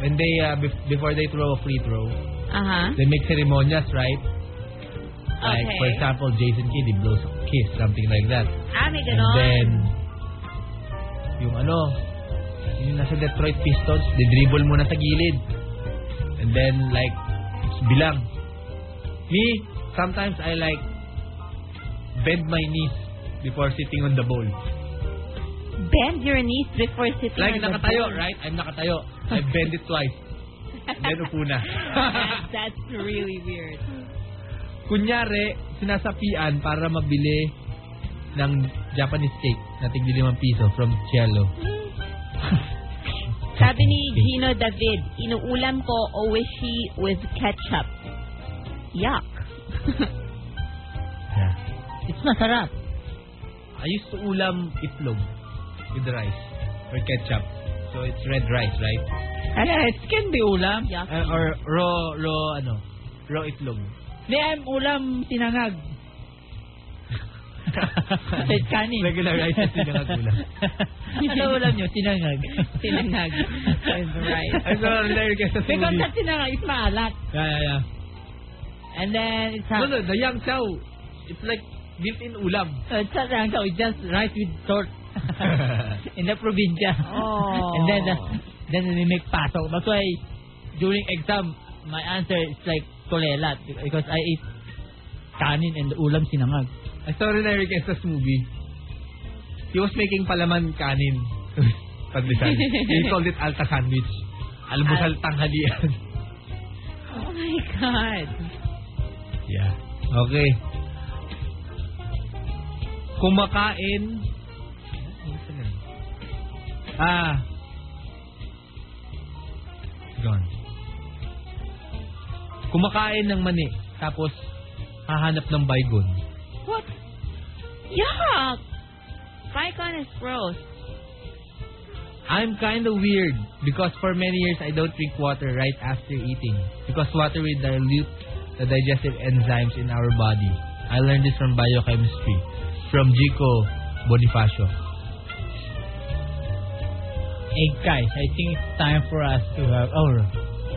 [SPEAKER 7] when they, uh, bef- before they throw a free throw,
[SPEAKER 5] Uh-huh.
[SPEAKER 7] they make ceremonias, right? Like,
[SPEAKER 5] Okay.
[SPEAKER 7] for example, Jason Kidd, he blows a kiss, something like that.
[SPEAKER 5] Ah, may
[SPEAKER 7] And
[SPEAKER 5] ganon.
[SPEAKER 7] then, yung ano, yung nasa Detroit Pistons, didribble muna sa gilid. And then, like, it's bilang. Me, sometimes I like, bend my knees before sitting on the bowl.
[SPEAKER 5] Bend your knees before sitting
[SPEAKER 7] Like,
[SPEAKER 5] on the
[SPEAKER 7] nakatayo,
[SPEAKER 5] board.
[SPEAKER 7] right? I'm nakatayo. I bend it twice. And then, upo na.
[SPEAKER 5] That's, that's really weird.
[SPEAKER 7] Kunyari, sinasapian para mabili ng Japanese cake na tigli limang piso from Cielo.
[SPEAKER 5] Sabi ni Gino David, inuulam ko "Oh, owishi with ketchup. Yuck.
[SPEAKER 7] Yeah.
[SPEAKER 3] It's masarap.
[SPEAKER 7] I used to ulam itlog with rice or ketchup. So it's red rice, right?
[SPEAKER 3] Yeah, it can be ulam.
[SPEAKER 5] Yuck.
[SPEAKER 7] Uh, or raw, raw, ano, raw itlog.
[SPEAKER 3] Hindi, I'm ulam tinangag. Kahit kanin.
[SPEAKER 7] Regularize na tinangag ulam.
[SPEAKER 3] ano ulam nyo? Tinangag.
[SPEAKER 5] Tinangag with rice.
[SPEAKER 7] I'm not American sa
[SPEAKER 3] Because
[SPEAKER 7] foodie.
[SPEAKER 3] that tinangag is maalat.
[SPEAKER 7] Yeah, yeah, yeah.
[SPEAKER 3] And then it's
[SPEAKER 7] No,
[SPEAKER 3] hot.
[SPEAKER 7] no, the yang chow, it's like built-in ulam.
[SPEAKER 3] Uh, it's not lang, so it's just rice with salt. In the probinsya.
[SPEAKER 5] Oh.
[SPEAKER 3] And then, uh, then we make pasok. That's why, during exam, my answer is like kolelat. Because I eat kanin and ulam sinangag.
[SPEAKER 7] I saw rin Eric Estes movie. He was making palaman kanin. Pagbisan. He called it Alta Sandwich. Almusal tanghalian.
[SPEAKER 5] Oh my God.
[SPEAKER 7] Yeah. Okay. Kumakain. Ah. Gone. Kumakain ng mani. Tapos, hahanap ng baygon.
[SPEAKER 5] What? Yuck. Bicon is gross.
[SPEAKER 7] I'm kind of weird because for many years I don't drink water right after eating because water will dilute the digestive enzymes in our body. I learned this from biochemistry from Gico Bonifacio.
[SPEAKER 3] Hey guys, I think it's time for us to have... Oh,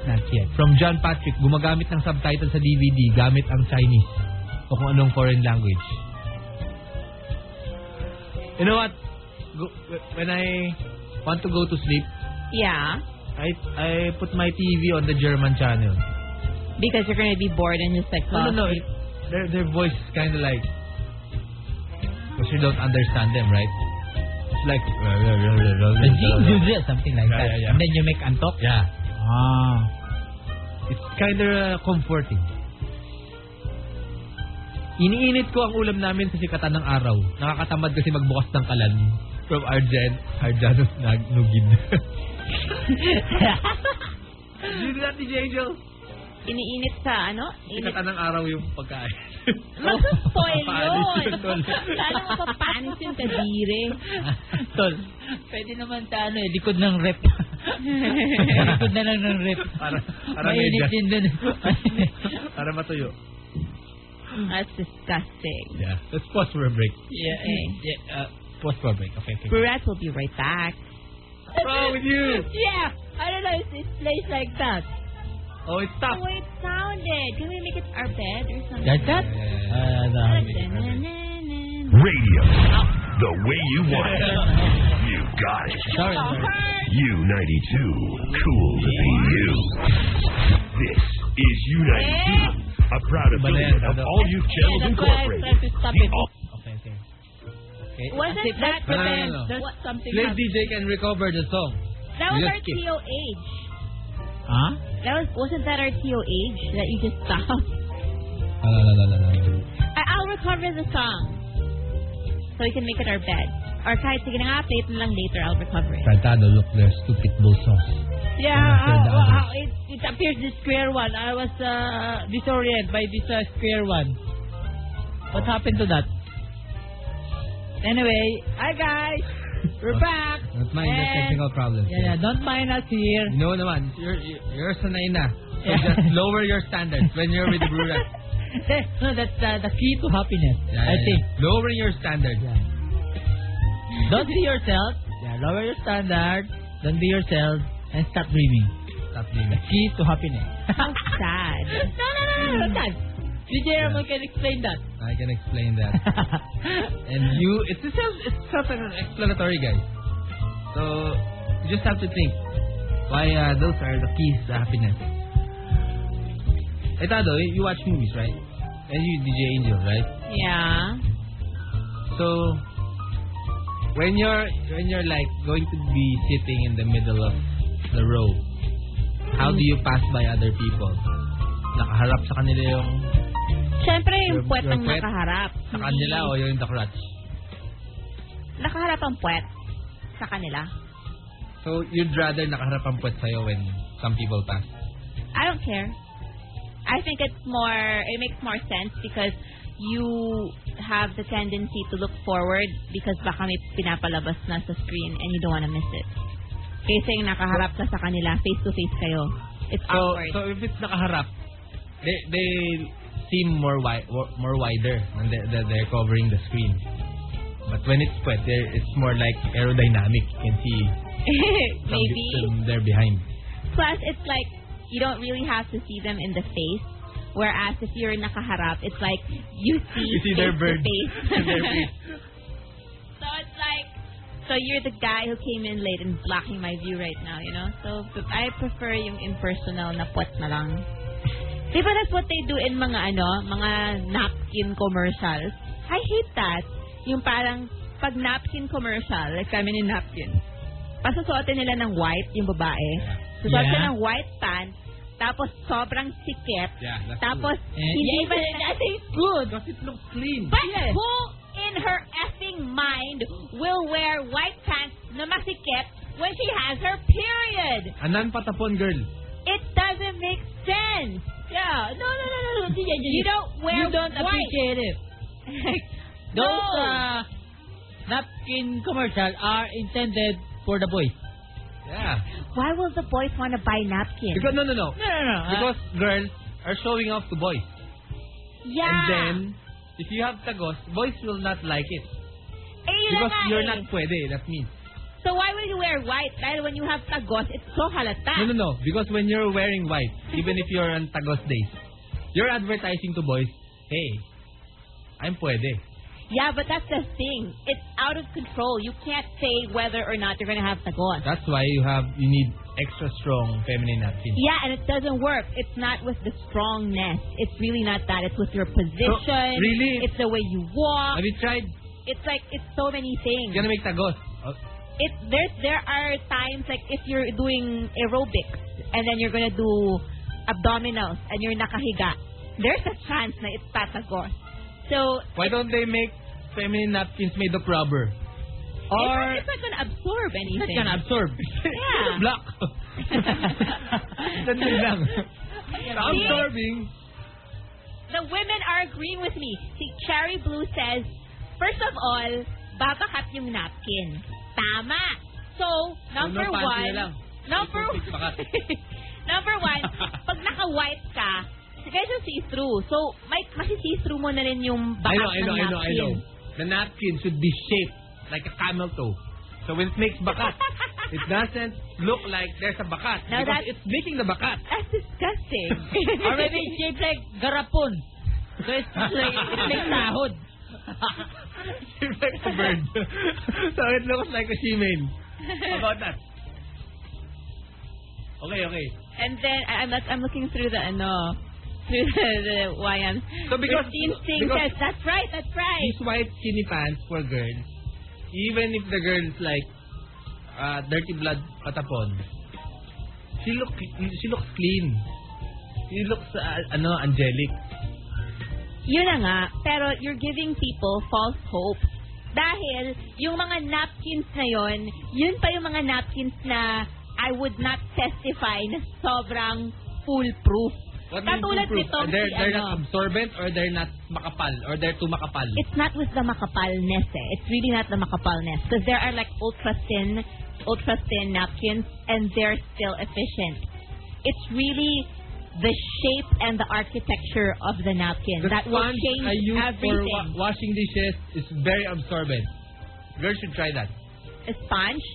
[SPEAKER 3] not yet.
[SPEAKER 7] From John Patrick, gumagamit ng subtitle sa DVD gamit ang Chinese o kung anong foreign language. You know what? Go- When I want to go to sleep,
[SPEAKER 5] Yeah.
[SPEAKER 7] I I put my TV on the German channel.
[SPEAKER 5] Because you're gonna be bored and just like
[SPEAKER 7] No,
[SPEAKER 5] fall
[SPEAKER 7] no, no.
[SPEAKER 5] asleep.
[SPEAKER 7] it- Their, their voice is kind of like... Because you don't understand them, right? It's like...
[SPEAKER 3] The jingle, something like
[SPEAKER 7] Yeah,
[SPEAKER 3] that.
[SPEAKER 7] yeah, yeah.
[SPEAKER 3] And then you make antok.
[SPEAKER 7] Yeah.
[SPEAKER 3] Ah.
[SPEAKER 7] It's kind of comforting. Iniinit ko ang ulam namin sa sikatan ng araw. Nakakatamad kasi magbukas ng kalan. From Arjen, Arjanos Nagid. Did that ni Angel?
[SPEAKER 5] uh, Iniinit Oh. sa ano? Init.
[SPEAKER 7] Sikatan ng araw yung pagkain.
[SPEAKER 3] Ano,
[SPEAKER 5] Mag-spoil
[SPEAKER 7] Papanis
[SPEAKER 5] yun.
[SPEAKER 7] yun, tol.
[SPEAKER 5] Sana mapapanis yung kadire.
[SPEAKER 3] Tol, pwede naman sa ano eh, likod ng rep. likod na lang ng rep.
[SPEAKER 7] para, para
[SPEAKER 3] Mainit
[SPEAKER 7] medya.
[SPEAKER 3] din dun.
[SPEAKER 7] Para matuyo.
[SPEAKER 5] That's disgusting.
[SPEAKER 7] Yeah. Let's pause for a break.
[SPEAKER 3] yeah,
[SPEAKER 5] Okay.
[SPEAKER 3] yeah, uh,
[SPEAKER 7] Pause for a break. Okay, okay.
[SPEAKER 5] Brett will be right back.
[SPEAKER 7] What's wrong with you?
[SPEAKER 5] Yeah, I don't know. It's, it's placed like that.
[SPEAKER 7] Oh, it's
[SPEAKER 5] The
[SPEAKER 7] tough.
[SPEAKER 5] way it sounded. Can we make it our bed or something?
[SPEAKER 3] like that?
[SPEAKER 7] Yeah, yeah, yeah.
[SPEAKER 3] Ah, dami.
[SPEAKER 5] Like that. Na, na, na, na.
[SPEAKER 9] Radio. The way you want it. You got it.
[SPEAKER 3] Sorry, sorry.
[SPEAKER 9] U92. Cool to be you. This is U92. A proud affiliate of All Youth Channels
[SPEAKER 5] That's why I
[SPEAKER 9] Incorporated.
[SPEAKER 5] tried to stop it.
[SPEAKER 9] The all-
[SPEAKER 7] Okay, okay.
[SPEAKER 5] Wasn't
[SPEAKER 3] That's-
[SPEAKER 5] that
[SPEAKER 7] No, no, no,
[SPEAKER 5] revenge?
[SPEAKER 7] no.
[SPEAKER 5] That's something
[SPEAKER 7] Play
[SPEAKER 5] else.
[SPEAKER 7] DJ can recover the song.
[SPEAKER 5] That was
[SPEAKER 7] Just
[SPEAKER 5] our
[SPEAKER 7] kick.
[SPEAKER 5] TOH.
[SPEAKER 3] Huh?
[SPEAKER 5] That was, wasn't that our TOH that you just stopped?
[SPEAKER 7] La, Ah, la, la, la, la.
[SPEAKER 5] I, I'll recover the song. So we can make it our bed. Or kahit sige na nga, play it na lang later, I'll recover it.
[SPEAKER 7] Cantado, look, there's two pitbull sauce.
[SPEAKER 3] Yeah,
[SPEAKER 7] Understand
[SPEAKER 3] uh,
[SPEAKER 7] others.
[SPEAKER 3] uh, it, it appears the square one. I was uh, disoriented by this uh, square one. What happened to that? Anyway, hi guys, we're back.
[SPEAKER 7] Not mind the
[SPEAKER 3] And-
[SPEAKER 7] technical problems.
[SPEAKER 3] Eh. Yeah, yeah, don't mind us here.
[SPEAKER 7] You know naman, you're, you're sanay na. So
[SPEAKER 3] Yeah.
[SPEAKER 7] just lower your standards when you're with the brewers.
[SPEAKER 3] no, that's uh, the key to happiness,
[SPEAKER 7] Yeah,
[SPEAKER 3] I
[SPEAKER 7] yeah,
[SPEAKER 3] think.
[SPEAKER 7] yeah. Lowering your standards.
[SPEAKER 3] Don't be yourself. Yeah, lower your standards. Don't be yourself and stop dreaming.
[SPEAKER 7] Stop doing
[SPEAKER 3] The
[SPEAKER 7] that.
[SPEAKER 3] key to happiness.
[SPEAKER 5] How sad.
[SPEAKER 3] no, no, no, no, no, that's DJ Ramon can explain that.
[SPEAKER 7] I can explain that. And you, it's a self, it's self-explanatory, guys. So you just have to think why uh, those are the keys to happiness. Eh, Tado, you watch movies, right? And you DJ Angel, right?
[SPEAKER 5] Yeah.
[SPEAKER 7] So when you're when you're like going to be sitting in the middle of the row, how do you pass by other people? Nakaharap sa kanila yung
[SPEAKER 5] Siyempre, yung
[SPEAKER 7] Your-
[SPEAKER 5] puwet
[SPEAKER 7] your
[SPEAKER 5] ang
[SPEAKER 7] puwet?
[SPEAKER 5] nakaharap.
[SPEAKER 7] sa
[SPEAKER 5] Hindi-
[SPEAKER 7] kanila o yung in the crutch.
[SPEAKER 5] Nakaharap ang puwet sa kanila.
[SPEAKER 7] So you'd rather nakaharap ang puwet sa'yo when some people pass.
[SPEAKER 5] I don't care. I think it's more, it makes more sense because you have the tendency to look forward because baka may pinapalabas na sa screen and you don't want to miss it. Kaysa yung nakaharap ka sa kanila, face to face kayo. It's
[SPEAKER 7] So
[SPEAKER 5] awkward.
[SPEAKER 7] so if it's nakaharap, they they seem more wide more wider and they, they- they're covering the screen. But when it's puwet, they're- it's more like aerodynamic. You can see from the-
[SPEAKER 5] Maybe.
[SPEAKER 7] from there behind.
[SPEAKER 5] Plus, it's like you don't really have to see them in the face. Whereas if you're nakaharap, it's like you see,
[SPEAKER 7] You see
[SPEAKER 5] face
[SPEAKER 7] their
[SPEAKER 5] to
[SPEAKER 7] bird.
[SPEAKER 5] face.
[SPEAKER 7] Their face.
[SPEAKER 5] so it's like, so you're the guy who came in late and blocking my view right now, you know? So but I prefer yung impersonal na puwet na lang. Di ba that's what they do in mga ano, mga napkin commercials? I hate that. Yung parang pag napkin commercial, like kami ni napkin, pasusuotin nila ng white yung babae. Susuot
[SPEAKER 3] Yeah.
[SPEAKER 5] siya ng white pants, tapos sobrang sikip,
[SPEAKER 7] Yeah, that's
[SPEAKER 5] tapos
[SPEAKER 3] Eh,
[SPEAKER 5] hindi ba I think good.
[SPEAKER 7] Because it looks clean.
[SPEAKER 5] But who in her effing mind will wear white pants na masikip when she has her period?
[SPEAKER 7] Anan patapon, girl.
[SPEAKER 5] It doesn't make sense. Yeah. No, no, no, no. no. You don't wear
[SPEAKER 3] you don't
[SPEAKER 5] white.
[SPEAKER 3] appreciate it. Those
[SPEAKER 5] no.
[SPEAKER 3] uh, napkin commercials are intended for the boys.
[SPEAKER 7] Yeah.
[SPEAKER 5] Why will the boys want to buy napkins?
[SPEAKER 7] Because, no, no, no.
[SPEAKER 3] No, no, no. uh,
[SPEAKER 7] Because girls are showing off to boys.
[SPEAKER 5] yeah.
[SPEAKER 7] And then, if you have tagos, boys will not like it.
[SPEAKER 5] eh, yun na
[SPEAKER 7] Because
[SPEAKER 5] nga
[SPEAKER 7] you're
[SPEAKER 5] eh.
[SPEAKER 7] not pwede, that means.
[SPEAKER 5] So why will you wear white? Dahil when you have tagos, it's so halata.
[SPEAKER 3] Ah.
[SPEAKER 7] No, no, no. Because when you're wearing white, even if you're on tagos days, you're advertising to boys, hey, I'm pwede.
[SPEAKER 5] Yeah, but that's the thing. It's out of control. You can't say whether or not you're going to have tagos.
[SPEAKER 7] That's why you have, you need extra strong feminine napkins.
[SPEAKER 5] Yeah, and it doesn't work. It's not with the strongness. It's really not that. It's with your position.
[SPEAKER 7] really?
[SPEAKER 5] It's the way you walk.
[SPEAKER 7] Have you tried?
[SPEAKER 5] it's like it's so many things.
[SPEAKER 7] You're gonna make tagos. Oh,
[SPEAKER 5] it there there are times like if you're doing aerobics and then you're gonna do abdominals and you're nakahiga, there's a chance na it's tatagos. So
[SPEAKER 7] Why don't they make feminine napkins made of rubber? Or
[SPEAKER 5] it's, not- it's not gonna absorb
[SPEAKER 7] it's not
[SPEAKER 5] anything.
[SPEAKER 7] gonna absorb.
[SPEAKER 5] Yeah.
[SPEAKER 7] Block. That's it lang. Absorbing.
[SPEAKER 5] the women are agreeing with me. Si Cherry Blue says, first of all, babakat yung napkin. Tama. So, number
[SPEAKER 7] Ano, panty
[SPEAKER 5] one,
[SPEAKER 7] na lang.
[SPEAKER 5] number
[SPEAKER 7] Ipupit bakat.
[SPEAKER 5] number one, pag naka-white ka, guys, yung see-through. So, may, masi-see-through mo na rin yung
[SPEAKER 7] I
[SPEAKER 5] bakat
[SPEAKER 7] know, I know,
[SPEAKER 5] ng
[SPEAKER 7] I know, I
[SPEAKER 5] napkin.
[SPEAKER 7] know. The napkin should be shaped like a camel toe. So when it makes bakat, it doesn't look like there's a bakat.
[SPEAKER 5] Now
[SPEAKER 7] because
[SPEAKER 5] that's-
[SPEAKER 7] it's making the bakat.
[SPEAKER 5] That's disgusting.
[SPEAKER 3] already it's shaped like garapon. So it's like, it's like sahod.
[SPEAKER 7] It's like a bird. so it looks like a shemale. How about that? Okay, okay.
[SPEAKER 5] And then, I- I'm, I'm looking through the, ano, through the, the YM.
[SPEAKER 7] So because-
[SPEAKER 5] Christine Singh
[SPEAKER 7] because-
[SPEAKER 5] says, that's right, that's right.
[SPEAKER 7] These white skinny pants for girls, even if the girl's like uh, dirty blood patapon, She look she looks clean. She looks uh, ano angelic.
[SPEAKER 5] Yun na nga, pero you're giving people false hope. Dahil yung mga napkins na yon, yun pa yung mga napkins na I would not testify na sobrang foolproof.
[SPEAKER 7] What do you
[SPEAKER 5] Katulad
[SPEAKER 7] proof?
[SPEAKER 5] nitong
[SPEAKER 7] they're,
[SPEAKER 5] si
[SPEAKER 7] they're
[SPEAKER 5] ano.
[SPEAKER 7] not absorbent or they're not makapal or they're too makapal.
[SPEAKER 5] It's not with the makapalness eh. It's really not the makapalness. Because there are like ultra thin, ultra thin napkins and they're still efficient. It's really the shape and the architecture of the napkin
[SPEAKER 7] the
[SPEAKER 5] that will
[SPEAKER 7] sponge
[SPEAKER 5] change
[SPEAKER 7] I use for
[SPEAKER 5] everything.
[SPEAKER 7] wa- washing dishes is very absorbent. Girls should try that.
[SPEAKER 5] a sponge,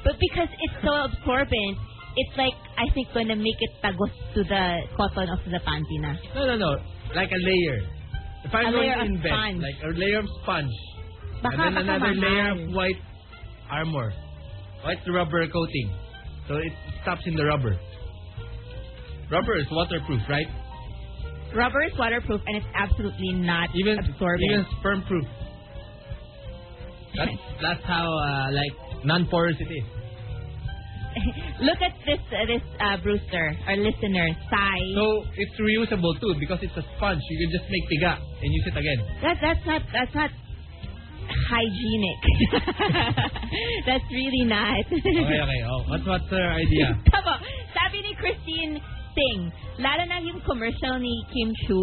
[SPEAKER 5] but because it's so absorbent, it's like I think gonna make it tagos to the cotton of the panty na.
[SPEAKER 7] No, no, no. Like a layer. If
[SPEAKER 5] A
[SPEAKER 7] I'm going
[SPEAKER 5] layer
[SPEAKER 7] to
[SPEAKER 5] of
[SPEAKER 7] invest,
[SPEAKER 5] sponge.
[SPEAKER 7] like a layer of sponge,
[SPEAKER 5] Baka
[SPEAKER 7] and then another
[SPEAKER 5] makamahal.
[SPEAKER 7] layer of white armor, white rubber coating, so it stops in the rubber. Rubber is waterproof, right?
[SPEAKER 5] Rubber is waterproof and it's absolutely not
[SPEAKER 7] Even
[SPEAKER 5] absorbent.
[SPEAKER 7] even sperm proof. That's that's how uh, like non-porous it is.
[SPEAKER 5] Look at this uh, this uh, Brewster, our listener, Sai.
[SPEAKER 7] So it's reusable too because it's a sponge. You can just make tiga and use it again.
[SPEAKER 5] That that's not that's not hygienic. that's really not.
[SPEAKER 7] Okay, okay. Oh, what's what's her idea?
[SPEAKER 5] Tama. Sabi ni Christine Ting, lalo na yung commercial ni Kim Chu,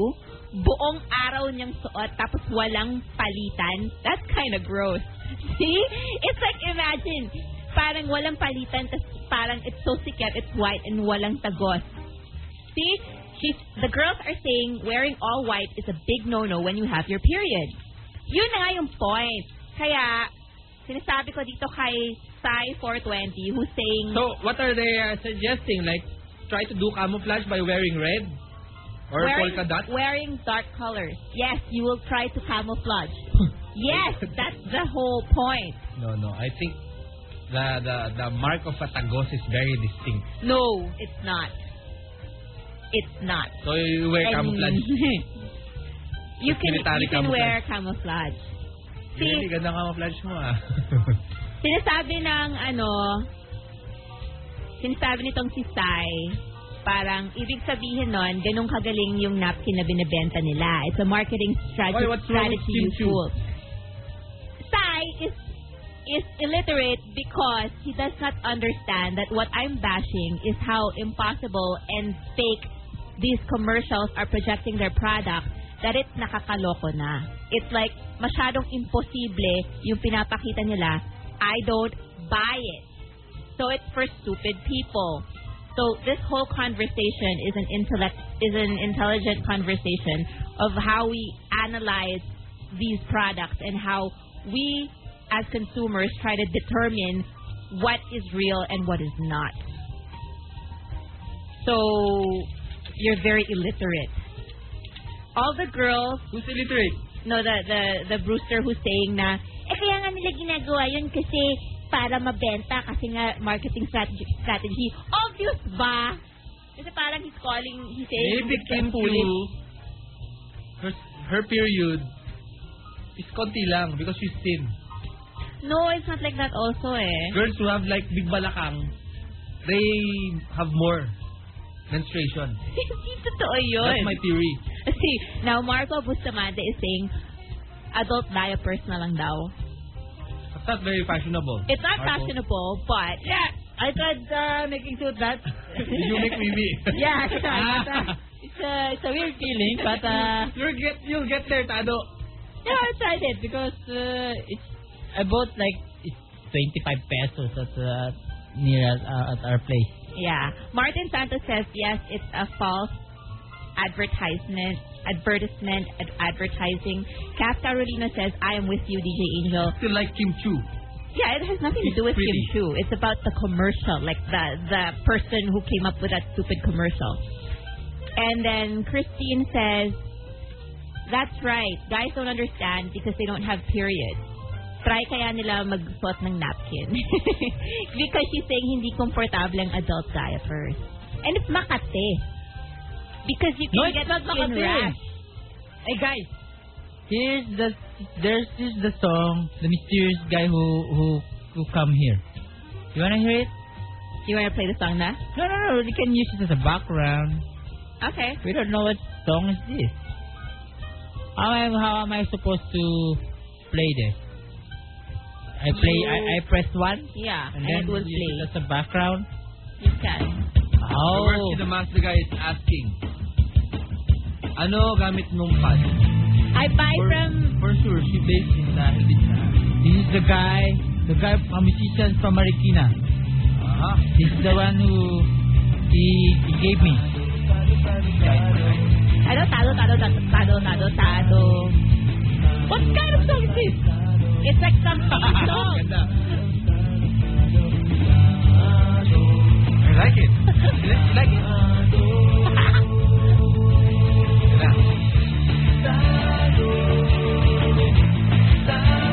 [SPEAKER 5] buong araw niyang suot tapos walang palitan. That's kind of gross. See? It's like, imagine, parang walang palitan tapos parang it's so sikat, it's white and walang tagos. See? She's, the girls are saying wearing all white is a big no-no when you have your period. Yun na nga yung point. Kaya, sinasabi ko dito kay Sai420 who's saying...
[SPEAKER 7] So, what are they uh, suggesting? Like, try to do camouflage by wearing red or
[SPEAKER 5] wearing,
[SPEAKER 7] polka dot?
[SPEAKER 5] wearing dark colors. Yes, you will try to camouflage. yes, that's the whole point.
[SPEAKER 7] No, no. I think the the the mark of a tagos is very distinct.
[SPEAKER 5] No, it's not. It's not.
[SPEAKER 7] So you wear
[SPEAKER 5] And-
[SPEAKER 7] camouflage.
[SPEAKER 5] you can
[SPEAKER 7] Military
[SPEAKER 5] you can
[SPEAKER 7] camouflage.
[SPEAKER 5] wear camouflage.
[SPEAKER 7] Really
[SPEAKER 5] See,
[SPEAKER 7] ganda camouflage mo ah.
[SPEAKER 5] sinasabi ng ano, sinasabi nitong si Sai, parang ibig sabihin nun, ganun kagaling yung napkin na binebenta nila. It's a marketing strategy,
[SPEAKER 7] Why, what's wrong with
[SPEAKER 5] strategy
[SPEAKER 7] Kim Chu?
[SPEAKER 5] useful. Sai is is illiterate because he does not understand that what I'm bashing is how impossible and fake these commercials are projecting their product that it's nakakaloko na. It's like masyadong imposible yung pinapakita nila. I don't buy it. So it's for stupid people. So this whole conversation is an intellect is an intelligent conversation of how we analyze these products and how we as consumers try to determine what is real and what is not. So you're very illiterate. All the girls
[SPEAKER 7] Who's illiterate?
[SPEAKER 5] no, the the the Brewster who's saying na, eh kaya nga nila ginagawa yun kasi para mabenta kasi nga marketing strategy. strategy. Obvious ba? Kasi parang he's calling, he's saying,
[SPEAKER 7] Maybe
[SPEAKER 5] he's
[SPEAKER 7] Kim
[SPEAKER 5] calling
[SPEAKER 7] Chu, her, her period is konti lang because she's thin.
[SPEAKER 5] No, it's not like that also eh.
[SPEAKER 7] Girls who have like big balakang, they have more menstruation.
[SPEAKER 5] Hindi totoo yun.
[SPEAKER 7] That's my theory.
[SPEAKER 5] See, now Marco Bustamante is saying, adult diapers na lang daw.
[SPEAKER 7] That's not very fashionable.
[SPEAKER 5] It's not
[SPEAKER 7] Marco.
[SPEAKER 5] fashionable, but... Yeah, I tried uh, making sure that...
[SPEAKER 7] Did you make me Ah.
[SPEAKER 5] yeah, it's a, it's, a, it's a weird feeling, but... Uh,
[SPEAKER 7] You'll get, you'll get there, Tado.
[SPEAKER 3] Yeah, I tried it because uh, it's I bought like it's 25 pesos at uh, near uh, at our place.
[SPEAKER 5] Yeah. Martin Santos says, yes, it's a false advertisement. Advertisement, ad- advertising. Cass Carolina says, I am with you, DJ Angel.
[SPEAKER 7] Still like Kim Chu.
[SPEAKER 5] Yeah, it has nothing to do with Kim
[SPEAKER 7] Pretty.
[SPEAKER 5] Chu. It's about the commercial, like the the person who came up with that stupid commercial. And then Christine says, "That's right. Guys don't understand because they don't have periods. Try kaya nila magsuot ng napkin because she's saying hindi komportable ang adult diapers. And it's makate because you can
[SPEAKER 3] No, it's
[SPEAKER 5] get
[SPEAKER 3] not
[SPEAKER 5] skin
[SPEAKER 3] makate.
[SPEAKER 5] rash.
[SPEAKER 3] Hey guys, here's the there's this the song the mysterious guy who who who come here. You wanna hear it?
[SPEAKER 5] You wanna play the song na?
[SPEAKER 3] No, no, no. You can use it as a background.
[SPEAKER 5] Okay.
[SPEAKER 3] We don't know what song is this. How am, how am I supposed to play this? I play. I, I press one,
[SPEAKER 5] Yeah,
[SPEAKER 3] and
[SPEAKER 5] and,
[SPEAKER 3] then
[SPEAKER 5] it will
[SPEAKER 3] use
[SPEAKER 5] play. Oh.
[SPEAKER 3] it as a background.
[SPEAKER 5] You can.
[SPEAKER 7] The worst
[SPEAKER 3] Oh,
[SPEAKER 7] is the master guy is asking, ano gamit mong pad?
[SPEAKER 5] I buy
[SPEAKER 7] For,
[SPEAKER 5] from
[SPEAKER 7] for sure, she based in dahil din siya.
[SPEAKER 3] this is the guy. The guy, a musician from Marikina.
[SPEAKER 7] Ah,
[SPEAKER 3] This is the one who he, he gave me.
[SPEAKER 5] ano tado tado tado tado tado tado. What kind of song is this? It's like some song.
[SPEAKER 7] ganda. I like it. You like- you like it? Ganda.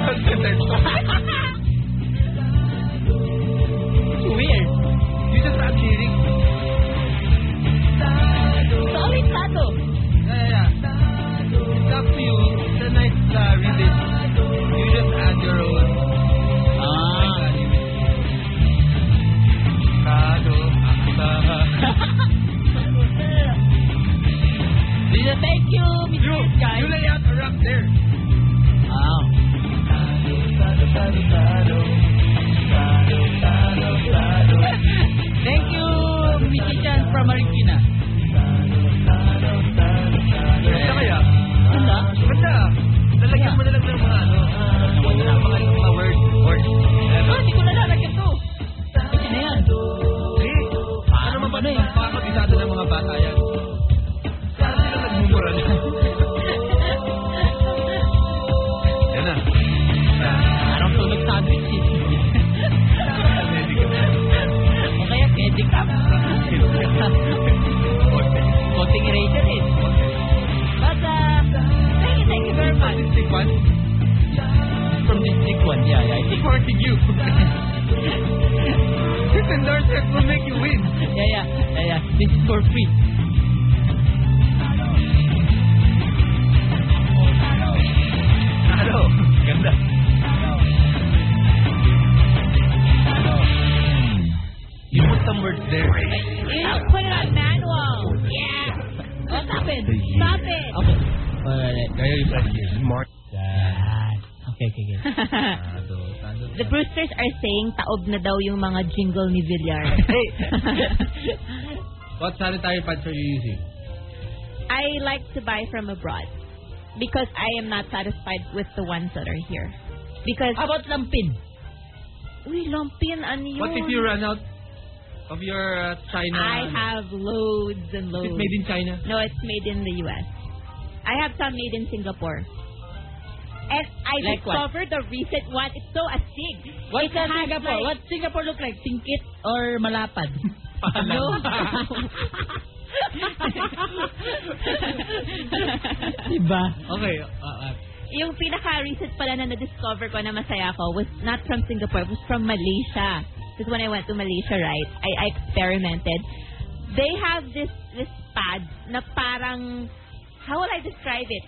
[SPEAKER 7] Ang ganda nito.
[SPEAKER 5] Weird.
[SPEAKER 7] You just not cheating.
[SPEAKER 5] So only tado.
[SPEAKER 7] Yeah, yeah, yeah. It's up to you. It's a nice uh, rhythm. You just add your own.
[SPEAKER 3] Ah.
[SPEAKER 7] Kado, akta.
[SPEAKER 3] This is- thank you,
[SPEAKER 7] You,
[SPEAKER 3] Mr. Guy.
[SPEAKER 7] you lay out a rap there.
[SPEAKER 3] Oh. Thank you, musician from Marikina.
[SPEAKER 7] Ganda kaya?
[SPEAKER 3] Wala.
[SPEAKER 7] Ganda. Lalagyan mo na lang ng mga ano. Mga, mga, mga words. Words.
[SPEAKER 3] Oh, hindi ko nalalagyan to. Ano na yan?
[SPEAKER 7] Eh, ano naman ba na yun? Pakakabisado ng mga bata yan. Saan sila nagmumura na? Yan na.
[SPEAKER 3] Parang tulog sandwich eh. O kaya candy cup. Konting eraser eh.
[SPEAKER 5] But uh, thank you, thank you very much.
[SPEAKER 7] District 1?
[SPEAKER 3] From this big one, yeah, yeah. I think-
[SPEAKER 7] Supporting you. This endorsement will make you win.
[SPEAKER 3] Yeah, yeah, yeah, yeah. This is for free.
[SPEAKER 7] Ano? Ganda. You put some words there.
[SPEAKER 5] You should put it on manual. Yeah. Oh, stop it. Stop it.
[SPEAKER 3] Okay. Alright.
[SPEAKER 7] Kaya yung last year. Smart.
[SPEAKER 3] Yan. Okay, okay, okay.
[SPEAKER 5] The Brewsters are saying taob na daw yung mga jingle ni Villar.
[SPEAKER 7] What sanitary pads are you using?
[SPEAKER 5] I like to buy from abroad because I am not satisfied with the ones that are here. Because,
[SPEAKER 3] How about lampin?
[SPEAKER 5] uy, lumpin, ano yun?
[SPEAKER 7] What if you run out of your uh, China?
[SPEAKER 5] I
[SPEAKER 3] um,
[SPEAKER 5] have loads and
[SPEAKER 7] Is
[SPEAKER 5] loads.
[SPEAKER 7] it made in China?
[SPEAKER 5] No, it's made in the U.S. I have some made in Singapore. And I
[SPEAKER 3] Like what?
[SPEAKER 5] discovered the recent one. It's so astig.
[SPEAKER 3] What's
[SPEAKER 5] It has
[SPEAKER 3] Singapore?
[SPEAKER 5] like-
[SPEAKER 3] What Singapore look like? Singkit or malapad?
[SPEAKER 5] No.
[SPEAKER 3] diba?
[SPEAKER 7] Okay. Uh, uh,
[SPEAKER 5] yung pinaka-recent pala na na-discover ko na masaya ko was not from Singapore, was from Malaysia. Because when I went to Malaysia, right, I, I experimented. They have this this pad na parang, how will I describe it?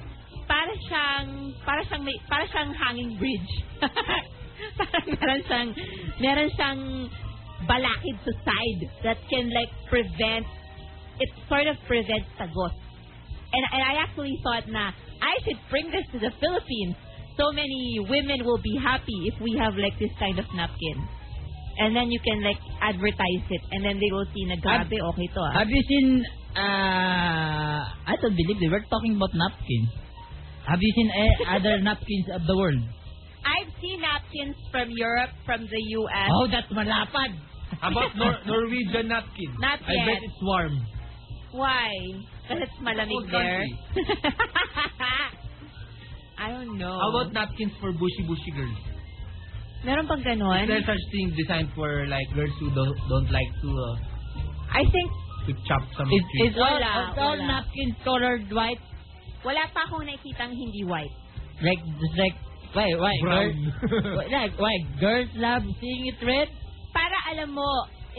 [SPEAKER 5] Para siyang, para siyang, may, para siyang hanging bridge. parang meron siyang, meron siyang balakid sa side that can like prevent, it sort of prevents tagot. And, and I actually thought na I should bring this to the Philippines. So many women will be happy if we have like this kind of napkin. And then you can like advertise it and then they will see na grabe okay to ah.
[SPEAKER 3] Have you seen, uh, I don't believe they were talking about napkins. Have you seen eh, other napkins of the world?
[SPEAKER 5] I've seen napkins from Europe, from the US.
[SPEAKER 3] Oh, that's malapad.
[SPEAKER 7] about Nor- Norwegian napkin.
[SPEAKER 5] Not
[SPEAKER 7] I
[SPEAKER 5] yet.
[SPEAKER 7] bet it's warm.
[SPEAKER 5] Why? Because it's malamig
[SPEAKER 7] Cold
[SPEAKER 5] there.
[SPEAKER 7] country.
[SPEAKER 5] I don't know.
[SPEAKER 3] Oh.
[SPEAKER 7] How about napkins for bushy-bushy girls?
[SPEAKER 5] Meron pang
[SPEAKER 7] Is there
[SPEAKER 5] ganon?
[SPEAKER 7] such thing designed for like girls who don't, don't like to uh,
[SPEAKER 5] I think
[SPEAKER 7] to chop some
[SPEAKER 3] Is,
[SPEAKER 7] trees?
[SPEAKER 3] is all,
[SPEAKER 5] Wala,
[SPEAKER 3] is all
[SPEAKER 5] wala.
[SPEAKER 3] napkins colored white?
[SPEAKER 5] wala pa akong nakikitang hindi white.
[SPEAKER 3] Like, just like, why, why, girls?
[SPEAKER 7] Brown.
[SPEAKER 3] like, why, girls love seeing it red?
[SPEAKER 5] Para alam mo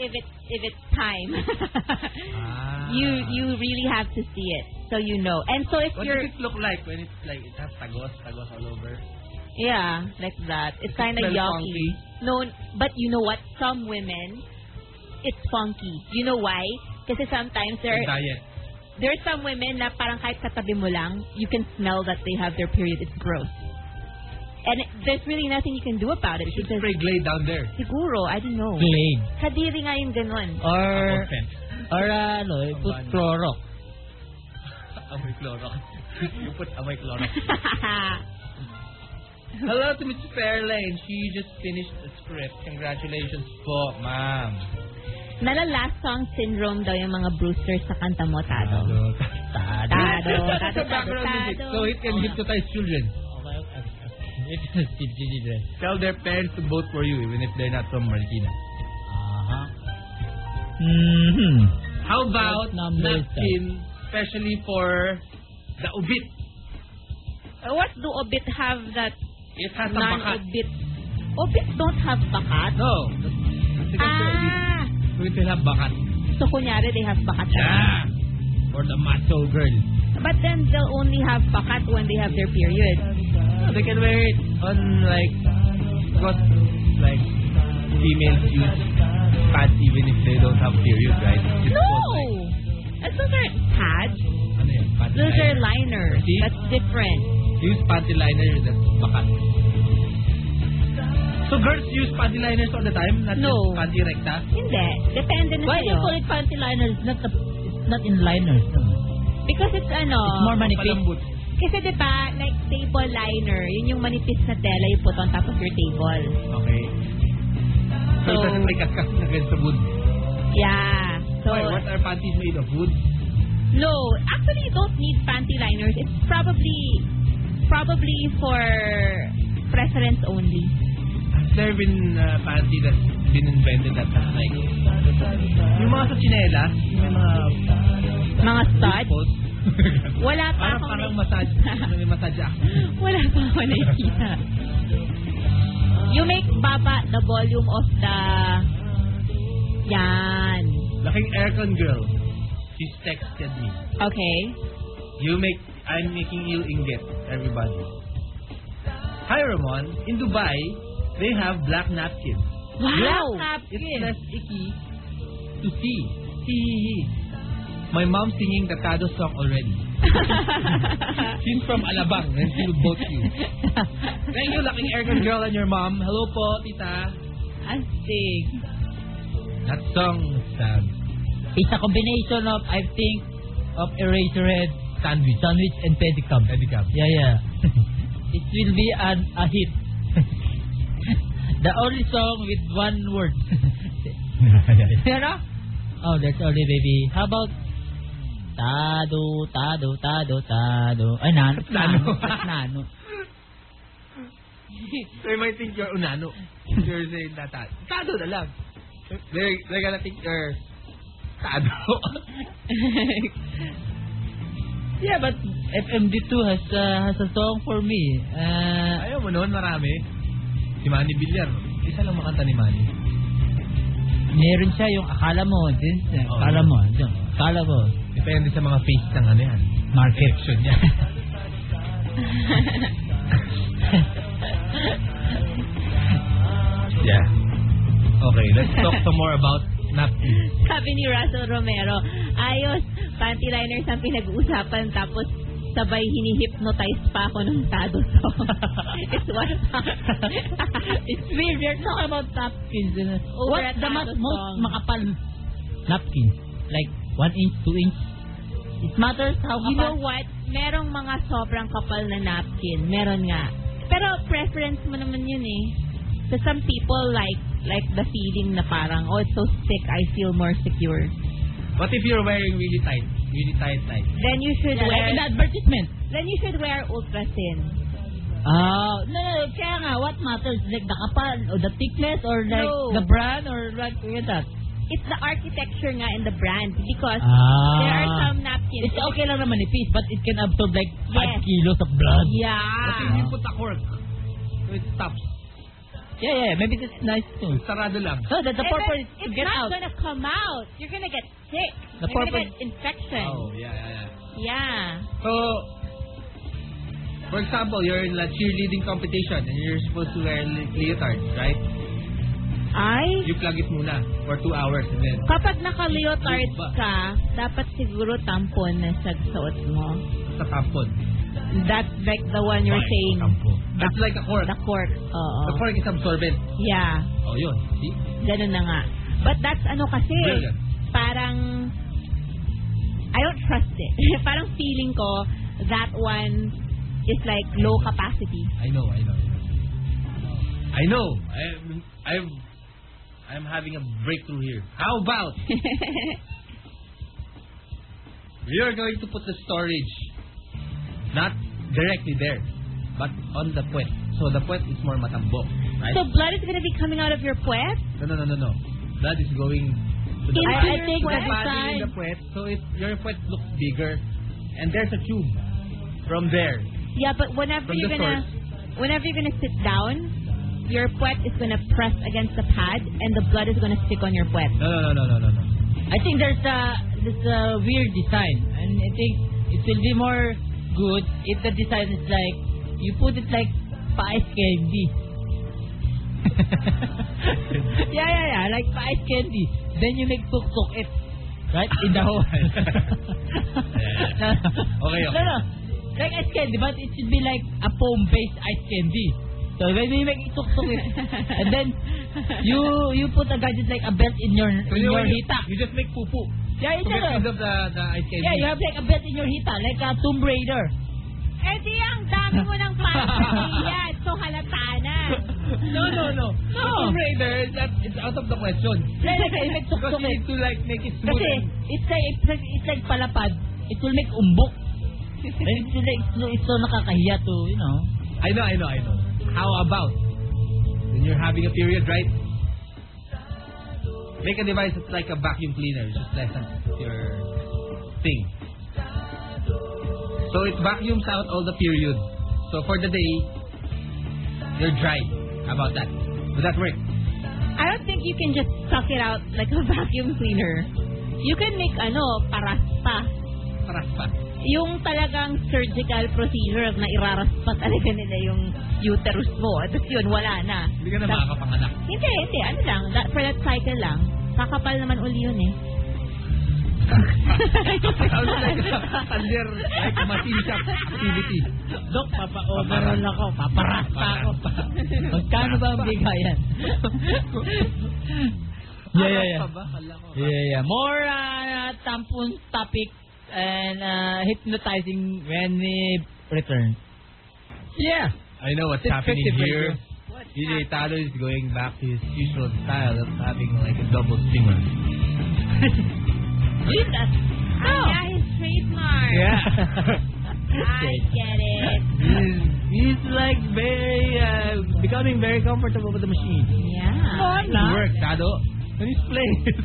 [SPEAKER 5] if it's, if it's time.
[SPEAKER 7] Ah.
[SPEAKER 5] you you really have to see it so you know. And so if
[SPEAKER 7] What
[SPEAKER 5] you're
[SPEAKER 7] does it look like when it's like it has tagos, tagos all over?
[SPEAKER 5] yeah like that, it's
[SPEAKER 7] Does it
[SPEAKER 5] kind of
[SPEAKER 7] smell
[SPEAKER 5] yucky.
[SPEAKER 7] funky?
[SPEAKER 5] No, but you know what? Some women it's funky. You know why? Kasi sometimes there
[SPEAKER 7] Yung diet.
[SPEAKER 5] there's some women na parang kahit katabi mo lang, you can smell that they have their period. It's gross. And there's really nothing you can do about it.
[SPEAKER 7] You should
[SPEAKER 5] because
[SPEAKER 7] spray Glade down there.
[SPEAKER 5] siguro, I don't know.
[SPEAKER 3] Glade.
[SPEAKER 5] Kadiri nga yung ganun.
[SPEAKER 3] Or, or uh, ano, put
[SPEAKER 7] Pambanat.
[SPEAKER 3] Clorox.
[SPEAKER 7] Amoy Clorox. you put amoy Clorox. Hello to Miss Fairlane. She just finished the script. Congratulations po, ma'am.
[SPEAKER 5] Nalalas song syndrome daw yung mga Brewster sa kanta mo, Tado.
[SPEAKER 3] Tado.
[SPEAKER 5] Tado, Tado,
[SPEAKER 7] That's the
[SPEAKER 5] Tado,
[SPEAKER 7] background music.
[SPEAKER 5] Tado.
[SPEAKER 7] So it can hypnotize children.
[SPEAKER 3] Okay, okay. It is digital.
[SPEAKER 7] Tell their parents to vote for you even if they're not from Marikina.
[SPEAKER 3] Aha. Mhm.
[SPEAKER 7] How about
[SPEAKER 3] What number is
[SPEAKER 7] napkin, especially for the ubit?
[SPEAKER 5] Uh, What do Obit have that
[SPEAKER 7] It has a bakat.
[SPEAKER 5] non-Obit? Obit don't have bakat.
[SPEAKER 7] No. Kasi kasi ubit.
[SPEAKER 5] Ah!
[SPEAKER 7] Ubit will have bakat.
[SPEAKER 5] So, kunyari, they have bakat.
[SPEAKER 7] Yeah. For the macho girl.
[SPEAKER 5] But then, they'll only have bakat when they have their period.
[SPEAKER 7] Ah, They can wear it on like what like females use pads even if they don't have period, right?
[SPEAKER 5] No!
[SPEAKER 7] It's called, like,
[SPEAKER 5] That's those are pads.
[SPEAKER 7] ano yun, panty
[SPEAKER 5] Those are
[SPEAKER 7] liner.
[SPEAKER 5] liners.
[SPEAKER 7] See?
[SPEAKER 5] That's different.
[SPEAKER 7] Use panty liner that's bakat. So girls use panty liners all the time, not
[SPEAKER 5] No.
[SPEAKER 7] just panty recta.
[SPEAKER 5] Hindi. Depende na
[SPEAKER 3] Why do you
[SPEAKER 5] sa'yo.
[SPEAKER 3] call it panty liner? It's not, a, it's not in liners. No.
[SPEAKER 5] Because it's ano.
[SPEAKER 3] It's more manipis.
[SPEAKER 7] Palambot.
[SPEAKER 5] Kasi di ba, like table liner, yun yung manipis na tela you put on top of your table.
[SPEAKER 7] Okay. So,
[SPEAKER 5] So-
[SPEAKER 7] it doesn't make a cut against the wood.
[SPEAKER 5] Yeah. So,
[SPEAKER 7] Why? What are panties made of wood?
[SPEAKER 5] no. Actually, you don't need panty liners. It's probably, probably for preference only.
[SPEAKER 7] Has there been uh, panty that's been invented that has like yung mga sa chinelas, yung mga
[SPEAKER 5] Mga stud.
[SPEAKER 7] loopholes,
[SPEAKER 5] Wala pa
[SPEAKER 7] parang
[SPEAKER 5] akong
[SPEAKER 7] parang
[SPEAKER 5] nai-
[SPEAKER 7] massage, ano yung massage ah. act.
[SPEAKER 5] Wala pa ako nakikita. You make baba the volume of the... Yan.
[SPEAKER 7] Laking aircon girl, she's texted me.
[SPEAKER 5] Okay.
[SPEAKER 7] You make, I'm making you inget, everybody. Hi Ramon, in Dubai, they have black napkins.
[SPEAKER 5] Wow!
[SPEAKER 7] It's less icky to see. Hee hee hee. My mom singing the Tado song already. She's from Alabang and she will vote you. Thank you, laking aircon girl and your mom. Hello po, tita.
[SPEAKER 5] Astig.
[SPEAKER 7] That song, Sam.
[SPEAKER 3] It's a combination of, I think, of Eraserhead, Sandwich, Sandwich and Pedicab.
[SPEAKER 7] Pedicab.
[SPEAKER 3] Yeah, yeah. it will be an, a hit. the only song with one word. you know? Oh, that's only baby. How about Tado, Tado, Tado, Tado. Ay, nan nano.
[SPEAKER 7] Nano.
[SPEAKER 3] That's nano.
[SPEAKER 7] They might think you're unano. You're saying that Tado. Tado na lang. They're, they're gonna think you're Tado.
[SPEAKER 3] Yeah, but FMD2 has uh, has a song for me. Uh,
[SPEAKER 7] Ayaw mo noon, marami. Si Manny Villar. Isa lang makanta ni Manny.
[SPEAKER 3] meron siya yung akala mo, din,
[SPEAKER 7] Oo.
[SPEAKER 3] akala mo, dun, akala mo,
[SPEAKER 7] Depende sa mga face ng ano yan.
[SPEAKER 3] market.
[SPEAKER 7] Reaction niya. yeah. Okay, let's talk some more about napkins.
[SPEAKER 5] Sabi ni Russell Romero, ayos, panty liners ang pinag-uusapan tapos sabay hini-hypnotize pa ako ng tado to. It's what
[SPEAKER 3] It's weird, we're talking about napkins. you know.
[SPEAKER 5] Over
[SPEAKER 3] What's
[SPEAKER 5] at
[SPEAKER 3] the mas,
[SPEAKER 5] Tagalog
[SPEAKER 3] most
[SPEAKER 5] song.
[SPEAKER 3] makapal napkin? Like, one inch, two inch? It matters how
[SPEAKER 5] You know
[SPEAKER 3] kapal.
[SPEAKER 5] what? Merong mga sobrang kapal na napkin. Meron nga. Pero preference mo naman yun eh. So some people like like the feeling na parang, oh, it's so thick, I feel more secure.
[SPEAKER 7] What if you're wearing really tight? Really tight, tight.
[SPEAKER 5] Then you should
[SPEAKER 3] Yeah,
[SPEAKER 5] wear
[SPEAKER 3] like in the advertisement.
[SPEAKER 5] then you should wear ultra thin.
[SPEAKER 3] Ah, no, no, no, kaya nga, what matters? Like, the kapal, or the thickness, or like,
[SPEAKER 5] No.
[SPEAKER 3] the brand, or like, like that.
[SPEAKER 5] It's the architecture nga in the brand because
[SPEAKER 3] Ah.
[SPEAKER 5] there are some napkins.
[SPEAKER 3] It's okay lang naman manipis, but it can absorb like 5
[SPEAKER 5] Yes.
[SPEAKER 3] kilos of blood.
[SPEAKER 7] What if you
[SPEAKER 5] Yeah.
[SPEAKER 7] put a cork? So it stops.
[SPEAKER 3] Yeah, yeah, maybe that's nice too.
[SPEAKER 7] Sarado lang.
[SPEAKER 3] So that the
[SPEAKER 5] And
[SPEAKER 3] purpose
[SPEAKER 5] then
[SPEAKER 3] is to
[SPEAKER 5] it's
[SPEAKER 3] get
[SPEAKER 5] not
[SPEAKER 3] out.
[SPEAKER 5] gonna come out. You're gonna get sick.
[SPEAKER 3] The Oh.
[SPEAKER 5] You're gonna
[SPEAKER 3] purpose-
[SPEAKER 5] get infection.
[SPEAKER 7] Oh, yeah, yeah, yeah.
[SPEAKER 5] Yeah.
[SPEAKER 7] So, for example, you're in a cheerleading competition and you're supposed to wear le- leotard, right?
[SPEAKER 5] Ay,
[SPEAKER 7] You plug it muna for two hours and then
[SPEAKER 5] kapag naka-leotard ka, dapat siguro tampon na sa suot mo.
[SPEAKER 7] sa tampon.
[SPEAKER 5] That's like the one you're saying.
[SPEAKER 7] Tampon. That's like a cork.
[SPEAKER 5] The cork. Oo.
[SPEAKER 7] The cork is absorbent.
[SPEAKER 5] Yeah.
[SPEAKER 7] Oh, yun. See?
[SPEAKER 5] Ganun na nga. But that's ano kasi,
[SPEAKER 7] Brilliant.
[SPEAKER 5] parang, I don't trust it. parang feeling ko, that one is like low capacity.
[SPEAKER 7] I know, I know. I know. I'm, I'm, I'm having a breakthrough here. How about we are going to put the storage not directly there, but on the puwet. So the puwet is more matambok, right?
[SPEAKER 5] so blood is gonna be coming out of your puwet?
[SPEAKER 7] no, no, no, no, no. That is going to the
[SPEAKER 5] Into
[SPEAKER 7] I, I
[SPEAKER 5] your
[SPEAKER 7] think
[SPEAKER 5] puwet?
[SPEAKER 7] the body in the puwet, so it, your puwet looks bigger. And there's a tube from there.
[SPEAKER 5] Yeah, but whenever
[SPEAKER 7] From
[SPEAKER 5] you're
[SPEAKER 7] the
[SPEAKER 5] gonna whenever you're gonna sit down, your puwet is gonna press against the pad and the blood is gonna stick on your puwet.
[SPEAKER 7] No, no, no, no, no, no, no.
[SPEAKER 3] I think there's a there's a weird design, and I think it will be more good if the design is like you put it like pies candy. yeah, yeah, yeah, like pies candy. Then you make tuktok it right in the hole.
[SPEAKER 7] Okay, okay.
[SPEAKER 3] No, no. Like ice candy, but it should be like a foam-based ice candy. So when you make it tuktok it, and then you you put a gadget like a belt in your
[SPEAKER 7] So
[SPEAKER 3] in
[SPEAKER 7] you,
[SPEAKER 3] your
[SPEAKER 7] you,
[SPEAKER 3] hita.
[SPEAKER 7] you just make poo-poo.
[SPEAKER 3] Yeah, it's
[SPEAKER 7] To get rid
[SPEAKER 3] ano.
[SPEAKER 7] of the, the ice candy.
[SPEAKER 3] Yeah, you have like a belt in your hita, like a Tomb Raider.
[SPEAKER 5] Eh di ang dami mo ng fantasiya. So halata na.
[SPEAKER 7] No, no, no.
[SPEAKER 3] No.
[SPEAKER 7] Tomb Raider, that is out of the question.
[SPEAKER 3] Like, like, like, like
[SPEAKER 7] Because you
[SPEAKER 3] tuktukin.
[SPEAKER 7] need to like make it smooth.
[SPEAKER 3] Kasi, it's like, it's like, it's like palapad. It will make umbok. And it's like, it's, so- it's so nakakahiya to, you know.
[SPEAKER 7] I know, I know, I know. How about when you're having a period, right? Make a device that's like a vacuum cleaner, just like your thing. So it vacuums out all the period. So for the day, you're dry. How about that? Would that work?
[SPEAKER 5] I don't think you can just suck it out like a vacuum cleaner. You can make ano, paraspa.
[SPEAKER 7] Paraspa.
[SPEAKER 5] Yung talagang surgical procedure na iraraspa talaga nila yung uterus mo. At yun, wala na.
[SPEAKER 7] Hindi ka na
[SPEAKER 5] Tapos-
[SPEAKER 7] makakapanganak.
[SPEAKER 5] Hindi, hindi. Ano lang. That, for that cycle lang. Kakapal naman uli yun eh.
[SPEAKER 7] Sounds like a career, like a machine shop activity.
[SPEAKER 3] Dok, papa-overall ako. Paparasta ako. Magkano ba ang bigayan? yeah, yeah, yeah. Yeah, yeah. More uh, tampon topic and uh, hypnotizing when we return. Yeah.
[SPEAKER 7] I know what's
[SPEAKER 3] It's
[SPEAKER 7] happening
[SPEAKER 3] pretty
[SPEAKER 7] here. DJ Talo is going back to his usual style of having like a double stinger.
[SPEAKER 5] Jesus! Oh. Yeah, his trademark. I get it.
[SPEAKER 7] he's, he's like very uh, becoming very comfortable with the machine.
[SPEAKER 5] Yeah.
[SPEAKER 7] It works, Tado. And he's playing his,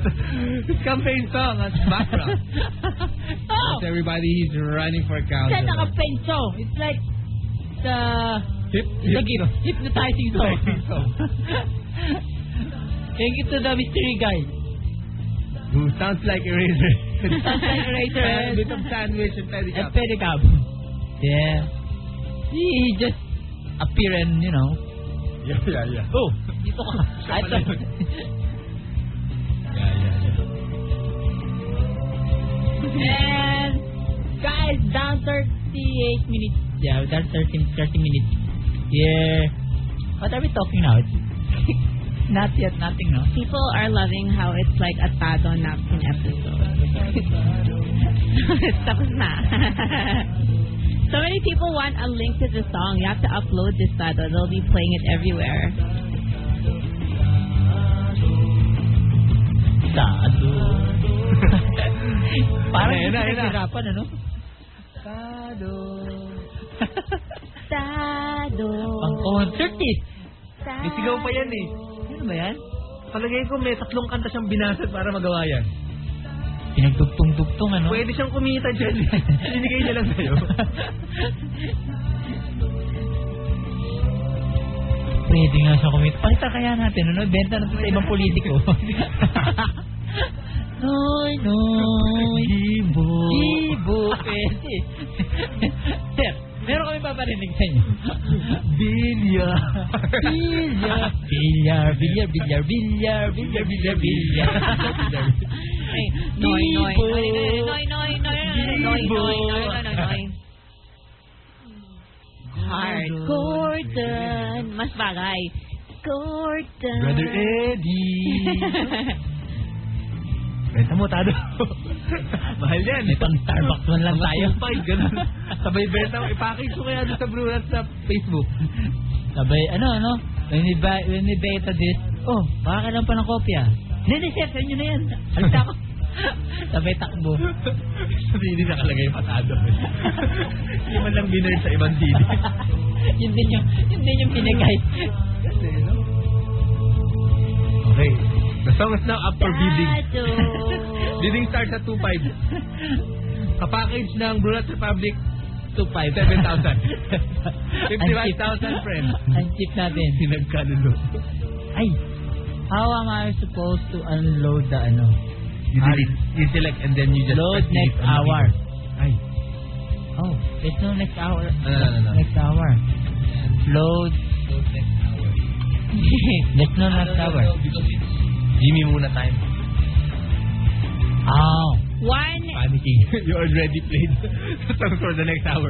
[SPEAKER 7] his campaign song as background.
[SPEAKER 3] Oh!
[SPEAKER 7] That's everybody he's running for
[SPEAKER 3] Kasi
[SPEAKER 7] council.
[SPEAKER 3] naka-penso. It's like the
[SPEAKER 7] Hip,
[SPEAKER 3] the
[SPEAKER 7] hip,
[SPEAKER 3] gift. Hypnotizing song.
[SPEAKER 7] Hypnotizing song.
[SPEAKER 3] Thank you to the mystery guy.
[SPEAKER 7] Who sounds like Eraser.
[SPEAKER 3] Sounds like Eraser.
[SPEAKER 7] And a bit of sandwich and
[SPEAKER 3] At
[SPEAKER 7] pedicab.
[SPEAKER 3] Pedicab. Yeah. He, he just appear and, you know,
[SPEAKER 7] Yeah, yeah, yeah.
[SPEAKER 3] oh, dito ka. I thought,
[SPEAKER 7] Yeah, yeah, yeah.
[SPEAKER 3] and guys, down 38 minutes. Yeah, down 13, 30 minutes. Yeah. What are we talking now? It's not yet, nothing, no?
[SPEAKER 5] People are loving how it's like a Tado napkin episode. Tapos na. so many people want a link to the song. You have to upload this Tado. They'll be playing it everywhere.
[SPEAKER 3] Sado. Parang
[SPEAKER 7] Ayun na, ayun na.
[SPEAKER 3] hirapan, ano?
[SPEAKER 5] Tado.
[SPEAKER 3] Pang concert eh.
[SPEAKER 7] May sigaw pa yan eh.
[SPEAKER 3] Ano ba yan?
[SPEAKER 7] Palagay ko may tatlong kanta siyang binasad para magawa yan.
[SPEAKER 3] Pinagdugtong-dugtong, ano?
[SPEAKER 7] Pwede siyang kumita dyan. Sinigay niya lang sa'yo.
[SPEAKER 3] Pwede nga siya kumita. Pakita kaya natin, ano? Benta natin sa ibang politiko. noy, noy. Gibo. Gibo. Pwede. Sir, Meron kami paparinig sa inyo.
[SPEAKER 7] Bilya.
[SPEAKER 3] Bilyar, bilyar, bilyar, bilyar, bilyar, bilyar, bilyar, bilyar.
[SPEAKER 5] Ay, noy, noy, noy, noy, noy, noy, noy, noy, noy, noy, noy, noy, noy. Hard Gordon. Mas bagay. Gordon.
[SPEAKER 7] Brother Eddie. Benta mo, Tado. Mahal yan.
[SPEAKER 3] May pang Starbucks man lang tayo.
[SPEAKER 7] Pag ganun. Sabay benta mo. I-package ko kaya doon sa Blue Rat sa Facebook.
[SPEAKER 3] Sabay, ano, ano? When we, buy, when we beta this, oh, baka kailan pa ng kopya. Hindi, hindi, sir, sa inyo na yan. Halita ko. Sabay takbo.
[SPEAKER 7] Sarili nakalagay patado. Hindi man lang binerd sa ibang CD.
[SPEAKER 3] yun din yung, yun din yung pinagay.
[SPEAKER 7] Okay. The song is now up for bidding.
[SPEAKER 5] Dado.
[SPEAKER 7] bidding starts at 2.5. Kapackage ng Blue Rat Republic, 2.5. 7,000. 55,000 friends.
[SPEAKER 3] Ang cheap natin.
[SPEAKER 7] Pinagkanulo.
[SPEAKER 3] Ay, how am I supposed to unload the ano?
[SPEAKER 7] You delete. You select and then you just
[SPEAKER 3] Load
[SPEAKER 7] press
[SPEAKER 3] next
[SPEAKER 7] delete on the
[SPEAKER 3] hour.
[SPEAKER 7] video. Ay.
[SPEAKER 3] Oh, there's no next hour.
[SPEAKER 7] No, no, no, no.
[SPEAKER 3] Next hour. Load.
[SPEAKER 7] Load next hour.
[SPEAKER 3] There's no
[SPEAKER 7] Ah, no,
[SPEAKER 3] next
[SPEAKER 7] no,
[SPEAKER 3] hour.
[SPEAKER 7] no, because it's Jimmy muna time.
[SPEAKER 3] Oh,
[SPEAKER 5] One.
[SPEAKER 7] Panicking. you already played the song for the next hour.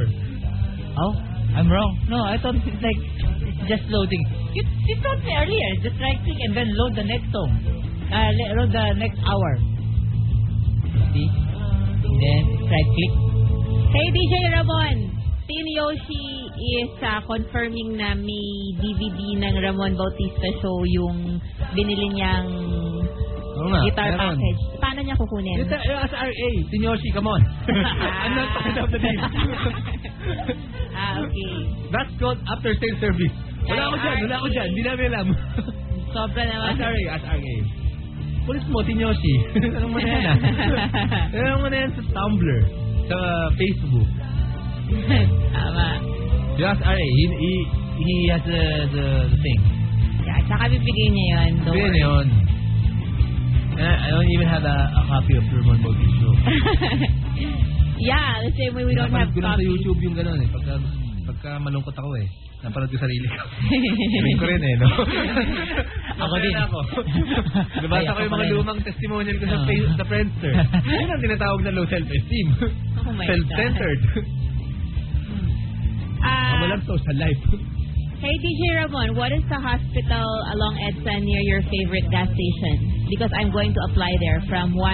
[SPEAKER 3] oh, I'm wrong. No, I thought it's like it's just loading. You, you told me earlier, just right click and then load the next song. Uh, le- load the next hour. See? Then right click.
[SPEAKER 5] Hey, DJ Ramon. Team Yoshi is ah, confirming na may DVD ng Ramon Bautista Show yung binili niyang
[SPEAKER 7] Oo
[SPEAKER 5] guitar package. Paano niya kukunin?
[SPEAKER 7] It's as RA. Tinyoshi, come on. I'm not talking of the name.
[SPEAKER 5] ah, okay.
[SPEAKER 7] That's called after sales service. Wala ako dyan, wala ako dyan. Hindi namin alam.
[SPEAKER 5] Sobra naman.
[SPEAKER 7] As RA, as RA. Pulis mo, Tinyoshi. Tanong mo na yan ah. Tanong mo na yan sa Tumblr. Sa Facebook.
[SPEAKER 5] Tama.
[SPEAKER 7] You ask RA, he, he, he has the, the, the thing.
[SPEAKER 5] Yeah, tsaka bibigay niya yun. Don't
[SPEAKER 7] Yun
[SPEAKER 5] worry.
[SPEAKER 7] yun. Eh, I don't even have a, a copy of Roman Bogey Show.
[SPEAKER 5] yeah, the same way we don't have
[SPEAKER 7] Napanood ko lang sa
[SPEAKER 5] copies.
[SPEAKER 7] YouTube yung gano'n eh. Pagka, pagka malungkot ako eh. Napanood ko sarili ko. Galing ko rin eh, no?
[SPEAKER 3] Ako din.
[SPEAKER 7] Ako.
[SPEAKER 3] Ay,
[SPEAKER 7] Nabasa
[SPEAKER 3] ako
[SPEAKER 7] ko yung
[SPEAKER 3] pala
[SPEAKER 7] mga
[SPEAKER 3] yun.
[SPEAKER 7] lumang testimonial ko sa,
[SPEAKER 3] Ah.
[SPEAKER 7] face, sa Friendster. Yun ang tinatawag na low self-esteem.
[SPEAKER 5] Oh my God.
[SPEAKER 7] Self-centered.
[SPEAKER 5] Ah,
[SPEAKER 7] Walang social life.
[SPEAKER 5] hey, DJ Ramon, what is the hospital along EDSA near your favorite gas station? Because I'm going to apply there from 1